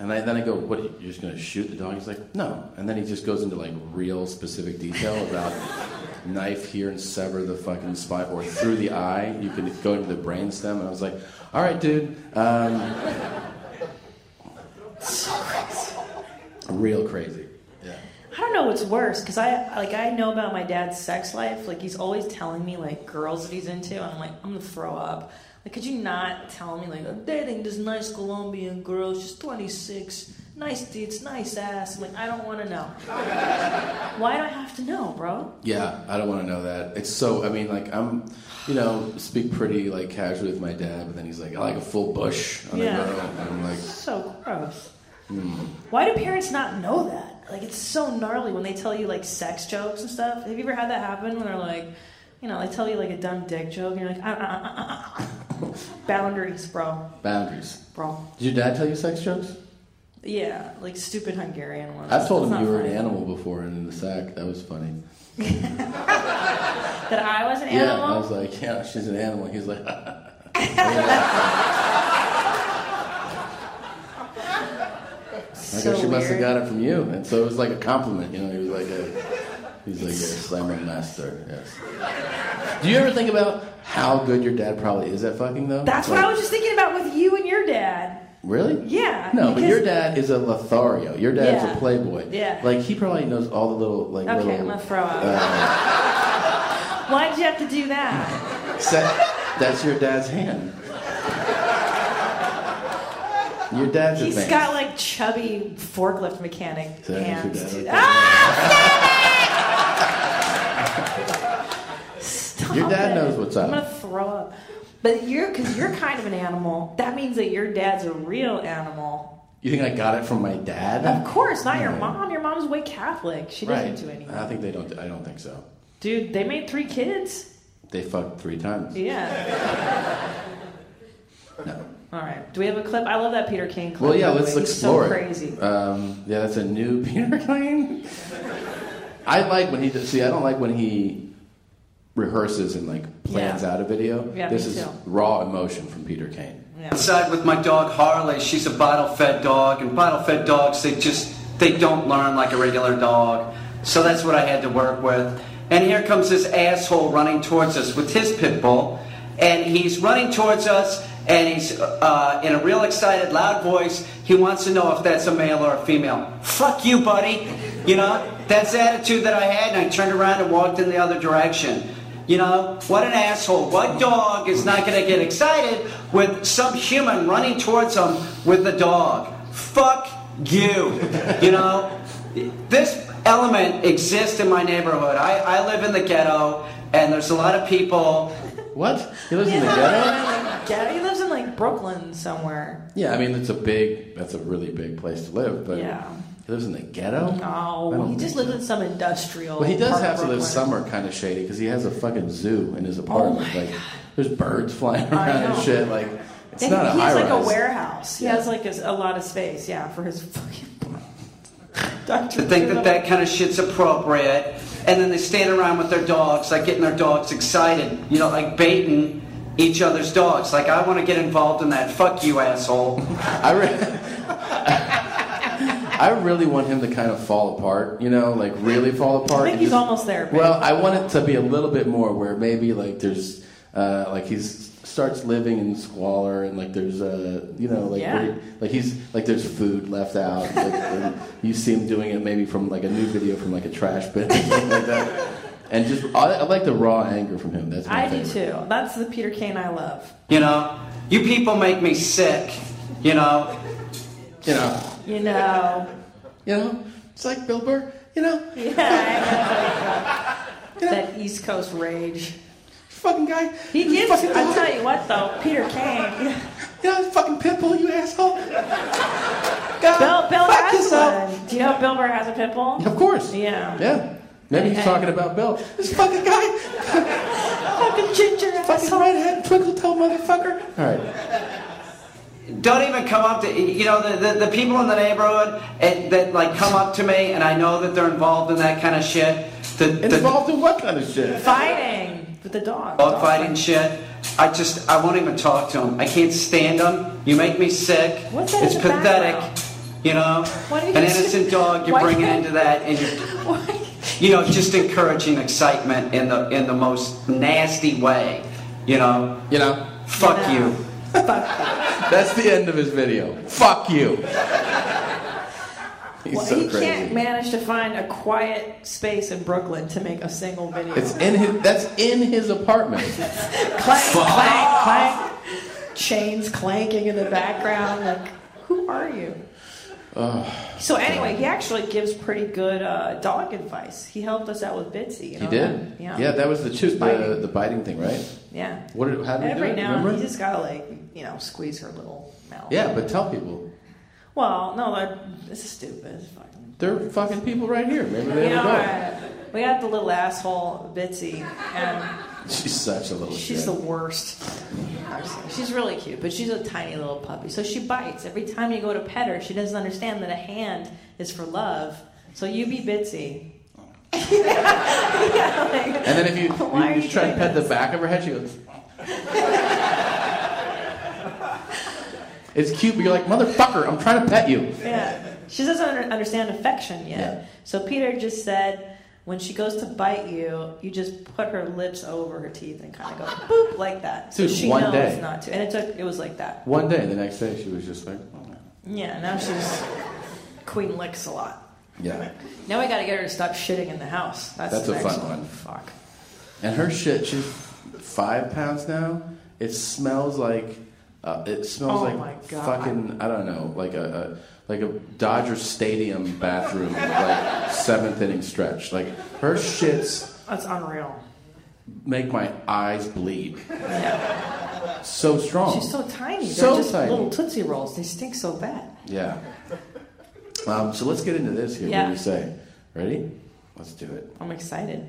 Speaker 1: And I, then I go, what, you're just going to shoot the dog? He's like, no. And then he just goes into like real specific detail about knife here and sever the fucking spine or through the eye. You can go into the brain stem. And I was like, all right, dude. Um, real crazy.
Speaker 2: I don't know what's worse because I like I know about my dad's sex life. Like he's always telling me like girls that he's into, and I'm like I'm gonna throw up. Like could you not tell me like I'm dating this nice Colombian girl? She's 26, nice tits, nice ass. Like I don't want to know. Why do I have to know, bro?
Speaker 1: Yeah, I don't want to know that. It's so. I mean, like I'm, you know, speak pretty like casually with my dad, but then he's like, I like a full bush on
Speaker 2: Yeah.
Speaker 1: a girl, and I'm like,
Speaker 2: So gross.
Speaker 1: hmm.
Speaker 2: Why do parents not know that? Like it's so gnarly when they tell you like sex jokes and stuff. Have you ever had that happen when they're like, you know, they tell you like a dumb dick joke and you're like, uh, uh, uh, uh, uh, uh. boundaries, bro,
Speaker 1: boundaries.
Speaker 2: bro.
Speaker 1: Did your dad tell you sex jokes?
Speaker 2: Yeah, like stupid Hungarian ones.
Speaker 1: I've told
Speaker 2: That's
Speaker 1: him
Speaker 2: not
Speaker 1: you were an
Speaker 2: funny.
Speaker 1: animal before and in the sack. That was funny.
Speaker 2: That I was an
Speaker 1: yeah,
Speaker 2: animal.
Speaker 1: I was like, yeah, she's an animal. He's like, I
Speaker 2: So
Speaker 1: guess she must have
Speaker 2: weird.
Speaker 1: got it from you. And so it was like a compliment, you know. He was like, a, he's like, yes, I'm a master. Yes. Do you ever think about how good your dad probably is at fucking though?
Speaker 2: That's what I was just thinking about with you and your dad.
Speaker 1: Really?
Speaker 2: Yeah.
Speaker 1: No, but
Speaker 2: because-
Speaker 1: your dad is a Lothario. Your dad's
Speaker 2: Yeah.
Speaker 1: a playboy.
Speaker 2: Yeah.
Speaker 1: Like he probably knows all the little like
Speaker 2: Okay,
Speaker 1: little.
Speaker 2: I'm gonna throw up.
Speaker 1: uh,
Speaker 2: Why'd you have to do that?
Speaker 1: set- that's your dad's hand. Your dad's
Speaker 2: He's
Speaker 1: advanced.
Speaker 2: got like chubby forklift mechanic
Speaker 1: So that's your
Speaker 2: hands.
Speaker 1: dad.
Speaker 2: dude.
Speaker 1: Okay.
Speaker 2: Ah, Stop
Speaker 1: Your dad
Speaker 2: it.
Speaker 1: knows what's up.
Speaker 2: I'm gonna throw up. But you're, because you're kind of an animal. That means that your dad's a real animal.
Speaker 1: You think I got it from my dad?
Speaker 2: Of course, not your
Speaker 1: No.
Speaker 2: mom. Your mom's way Catholic. She doesn't
Speaker 1: right. Uh,
Speaker 2: do anything.
Speaker 1: I think they don't. I don't think so.
Speaker 2: Dude, they made three kids.
Speaker 1: They fucked three times.
Speaker 2: Yeah.
Speaker 1: No.
Speaker 2: All right. Do we have a clip? I love that Peter King clip.
Speaker 1: Well, yeah,
Speaker 2: by the
Speaker 1: let's
Speaker 2: way.
Speaker 1: explore
Speaker 2: He's so
Speaker 1: it.
Speaker 2: crazy.
Speaker 1: Um, yeah, that's a new Peter Klein. I like when he does. See, I don't like when he rehearses and like plans
Speaker 25: Yeah.
Speaker 1: out a video.
Speaker 25: Yeah,
Speaker 1: this
Speaker 25: me
Speaker 1: is
Speaker 25: too.
Speaker 1: raw emotion from Peter Kane.
Speaker 25: Inside with my dog Harley, she's a bottle fed dog, and bottle fed dogs, they just they don't learn like a regular dog. So that's what I had to work with. And here comes this asshole running towards us with his pit bull, and he's running towards us, and he's uh, in a real excited, loud voice. He wants to know if that's a male or a female. Fuck you, buddy. You know that's the attitude that I had, and I turned around and walked in the other direction. You know, what an asshole. What dog is not going to get excited with some human running towards him with a dog? Fuck you. You know, this element exists in my neighborhood. I, I live in the ghetto, and there's a lot of people.
Speaker 1: What? He lives
Speaker 2: Like, yeah, he lives in like Brooklyn somewhere.
Speaker 1: Yeah, I mean that's a big, that's a really big place to live. But
Speaker 2: Yeah.
Speaker 1: he lives in the ghetto. I
Speaker 2: No,
Speaker 1: don't
Speaker 2: Oh, he just lives in some industrial.
Speaker 1: Well, he does
Speaker 2: part of
Speaker 1: have to live
Speaker 2: Brooklyn.
Speaker 1: somewhere kind of shady because he has a fucking zoo
Speaker 2: Oh
Speaker 1: in his apartment. like, there's birds flying around and shit. Like, it's
Speaker 2: And
Speaker 1: not a
Speaker 2: he
Speaker 1: high
Speaker 2: has like
Speaker 1: rise.
Speaker 2: a warehouse. He has like a, a lot of space. Yeah, for his fucking.
Speaker 25: to think that that kind of shit's appropriate, and then they stand around with their dogs, like getting their dogs excited, you know, like baiting each other's dogs. Like I want to get involved in that. Fuck you, asshole.
Speaker 1: I re- I really want him to kind of fall apart, you know, like really fall
Speaker 2: I
Speaker 1: apart.
Speaker 2: think
Speaker 1: and
Speaker 2: he's
Speaker 1: just-
Speaker 2: almost there. babe.
Speaker 1: Well, I want it to be a little bit more where maybe like there's uh, like he's starts living in squalor and like there's uh, you know like
Speaker 2: Yeah.
Speaker 1: where- like he's like there's food left out. Like, and you see him doing it maybe from like a new video from like a trash bin or something like that. And just I, I like the raw anger from him. That's my
Speaker 2: I do
Speaker 1: favorite.
Speaker 2: too. That's the Peter Kane I love.
Speaker 25: You know, you people make me sick. You know,
Speaker 1: you know.
Speaker 2: You know.
Speaker 1: You know, it's like Bill Burr. You know.
Speaker 2: Yeah. I know. that East Coast rage.
Speaker 1: Fucking guy.
Speaker 2: He gives.
Speaker 6: fucking
Speaker 2: I
Speaker 6: dog.
Speaker 2: tell you what though, Peter Kane.
Speaker 1: You know, fucking pitbull, you asshole.
Speaker 2: Bill, Bill
Speaker 6: fuck
Speaker 2: has
Speaker 6: yourself.
Speaker 2: one. Do you know Bill Burr has a pit bull?
Speaker 1: Of course.
Speaker 2: Yeah.
Speaker 1: Yeah. Maybe he's
Speaker 2: And-
Speaker 1: talking about Bill. This fucking guy.
Speaker 2: fucking ginger
Speaker 6: Fucking redhead
Speaker 1: twinkle toe motherfucker. All right.
Speaker 25: don't even come up to you know the, the, the people in the neighborhood and, that like come up to me and i know that they're involved in that kind of shit the,
Speaker 1: involved in what kind of shit
Speaker 2: Fighting with the dog.
Speaker 1: Oh,
Speaker 25: dog fighting shit i just i won't even talk to them i can't stand them you make me sick
Speaker 2: What's that
Speaker 25: it's
Speaker 2: in the
Speaker 25: pathetic you know
Speaker 2: Why do you
Speaker 25: an
Speaker 2: just-
Speaker 25: innocent dog you're
Speaker 2: Why
Speaker 25: bringing
Speaker 2: can't-
Speaker 25: into that and you're you know just encouraging excitement in the in the most nasty way you know
Speaker 1: you know
Speaker 25: fuck you
Speaker 1: That's the end of his video. Fuck you. He's
Speaker 2: Well,
Speaker 1: so
Speaker 2: he
Speaker 1: crazy.
Speaker 2: can't manage to find a quiet space in Brooklyn to make a single video.
Speaker 1: It's in his. That's in his apartment.
Speaker 2: clank, clank, clank. Chains clanking in the background. Like, who are you?
Speaker 1: Ugh.
Speaker 2: So anyway, he actually gives pretty good uh, dog advice. He helped us out with Bitsy. You know
Speaker 1: he did.
Speaker 2: that? Yeah.
Speaker 1: that was the choo- the,
Speaker 2: Biting.
Speaker 1: the biting thing, right?
Speaker 2: Yeah.
Speaker 1: What? Did, how did
Speaker 2: Every
Speaker 1: we do it?
Speaker 2: now and
Speaker 1: Remember?
Speaker 2: then, you just gotta like, you know, squeeze her little mouth.
Speaker 1: yeah, but tell people
Speaker 2: Well, no, that, this is stupid. It's fucking-
Speaker 1: they're fucking people right here. Maybe
Speaker 2: You
Speaker 1: they
Speaker 2: know,
Speaker 1: don't know.
Speaker 2: uh, we got the little asshole Bitsy, and
Speaker 1: She's such a little.
Speaker 2: she's
Speaker 1: shit.
Speaker 2: the worst. She's really cute, but she's a tiny little puppy. So she bites every time you go to pet her. She doesn't understand that a hand is for love. So you be Bitsy. yeah, like-
Speaker 1: And then if you,
Speaker 2: Why
Speaker 1: you,
Speaker 2: are
Speaker 1: just
Speaker 2: you
Speaker 1: try and
Speaker 2: doing
Speaker 1: pet
Speaker 2: this?
Speaker 1: the back of her head, she goes. it's cute, but you're like motherfucker. I'm trying to pet you.
Speaker 2: Yeah. She doesn't under- understand affection yet.
Speaker 1: Yeah.
Speaker 2: So Peter just said, when she goes to bite you, you just put her lips over her teeth and kind of go boop like that. So
Speaker 1: Dude,
Speaker 2: she
Speaker 1: one
Speaker 2: knows
Speaker 1: day.
Speaker 2: not to. And it took. It was like that.
Speaker 1: One day, the next day, she was just like,
Speaker 2: Yeah. Now she's Queen licks a lot.
Speaker 1: yeah.
Speaker 2: Now we got to get her to stop shitting in the house. That's,
Speaker 1: That's
Speaker 2: the
Speaker 1: a
Speaker 2: next
Speaker 1: fun one.
Speaker 2: Fuck.
Speaker 1: And her shit, she's five pounds now. It smells like uh, it smells
Speaker 2: Oh my
Speaker 1: like
Speaker 2: God.
Speaker 1: fucking I don't know, like a, a like a Dodger Stadium bathroom, like seventh inning stretch. Like her shits
Speaker 2: That's unreal.
Speaker 1: make my eyes bleed.
Speaker 2: Yeah.
Speaker 1: So strong.
Speaker 2: She's so tiny. They're
Speaker 1: So
Speaker 2: just
Speaker 1: tiny.
Speaker 2: little tootsie rolls. They stink so bad.
Speaker 1: Yeah. Um, so let's get into this here. What
Speaker 2: Yeah.
Speaker 1: do you say? Ready? Let's do it.
Speaker 2: I'm excited.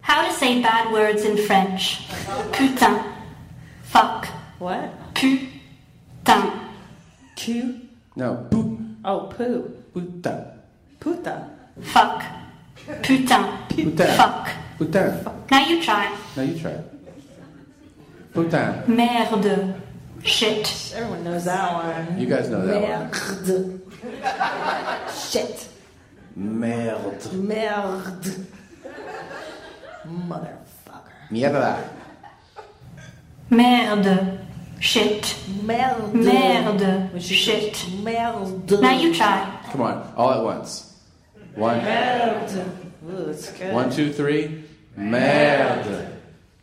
Speaker 16: How to say bad words in French. Putain. Fuck.
Speaker 2: What?
Speaker 16: Putain.
Speaker 2: Q.
Speaker 1: No. Poop.
Speaker 2: Oh, poo.
Speaker 1: Puta.
Speaker 2: Puta.
Speaker 16: Fuck. Putain.
Speaker 1: Putain.
Speaker 16: Fuck.
Speaker 1: Putain.
Speaker 16: Now you try.
Speaker 1: Now you try. Putain.
Speaker 16: Merde. Shit.
Speaker 2: Everyone knows that one.
Speaker 1: You guys know that one.
Speaker 2: Merde. Shit.
Speaker 1: Merde.
Speaker 2: Merde. Mother.
Speaker 1: Mierda.
Speaker 16: Merde. Shit.
Speaker 2: Merde.
Speaker 16: Merde.
Speaker 2: Which is
Speaker 16: Shit.
Speaker 2: Merde.
Speaker 16: Now you try.
Speaker 1: Come on, all at once. One,
Speaker 2: Merde. Ooh, that's good.
Speaker 1: one, two, three. Merde.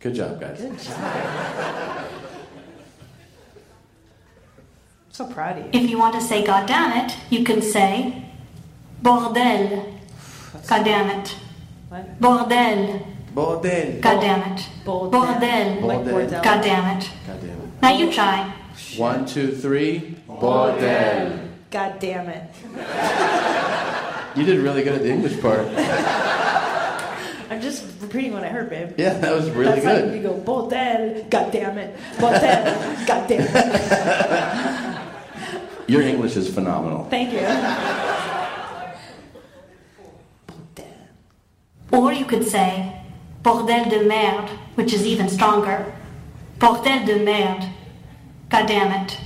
Speaker 1: Good job, guys.
Speaker 2: Good job.
Speaker 16: So proud of you. If you want to say God damn it, you can say bordel. God damn it.
Speaker 2: What?
Speaker 16: Bordel.
Speaker 1: Bordel.
Speaker 16: God damn it. Bordel.
Speaker 1: Like bordel.
Speaker 16: God damn it.
Speaker 1: God damn it.
Speaker 16: Now you try.
Speaker 1: One, two, three. Bordel.
Speaker 2: God damn it.
Speaker 1: You did really good at the English part.
Speaker 2: I'm just repeating what I heard, babe.
Speaker 1: Yeah, that was really
Speaker 2: That's like
Speaker 1: good.
Speaker 2: you go, bordel, god damn it, bordel, god damn it.
Speaker 1: Your English is phenomenal.
Speaker 2: Thank you.
Speaker 16: Or you could say bordel de merde, which is even stronger. Bordel de merde. God damn it.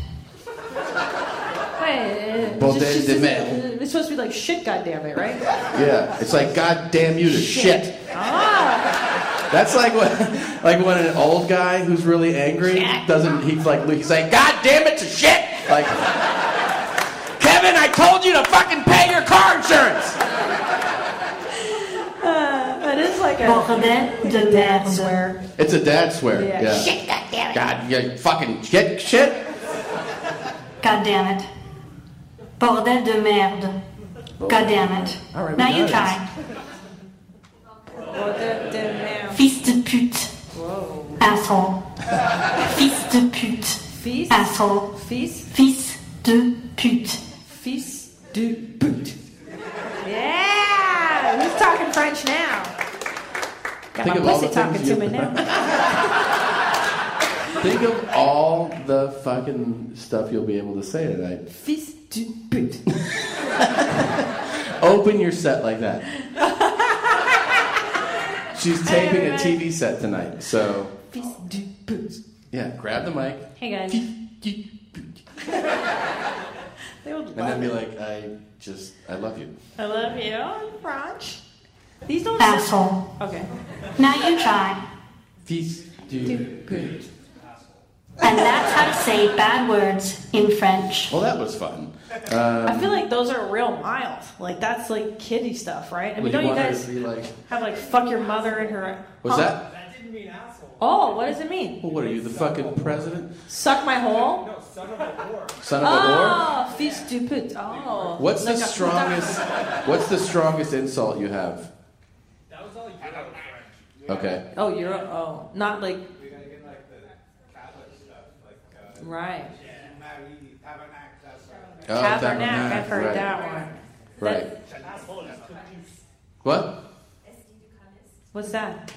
Speaker 2: Wait,
Speaker 1: Bordel
Speaker 2: it's just-
Speaker 1: de
Speaker 2: it's-
Speaker 1: merde.
Speaker 2: It's supposed to be like shit, god damn it, right?
Speaker 1: Yeah, it's like God damn you to shit.
Speaker 2: Ah,
Speaker 1: That's like when, like when an old guy who's really angry doesn't. He's like he's like God damn it to shit. Like Kevin, I told you to fucking pay your car insurance.
Speaker 2: uh, that is like a
Speaker 16: Bordel de
Speaker 2: dad
Speaker 16: merde.
Speaker 2: swear.
Speaker 1: It's a dad swear.
Speaker 2: Yeah.
Speaker 1: Yeah.
Speaker 16: Shit, god damn it.
Speaker 1: God, yeah, fucking shit, shit.
Speaker 16: God damn it. Bordel de merde. God damn it.
Speaker 2: All right, we
Speaker 16: now you
Speaker 2: got it.
Speaker 16: try.
Speaker 2: Bordel de merde.
Speaker 16: Fils de pute. Asshole. Fils de pute.
Speaker 2: Fils.
Speaker 16: Asshole.
Speaker 2: Fils.
Speaker 16: Fils de pute.
Speaker 2: Fils de pute. Yeah, who's talking French now? Got
Speaker 1: Think
Speaker 2: my
Speaker 1: of all
Speaker 2: pussy
Speaker 1: the
Speaker 2: talking
Speaker 1: things
Speaker 2: to
Speaker 1: you-
Speaker 2: me now.
Speaker 1: Think of all the fucking stuff you'll be able to say tonight.
Speaker 2: Fils de pute.
Speaker 1: Open your set like that. She's taping a TV set tonight, so
Speaker 2: Fils de pute.
Speaker 1: yeah, grab the mic
Speaker 2: Hey guys. they would
Speaker 1: and then
Speaker 2: love
Speaker 1: be
Speaker 2: it.
Speaker 1: like, I just, I love you.
Speaker 2: I love you. I'm French. These don't
Speaker 16: Asshole.
Speaker 2: Okay.
Speaker 16: Now you try.
Speaker 1: Fils du pute.
Speaker 16: And that's how to say bad words in French.
Speaker 1: Well, that was fun. Um,
Speaker 2: I feel like those are real mild. Like that's like kiddie stuff, right? I mean,
Speaker 1: would
Speaker 2: don't you
Speaker 1: want her to
Speaker 2: guys
Speaker 1: be like,
Speaker 2: have like fuck your mother and her?
Speaker 1: what's
Speaker 2: Huh?
Speaker 1: that?
Speaker 2: Oh, what does it mean?
Speaker 1: Well, what are you, the fucking president?
Speaker 2: Suck my hole?
Speaker 1: Son of a whore?
Speaker 2: Oh, fils du pute. Oh.
Speaker 1: What's the
Speaker 2: Like a-
Speaker 1: strongest? What's the strongest insult you have? That was all Okay.
Speaker 2: Oh, you're oh, not like.
Speaker 1: uh,
Speaker 2: Right.
Speaker 1: Oh,
Speaker 2: Tabernac, I've heard
Speaker 1: right.
Speaker 2: that one.
Speaker 1: Right. What?
Speaker 2: What's that?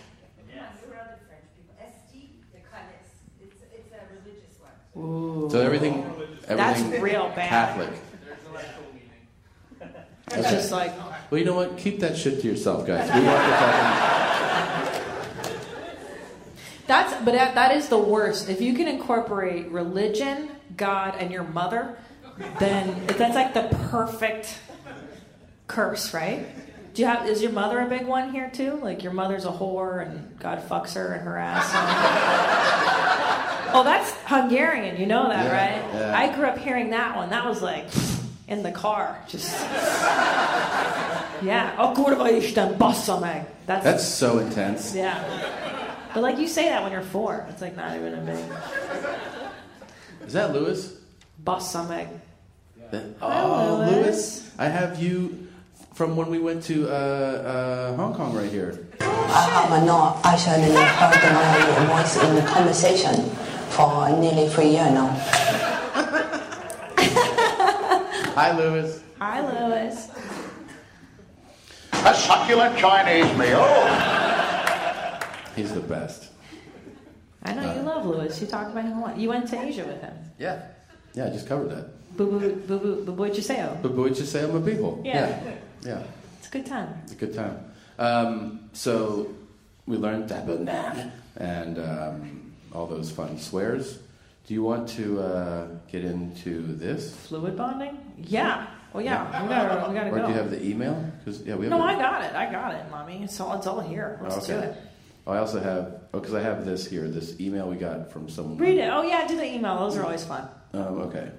Speaker 1: So everything,
Speaker 2: That's
Speaker 1: everything
Speaker 2: real bad.
Speaker 1: Catholic.
Speaker 2: It's just like
Speaker 1: Well, you know what? Keep that shit to yourself, guys. We want to fucking.
Speaker 2: that's, but that, that is the worst. If you can incorporate religion, God, and your mother, then that's like the perfect curse, right? Do you have? Is your mother a big one here too? Like your mother's a whore and God fucks her and her ass. oh, that's Hungarian. You know that,
Speaker 6: Yeah,
Speaker 2: right?
Speaker 6: yeah.
Speaker 2: I grew up hearing that one. That was like in the car, just yeah. Oh, kurva isten, bassza meg. That's
Speaker 1: That's so intense.
Speaker 2: yeah. But like you say that when you're four, it's like not even a big
Speaker 1: Is that Lewis?
Speaker 2: boss stomach.
Speaker 1: That- oh, Lewis. I have you from when we went to uh, uh, Hong Kong right here.
Speaker 4: I have not actually heard my voice in conversation for nearly three years now.
Speaker 1: Hi, Lewis.
Speaker 2: Hi, Lewis.
Speaker 9: A succulent Chinese meal.
Speaker 1: He's the best.
Speaker 2: I know you love Lewis. You talked about him a lot. You went to Asia with him.
Speaker 1: Uh. Yeah. Yeah, I just covered that.
Speaker 2: Boo boo boo boo boo boo Jiseo.
Speaker 1: But would you say I'm a beehole?
Speaker 2: Yeah.
Speaker 1: Yeah.
Speaker 2: It's a good time.
Speaker 1: It's a good time. Um, so We learned tabernacle and um, all those fun swears. Do you want to uh, get into this?
Speaker 2: Fluid bonding? Yeah. Well, yeah. We gotta, we gotta
Speaker 1: or
Speaker 2: go.
Speaker 1: do you have the email? 'Cause, yeah, we have
Speaker 2: no,
Speaker 1: the-
Speaker 2: I got it. I got it, mommy. It's all, it's all here. Let's do it.
Speaker 1: Oh, I also have, oh, because I have this here, this email we got from someone.
Speaker 2: Read it. Oh yeah, do the email. Those are always fun.
Speaker 1: Um, okay.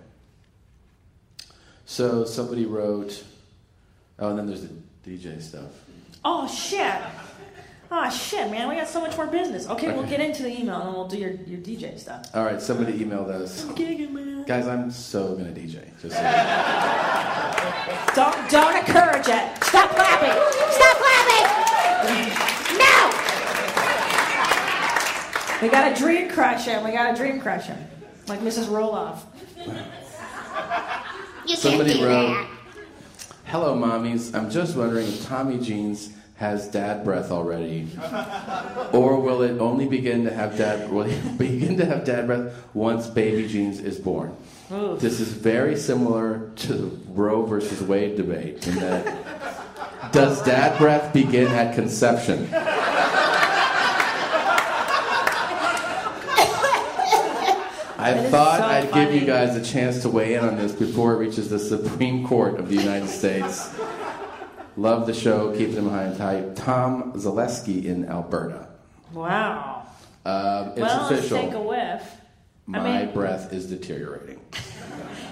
Speaker 1: So somebody wrote, oh, and then there's the DJ stuff.
Speaker 2: Oh shit. Oh shit, man. We got so much more business. Okay, we'll
Speaker 1: Okay.
Speaker 2: get into the email and we'll do your, your DJ stuff.
Speaker 1: All right, somebody emailed us.
Speaker 2: I'm gigging, man.
Speaker 1: Guys, I'm so gonna DJ. Just so you know.
Speaker 2: Don't don't encourage it. Stop clapping. Stop clapping. No. We got a dream crusher. We got a dream crusher, like Mrs. Roloff.
Speaker 1: Somebody wrote, "Hello, mommies. I'm just wondering if Tommy Jeans has dad breath already, or will it only begin to have dad will it begin to have dad breath once baby Jeans is born?
Speaker 2: Oof.
Speaker 1: This is very similar to the Roe versus Wade debate in that does dad breath begin at conception? I
Speaker 2: That is
Speaker 1: thought
Speaker 2: so
Speaker 1: I'd give
Speaker 2: funny.
Speaker 1: you guys a chance to weigh in on this before it reaches the Supreme Court of the United States. Love the show. Keep them high and tight. Tom Zaleski in Alberta.
Speaker 2: Wow.
Speaker 1: Um, it's
Speaker 2: well,
Speaker 1: official.
Speaker 2: let's take a whiff.
Speaker 1: My
Speaker 2: I mean,
Speaker 1: breath is deteriorating.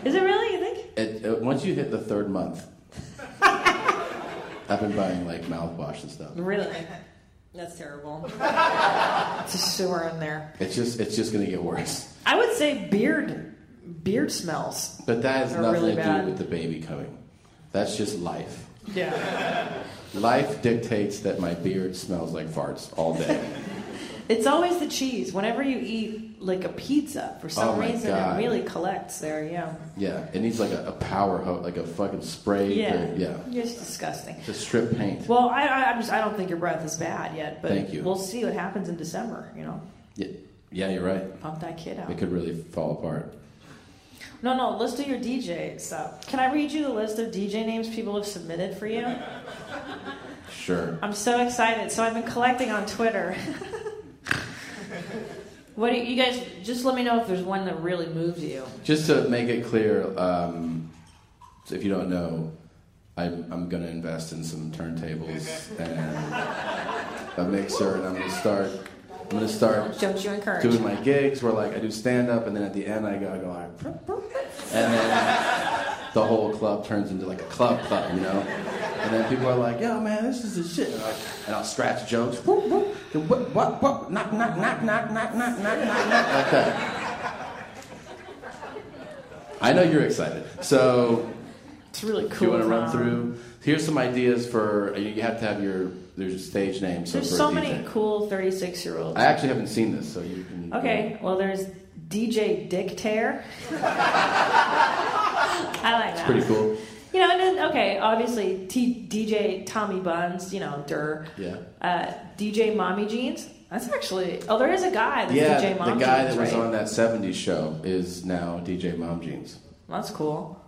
Speaker 2: is it really? You think?
Speaker 1: It, uh, once you hit the third month, I've been buying like mouthwash and stuff.
Speaker 2: Really? That's terrible. it's a sewer in there.
Speaker 1: It's just it's just gonna get worse.
Speaker 2: I would say beard beard smells.
Speaker 1: But that has
Speaker 2: They're
Speaker 1: nothing
Speaker 2: really
Speaker 1: to
Speaker 2: bad.
Speaker 1: do with the baby coming. That's just life.
Speaker 2: Yeah.
Speaker 1: Life dictates that my beard smells like farts all day.
Speaker 2: It's always the cheese. Whenever you eat like a pizza, for some
Speaker 1: Oh my
Speaker 2: reason
Speaker 1: God.
Speaker 2: it really collects there, yeah.
Speaker 1: Yeah, it needs like a, a power hoe, like a fucking spray.
Speaker 2: Yeah.
Speaker 1: To, yeah.
Speaker 2: It's disgusting.
Speaker 1: To strip paint.
Speaker 2: Well, I, I, I'm just, I don't think your breath is bad yet, but
Speaker 1: Thank you.
Speaker 2: we'll see what happens in December. You know,
Speaker 1: Yeah, yeah you're right.
Speaker 2: pump that kid out.
Speaker 1: It could really fall apart.
Speaker 2: No, no, let's do your DJ stuff. Can I read you the list of DJ names people have submitted for you?
Speaker 1: Sure.
Speaker 2: I'm so excited. So I've been collecting on Twitter. what do you, you guys? Just let me know if there's one that really moves you.
Speaker 1: Just to make it clear, um, so if you don't know, I'm, I'm going to invest in some turntables and a mixer, and I'm going to start. I'm going to start
Speaker 2: Don't you encourage?
Speaker 1: doing my gigs where like I do stand up, and then at the end I gotta go like, and then the whole club turns into like a club club, you know. And then people are like, "Yo, Oh, man, this is the shit," and, I, and I'll scratch jokes, whoop, whoop, the what, what, what, knock, knock, knock, knock, knock, knock, knock, knock, knock, like that. I know you're excited, so
Speaker 2: It's really cool.
Speaker 1: do you want to run
Speaker 2: huh?
Speaker 1: through? Here's some ideas for uh, you have to have your there's a stage name. So
Speaker 2: There's
Speaker 1: for a
Speaker 2: so
Speaker 1: DJ.
Speaker 2: many cool 36 year olds.
Speaker 1: I actually haven't seen this, so you can.
Speaker 2: Okay, well, there's DJ Dick Tear. I like that.
Speaker 1: It's pretty cool.
Speaker 2: You know, and then, okay, obviously, T- DJ Tommy Buns, you know, Durr.
Speaker 1: Yeah.
Speaker 2: Uh, DJ Mommy Jeans. That's actually, oh, there is a guy that's
Speaker 1: Yeah,
Speaker 2: DJ Mommy
Speaker 1: the guy
Speaker 2: Jeans,
Speaker 1: that was
Speaker 2: right?
Speaker 1: on that '70s show is now DJ Mom Jeans.
Speaker 2: That's cool.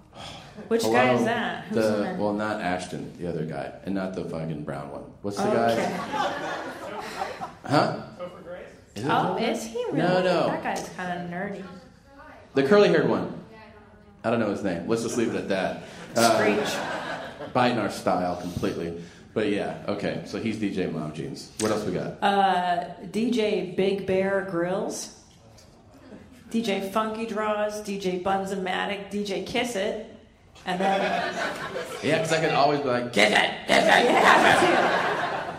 Speaker 2: Which guy
Speaker 1: Hello,
Speaker 2: is that? Who's
Speaker 1: the-
Speaker 2: in there?
Speaker 1: well, not Ashton, the other guy, and not the fucking brown one. What's the
Speaker 2: okay.
Speaker 1: guy? Huh? Is it
Speaker 2: Oh,
Speaker 1: Topher?
Speaker 2: is he really?
Speaker 1: No, no,
Speaker 2: That guy's kind of nerdy.
Speaker 1: the curly-haired one. I don't know his name. Let's just leave it at that.
Speaker 2: Screech.
Speaker 1: biting our style completely. But yeah, okay. So he's DJ Mom Jeans. What else we got?
Speaker 2: Uh, DJ Big Bear Grills, DJ Funky Draws, DJ Buns and Matic, DJ Kiss It, and then
Speaker 1: Yeah, because I could always be like, get it, get it.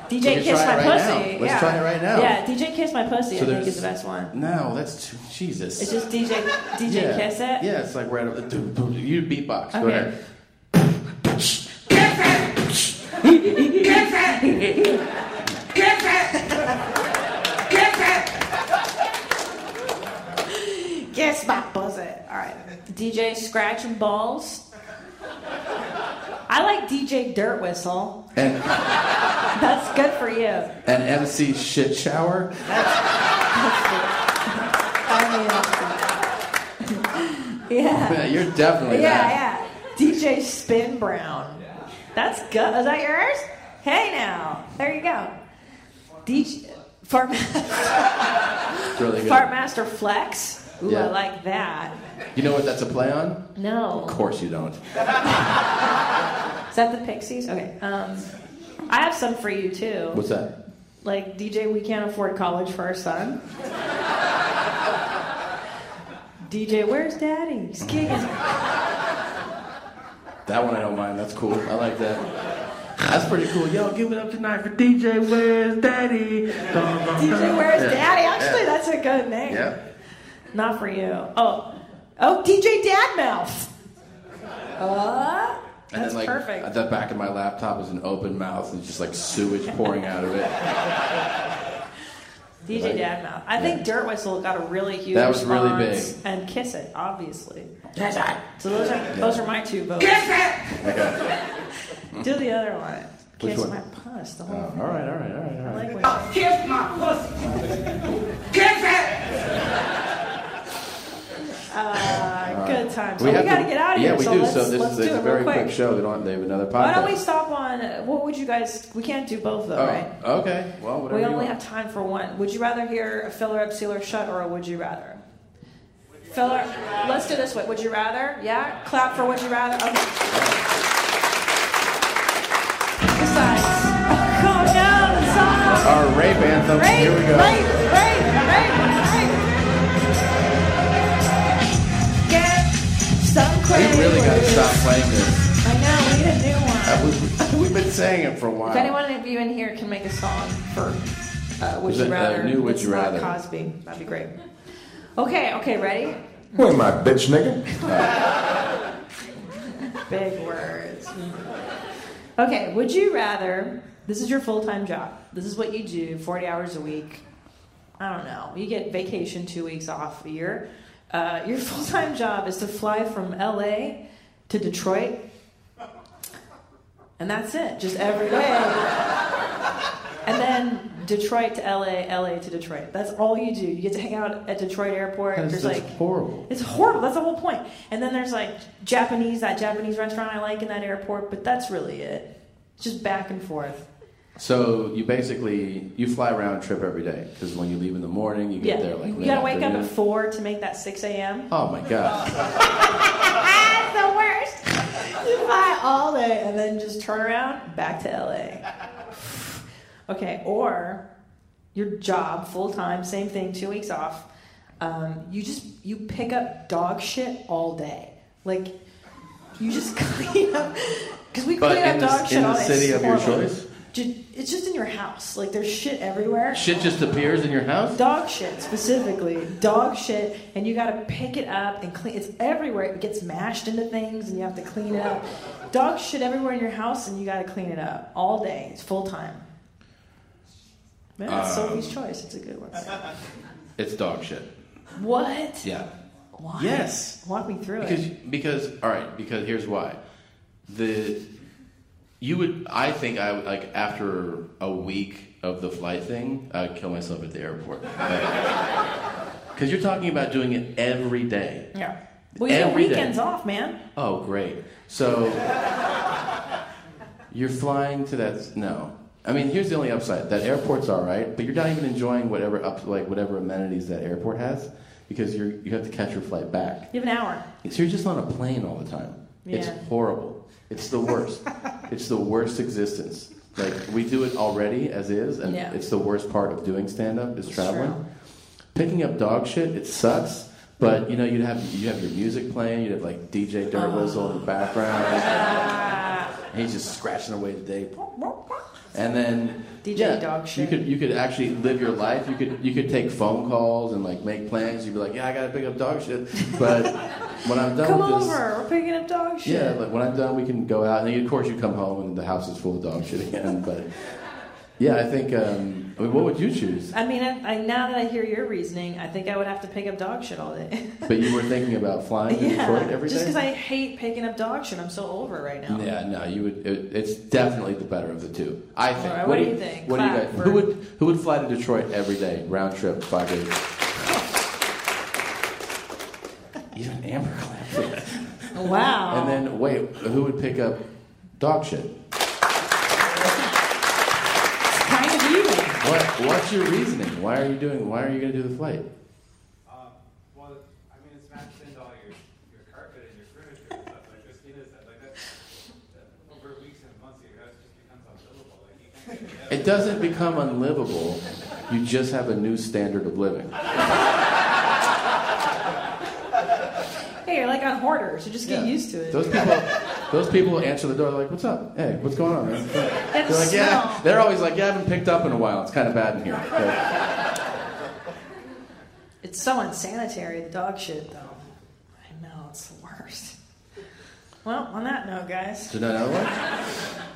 Speaker 2: DJ
Speaker 1: We can
Speaker 2: Kiss
Speaker 1: try it
Speaker 2: My
Speaker 1: right
Speaker 2: Pussy.
Speaker 1: now. Let's
Speaker 2: yeah.
Speaker 1: try it right now.
Speaker 2: Yeah, DJ Kiss My Pussy. I think is the best one.
Speaker 1: No, that's too, Jesus.
Speaker 2: It's just DJ DJ
Speaker 1: yeah.
Speaker 2: Kiss It.
Speaker 1: Yeah, it's like right up. You beatbox. Go
Speaker 2: Okay.
Speaker 1: ahead.
Speaker 2: Kiss my pussy. All right. DJ Scratch and Balls. I like DJ Dirt Whistle.
Speaker 1: And-
Speaker 2: That's good for you.
Speaker 1: An MC shit shower.
Speaker 2: Yeah.
Speaker 1: Yeah, you're definitely
Speaker 2: yeah,
Speaker 1: that.
Speaker 2: yeah. DJ Spin Brown. That's good. Is that yours? Hey now. There you go. DJ, Fart,
Speaker 1: It's really good.
Speaker 2: Fart Master Flex. Ooh,
Speaker 1: Yeah.
Speaker 2: I like that.
Speaker 1: You know what that's a play on?
Speaker 2: No.
Speaker 1: Of course you don't.
Speaker 2: Is that the Pixies? Okay. Um, I have some for you too.
Speaker 1: What's that?
Speaker 2: Like DJ, we can't afford college for our son. DJ, where's Daddy? He's kicking.
Speaker 1: That one I don't mind. That's cool. I like that.
Speaker 6: That's pretty cool. Yo, give it up tonight for DJ Where's Daddy.
Speaker 2: DJ,
Speaker 6: DJ
Speaker 2: where's Daddy? Actually, that's a good name.
Speaker 6: Yeah.
Speaker 2: Not for you. Oh, oh, DJ Dadmouth. Uh,
Speaker 1: And
Speaker 2: That's
Speaker 1: then, like,
Speaker 2: perfect.
Speaker 1: at the back of my laptop is an open mouth and just like sewage pouring out of it.
Speaker 2: DJ
Speaker 1: Like-
Speaker 2: Dadmouth. I think Dirt Whistle got a really huge.
Speaker 1: That was really
Speaker 2: response.
Speaker 1: big.
Speaker 2: And Kiss It, obviously. Kiss It. So those are those are my two votes.
Speaker 6: Kiss
Speaker 1: Okay.
Speaker 2: Do the other one.
Speaker 1: Which
Speaker 2: Kiss
Speaker 1: one?
Speaker 2: my puss. The whole
Speaker 1: Oh, all right, all right, all right, all right.
Speaker 6: Kiss my pussy. Kiss it.
Speaker 2: Uh, good time. So
Speaker 1: We
Speaker 2: we,
Speaker 1: have
Speaker 2: gotta
Speaker 1: to-
Speaker 2: get out of
Speaker 1: yeah,
Speaker 2: here.
Speaker 1: we
Speaker 2: so
Speaker 1: do.
Speaker 2: Let's,
Speaker 1: so this
Speaker 2: let's
Speaker 1: is
Speaker 2: do
Speaker 1: it's
Speaker 2: it
Speaker 1: a very
Speaker 2: real quick.
Speaker 1: quick show. They don't. They have another podcast.
Speaker 2: Why don't we stop on? What would you guys? We can't do both though,
Speaker 1: Oh,
Speaker 2: right?
Speaker 1: Okay. Well, whatever.
Speaker 2: We
Speaker 1: you
Speaker 2: only
Speaker 1: want.
Speaker 2: have time for one. Would you rather hear a filler up, sealer shut, or a would you rather? Filler. Let's do this way. Would you rather? Yeah. Clap for would you rather. Okay. Besides. Come down the song.
Speaker 1: Our rape anthem.
Speaker 2: Rape,
Speaker 1: Here we go.
Speaker 2: rape, rape, rape, rape. Get some credit.
Speaker 1: We really got to stop playing this.
Speaker 2: I know. We need a new one.
Speaker 1: That was- we've been saying it for a while.
Speaker 2: If anyone of you in here can make a song for uh, Would
Speaker 1: Is
Speaker 2: You
Speaker 1: it, uh,
Speaker 2: Rather,
Speaker 1: new Would
Speaker 2: that's
Speaker 1: You
Speaker 2: not
Speaker 1: Rather?
Speaker 2: Cosby, that'd be great. Okay, okay, ready?
Speaker 9: Where am I, bitch nigga?
Speaker 2: Big words. Okay, would you rather? This is your full time job. This is what you do 40 hours a week. I don't know. You get vacation two weeks off a year. Uh, your full time job is to fly from LA to Detroit. And that's it, just every day. And then Detroit to LA, LA to Detroit. That's all you do. You get to hang out at Detroit Airport.
Speaker 1: That's
Speaker 2: There's
Speaker 1: just
Speaker 2: like
Speaker 1: horrible.
Speaker 2: it's horrible. That's the whole point. And then there's like Japanese, that Japanese restaurant I like in that airport, but that's really it. It's just back and forth.
Speaker 1: So you basically you fly round trip every day because when you leave in the morning, you get
Speaker 2: yeah,
Speaker 1: there like
Speaker 2: you
Speaker 1: late
Speaker 2: gotta wake up at
Speaker 1: afternoon.
Speaker 2: four to make that six a.m.
Speaker 1: Oh my god!
Speaker 2: That's the worst. You fly all day and then just turn around back to LA. Okay, or your job full time, same thing, two weeks off. Um, you just you pick up dog shit all day, like you just clean up because we
Speaker 1: But
Speaker 2: clean up
Speaker 1: in
Speaker 2: dog
Speaker 1: the-
Speaker 2: shit
Speaker 1: in the
Speaker 2: all day.
Speaker 1: city
Speaker 2: It's
Speaker 1: of your
Speaker 2: horrible.
Speaker 1: choice?
Speaker 2: Ju- It's just in your house. Like there's shit everywhere.
Speaker 1: Shit just appears in your house.
Speaker 2: Dog shit, specifically. Dog shit, and you gotta pick it up and clean it's everywhere. It gets mashed into things and you have to clean it up. Dog shit everywhere in your house and you gotta clean it up all day. It's full time. Man, that's
Speaker 1: Um,
Speaker 2: Sophie's choice. It's a good one.
Speaker 1: It's dog shit.
Speaker 2: What?
Speaker 1: Yeah.
Speaker 2: Why?
Speaker 1: Yes.
Speaker 2: Walk me through
Speaker 1: because
Speaker 2: it.
Speaker 1: because all right because here's why the you would I think I would like after a week of the flight thing I'd kill myself at the airport because you're talking about doing it every day
Speaker 2: Yeah. Well, you get
Speaker 1: Every day.
Speaker 2: weekends off, man.
Speaker 1: oh great so you're flying to that no I mean here's the only upside that airport's all right but you're not even enjoying whatever up like whatever amenities that airport has because you're you have to catch your flight back
Speaker 2: You have an hour.
Speaker 1: so you're just on a plane all the time. It's
Speaker 2: Yeah.
Speaker 1: horrible. It's the worst. it's the worst existence. Like we do it already as is, and
Speaker 2: Yeah.
Speaker 1: it's the worst part of doing stand up is
Speaker 2: It's
Speaker 1: traveling.
Speaker 2: true.
Speaker 1: Picking up dog shit, it sucks. But you know, you'd have you have your music playing, you'd have like DJ Dirt
Speaker 2: Oh.
Speaker 1: Whistle in the background. And he's just scratching away the day. And then
Speaker 2: DJ
Speaker 1: yeah,
Speaker 2: dog shit.
Speaker 1: You could you could actually live your life. You could you could take phone calls and like make plans. You'd be like, yeah, I gotta pick up dog shit. But when I'm done
Speaker 2: Come
Speaker 1: with
Speaker 2: over.
Speaker 1: this,
Speaker 2: We're picking up dog shit.
Speaker 1: yeah, like when I'm done, we can go out, and then, of course you come home, and the house is full of dog shit again. But yeah, I think. Um, I mean, what would you choose?
Speaker 2: I mean, I, I, now that I hear your reasoning, I think I would have to pick up dog shit all day.
Speaker 1: But you were thinking about flying to Detroit every day.
Speaker 2: just because I hate picking up dog shit. I'm so over it right now.
Speaker 1: Yeah, no, you would. It, it's definitely the better of the two. I think.
Speaker 2: All right, what do you think?
Speaker 1: What do you
Speaker 2: Clap
Speaker 1: guys?
Speaker 2: for-
Speaker 1: Who would who would fly to Detroit every day, round trip, five days? You an Amber clap. for that.
Speaker 2: Wow.
Speaker 1: And then wait, who would pick up dog shit?
Speaker 2: It's kind of even.
Speaker 1: What, what's your reasoning? Why are you doing? Why are you going to do the flight? It doesn't become unlivable. You just have a new standard of living.
Speaker 2: Hey, you're like on hoarders. You just get used to it.
Speaker 1: Those people, those people answer the door like, "What's up? Hey, what's going on, man?" They're
Speaker 2: the
Speaker 1: like, "Yeah." They're always like, "Yeah, I haven't picked up in a while. It's kind of bad in here." But-
Speaker 2: It's so unsanitary, the dog shit, though. I know, it's the worst. Well, on that note, guys.
Speaker 1: Is there another one?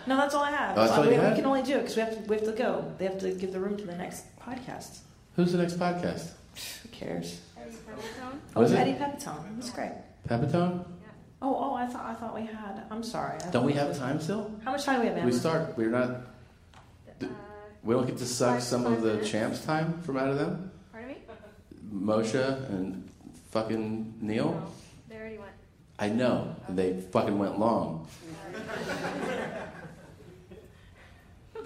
Speaker 2: No, that's all I have. Uh,
Speaker 1: Oh, that's all
Speaker 2: we, we
Speaker 1: you have?
Speaker 2: can only do it because we have, to, we have to go. They have to give the room to the next podcast.
Speaker 1: Who's the next podcast?
Speaker 2: Who cares?
Speaker 1: Was
Speaker 2: oh,
Speaker 1: it?
Speaker 2: Eddie Pepitone. That's great.
Speaker 1: Pepitone?
Speaker 2: Oh, oh, I thought I thought we had. I'm sorry. I
Speaker 1: Don't we
Speaker 2: thought-
Speaker 1: have time still?
Speaker 2: How much time do we have? Uh, Emma?
Speaker 1: We start. We're not. th- We don't get to suck some of the champs' time from out of them.
Speaker 6: Pardon me?
Speaker 1: Moshe and fucking Neil.
Speaker 6: They already went.
Speaker 1: I know and they fucking went long.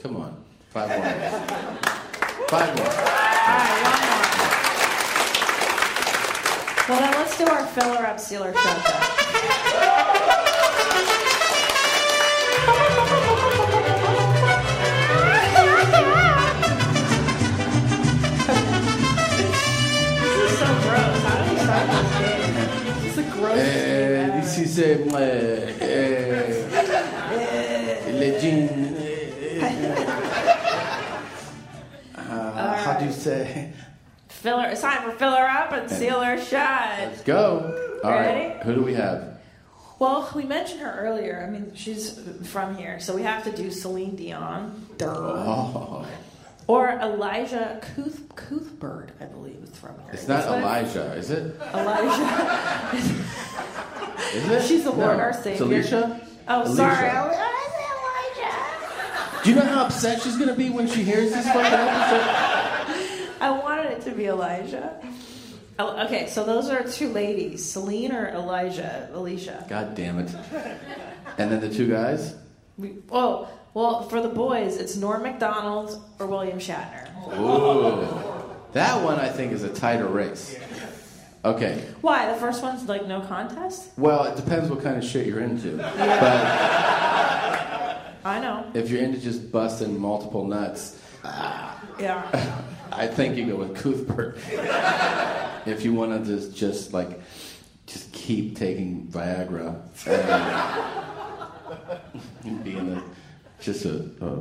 Speaker 1: Come on, five more. Five more.
Speaker 2: Well, then let's do our filler up, sealer shut. It's a gross.
Speaker 1: Eh, this is eh, my, eh, le jean. eh, uh, how do you say?
Speaker 2: Filler. It's time for filler up and sealer shut.
Speaker 1: Let's go. All right.
Speaker 2: Ready?
Speaker 1: Who do we have?
Speaker 2: Well, we mentioned her earlier. I mean, she's from here, so we have to do Celine Dion. Duh.
Speaker 1: Oh.
Speaker 2: Or Elijah Cuth- Cuthbert, I believe, is from here.
Speaker 1: It's not
Speaker 2: That's what-
Speaker 1: Elijah, is it?
Speaker 2: Elijah.
Speaker 1: Is it?
Speaker 2: She's the
Speaker 1: No.
Speaker 2: Lord, our Savior.
Speaker 1: It's Alicia?
Speaker 2: Oh,
Speaker 1: Alicia.
Speaker 2: sorry. I-
Speaker 1: Do you know how upset she's gonna be when she hears this fucking episode?
Speaker 2: I wanted it to be Elijah. Oh, okay, so those are two ladies, Celine or Elijah, Alicia.
Speaker 1: God damn it. And then the two guys?
Speaker 2: We, oh, well, for the boys, it's Norm Macdonald or William Shatner.
Speaker 1: Ooh. That one I think is a tighter race. Okay.
Speaker 2: Why? The first one's like no contest?
Speaker 1: Well, it depends what kind of shit you're into.
Speaker 2: I know.
Speaker 1: But if you're into just busting multiple nuts, ah,
Speaker 2: Yeah.
Speaker 1: I think you go with Cuthbert. if you want to just, just like, just keep taking Viagra and be in a, just a, a,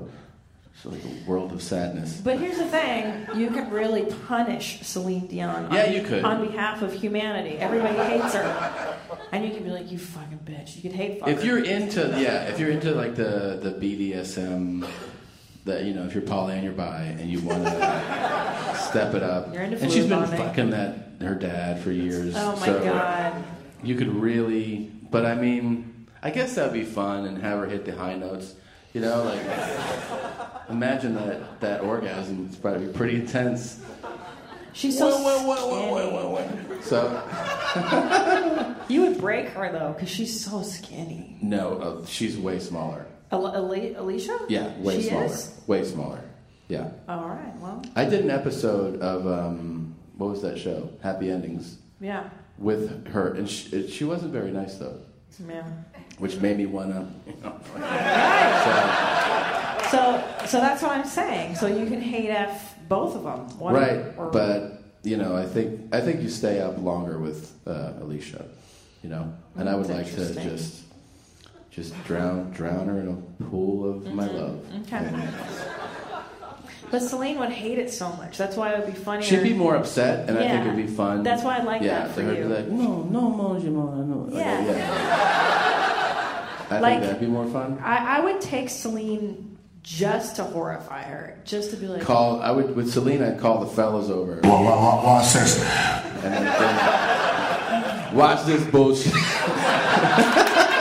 Speaker 1: just like a world of sadness.
Speaker 2: But here's the thing you could really punish Celine Dion on,
Speaker 1: Yeah, you could.
Speaker 2: on behalf of humanity. Everybody hates her. And you could be like, you fucking bitch. You could hate fucking
Speaker 1: If you're into, yeah, if you're into like the, the BDSM, that you know, if you're poly and you're bi and you want to step it up,
Speaker 2: You're into
Speaker 1: and she's been
Speaker 2: fluid bonding.
Speaker 1: fucking that her dad for years.
Speaker 2: Oh my
Speaker 1: so-
Speaker 2: god.
Speaker 1: You could really, but I mean, I guess that'd be fun and have her hit the high notes. You know, like imagine that that orgasm is probably pretty intense.
Speaker 2: She's so.
Speaker 1: So
Speaker 2: You would break her though, because she's so skinny.
Speaker 1: no, uh, she's way smaller.
Speaker 2: Al- Ali- Alicia?
Speaker 1: Yeah, way
Speaker 2: She
Speaker 1: smaller.
Speaker 2: is?
Speaker 1: Way smaller. Yeah.
Speaker 2: All right. Well,
Speaker 1: I did an episode of um, what was that show? Happy Endings
Speaker 2: yeah.
Speaker 1: with her, and she, she wasn't very nice though,
Speaker 2: Yeah.
Speaker 1: which made me wanna. You know,
Speaker 2: So, so that's what I'm saying. So you can hate f both of them. One
Speaker 1: right,
Speaker 2: Or,
Speaker 1: but you know, I think I think you stay up longer with uh, Alicia, you know, and I would
Speaker 2: Mm, That's
Speaker 1: like to
Speaker 2: interesting.
Speaker 1: just just drown drown her in a pool of my
Speaker 2: Mm-hmm.
Speaker 1: love.
Speaker 2: Okay. But Celine would hate it so much. That's why it would be funnier.
Speaker 1: She'd be more upset, and I think
Speaker 2: Yeah.
Speaker 1: it'd be fun.
Speaker 2: That's why I like
Speaker 1: yeah,
Speaker 2: that
Speaker 1: for
Speaker 2: for
Speaker 1: her to
Speaker 2: you.
Speaker 1: be like, "Mm, no, no, Monge, no, no.
Speaker 2: Yeah.
Speaker 1: I
Speaker 2: Like-
Speaker 1: think that'd be more fun.
Speaker 2: I, I would take Celine just to horrify her, just to be like,
Speaker 1: Call I would with Celine. I'd call the fellas over. Wah, wah, wah, watch this. And then, then- watch this bullshit.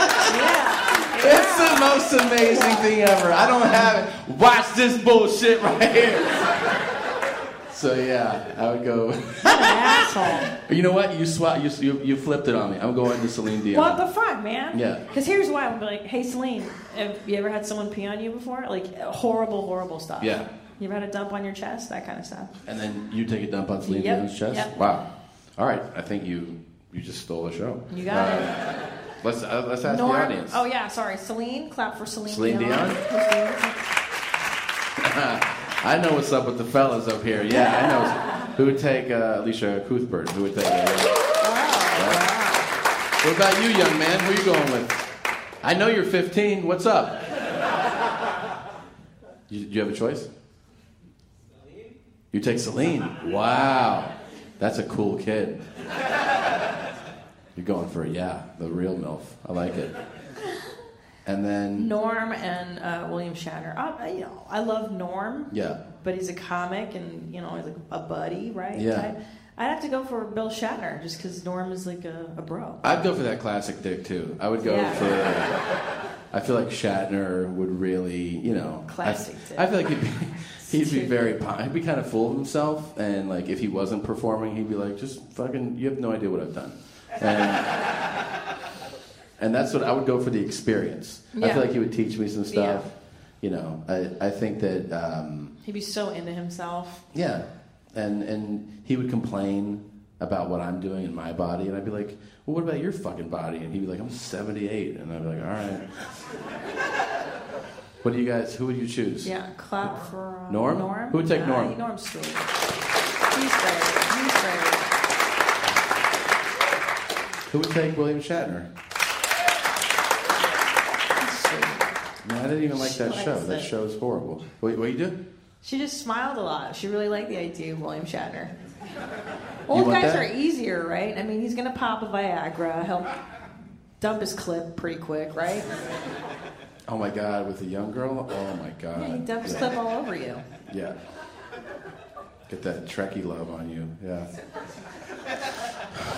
Speaker 1: It's the most amazing thing ever. I don't have it. Watch this bullshit right here. So yeah, I would go.
Speaker 2: asshole.
Speaker 1: You know what? You swat. You, you you flipped it on me. I'm going to Celine Dion.
Speaker 2: What the fuck, man?
Speaker 1: Yeah.
Speaker 2: Because here's why I'm like, hey, Celine, have you ever had someone pee on you before? Like horrible, horrible stuff.
Speaker 1: Yeah.
Speaker 2: You've had a dump on your chest, that kind of stuff.
Speaker 1: And then you take a dump on Celine
Speaker 2: Yep,
Speaker 1: Dion's chest.
Speaker 2: yep.
Speaker 1: Wow. All right. I think you you just stole the show.
Speaker 2: You got
Speaker 1: Uh,
Speaker 2: it.
Speaker 1: Let's uh, let's ask
Speaker 2: Norm-
Speaker 1: the audience.
Speaker 2: Oh yeah, sorry, Celine. Clap for Celine.
Speaker 1: Celine Dion?
Speaker 2: Who's doing-
Speaker 1: I know what's up with the fellas up here. Yeah, I know. Who would take uh, Alicia Cuthbert? Who would take? Uh, Yeah. What about you, young man? Who you going with? I know you're 15. What's up? You, you have a choice. You take Celine. Wow, that's a cool kid. You're going for a yeah, the real milf. I like it. And then
Speaker 2: Norm and uh, William Shatner. I, I- you know, I love Norm,
Speaker 1: yeah.
Speaker 2: but he's a comic and you know he's like a buddy, right?
Speaker 1: Yeah.
Speaker 2: type. I'd have to go for Bill Shatner just because Norm is like a, a bro.
Speaker 1: I'd go for that classic dick too. I would go
Speaker 2: Yeah.
Speaker 1: for. I feel like Shatner would really, you know,
Speaker 2: Classic
Speaker 1: I, I feel like he'd be, he'd be very, po- he'd be kind of full of himself, and like if he wasn't performing, he'd be like, just fucking, you have no idea what I've done, and and that's what I would go for the experience. I
Speaker 2: Yeah.
Speaker 1: feel like he would teach me some
Speaker 2: Yeah.
Speaker 1: stuff. You know, I I think that. Um,
Speaker 2: He'd be so into himself.
Speaker 1: yeah, and and he would complain about what I'm doing in my body, and I'd be like, "Well, what about your fucking body?" And he'd be like, "I'm 78," and I'd be like, "All right." what do you guys? Who would you choose?
Speaker 2: Yeah, clap for uh,
Speaker 1: Norm?
Speaker 2: Norm.
Speaker 1: Who would take
Speaker 2: Nah,
Speaker 1: Norm?
Speaker 2: Norm's sweet. He's great. He's great.
Speaker 1: Who would take William Shatner? No, I didn't even like
Speaker 2: She
Speaker 1: that
Speaker 2: likes
Speaker 1: show. That
Speaker 2: it.
Speaker 1: show is horrible. Wait, what you do?
Speaker 2: She just smiled a lot. She really liked the idea of William Shatner.
Speaker 1: You
Speaker 2: Old
Speaker 1: want
Speaker 2: guys
Speaker 1: that?
Speaker 2: are easier, right? I mean, he's gonna pop a Viagra, he'll dump his clip pretty quick, right?
Speaker 1: Oh my god, with a young girl? Oh my god.
Speaker 2: Yeah, he dumps
Speaker 1: Yeah.
Speaker 2: clip all over you.
Speaker 1: Yeah. Get that Trekkie love on you. Yeah.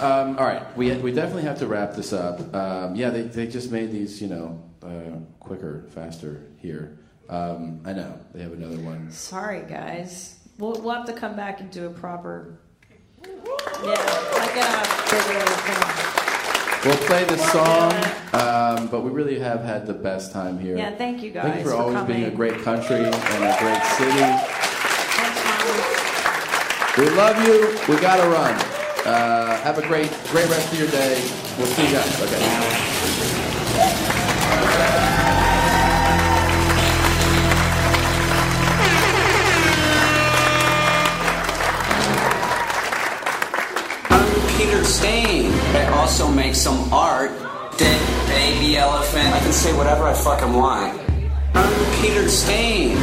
Speaker 1: Um, all right. We, we definitely have to wrap this up. Um, yeah, they, they just made these, you know, uh, quicker, faster here. Um, I know. They have another one.
Speaker 2: Sorry, guys. We'll, we'll have to come back and do a proper. Yeah, like uh, a bigger thing.
Speaker 1: We'll play the song, um, but we really have had the best time here.
Speaker 2: Yeah, thank you guys.
Speaker 1: Thank you for,
Speaker 2: for
Speaker 1: always
Speaker 2: coming.
Speaker 1: being a great country and a great city. We love you. We gotta run. Uh, have a great, great rest of your day. We'll see you guys. Okay.
Speaker 25: I'm Peter Stain. I also make some art. Dead baby elephant. I can say whatever I fucking want. I'm Peter Stain.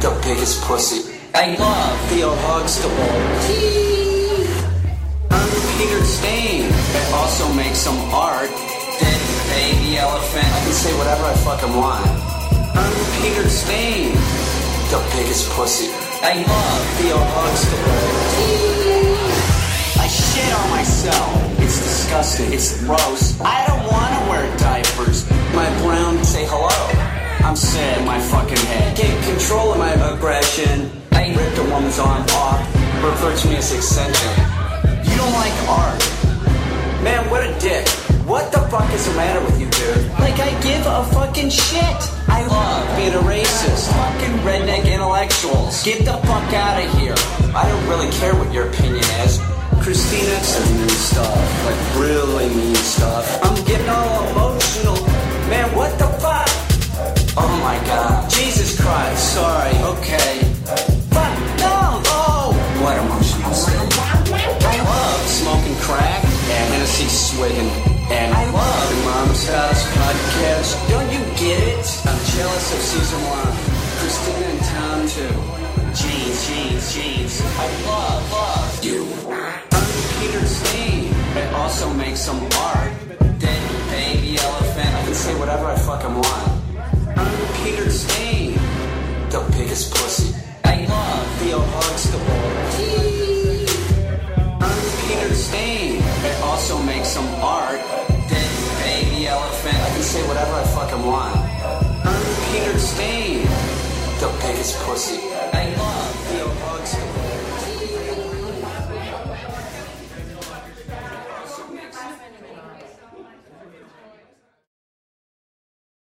Speaker 25: The biggest pussy. I love Theo Huxtable. I'm Peter Stain. I also make some art. Dead baby elephant. I can say whatever I fucking want. I'm Peter Stain. The biggest pussy. I love Theo Huxtable. I shit on myself. It's disgusting. It's gross. I don't want to wear diapers. My brown say hello. I'm sad in my fucking head. Get control of my aggression. I ripped a woman's arm off. Refer to me as eccentric. You don't like art. Man, what a dick. What the fuck is the matter with you, dude? Like, I give a fucking shit. I love being a racist. Fucking redneck intellectuals. Get the fuck out of here. I don't really care what your opinion is. Christina said mean stuff, like really mean stuff. I'm getting all emotional. Man, what the fuck? Oh my god. Jesus Christ, sorry. Okay. Fuck, no, oh! What emotional state. I love smoking crack and Hennessy swigging. And I love your mom's house podcast. Don't you get it? I'm jealous of season one. Christina and Tom too. Jeans, jeans, jeans. I love, love you. I'm Peter Steen. I also make some art. Dead baby elephant. I can say whatever I fucking want. I'm Peter Steen. The biggest pussy. I love Theo Huxtable. I'm Peter Stain. I also make some art. Dead baby elephant. I can say whatever I fucking want. I'm Peter Stain. The biggest pussy. I love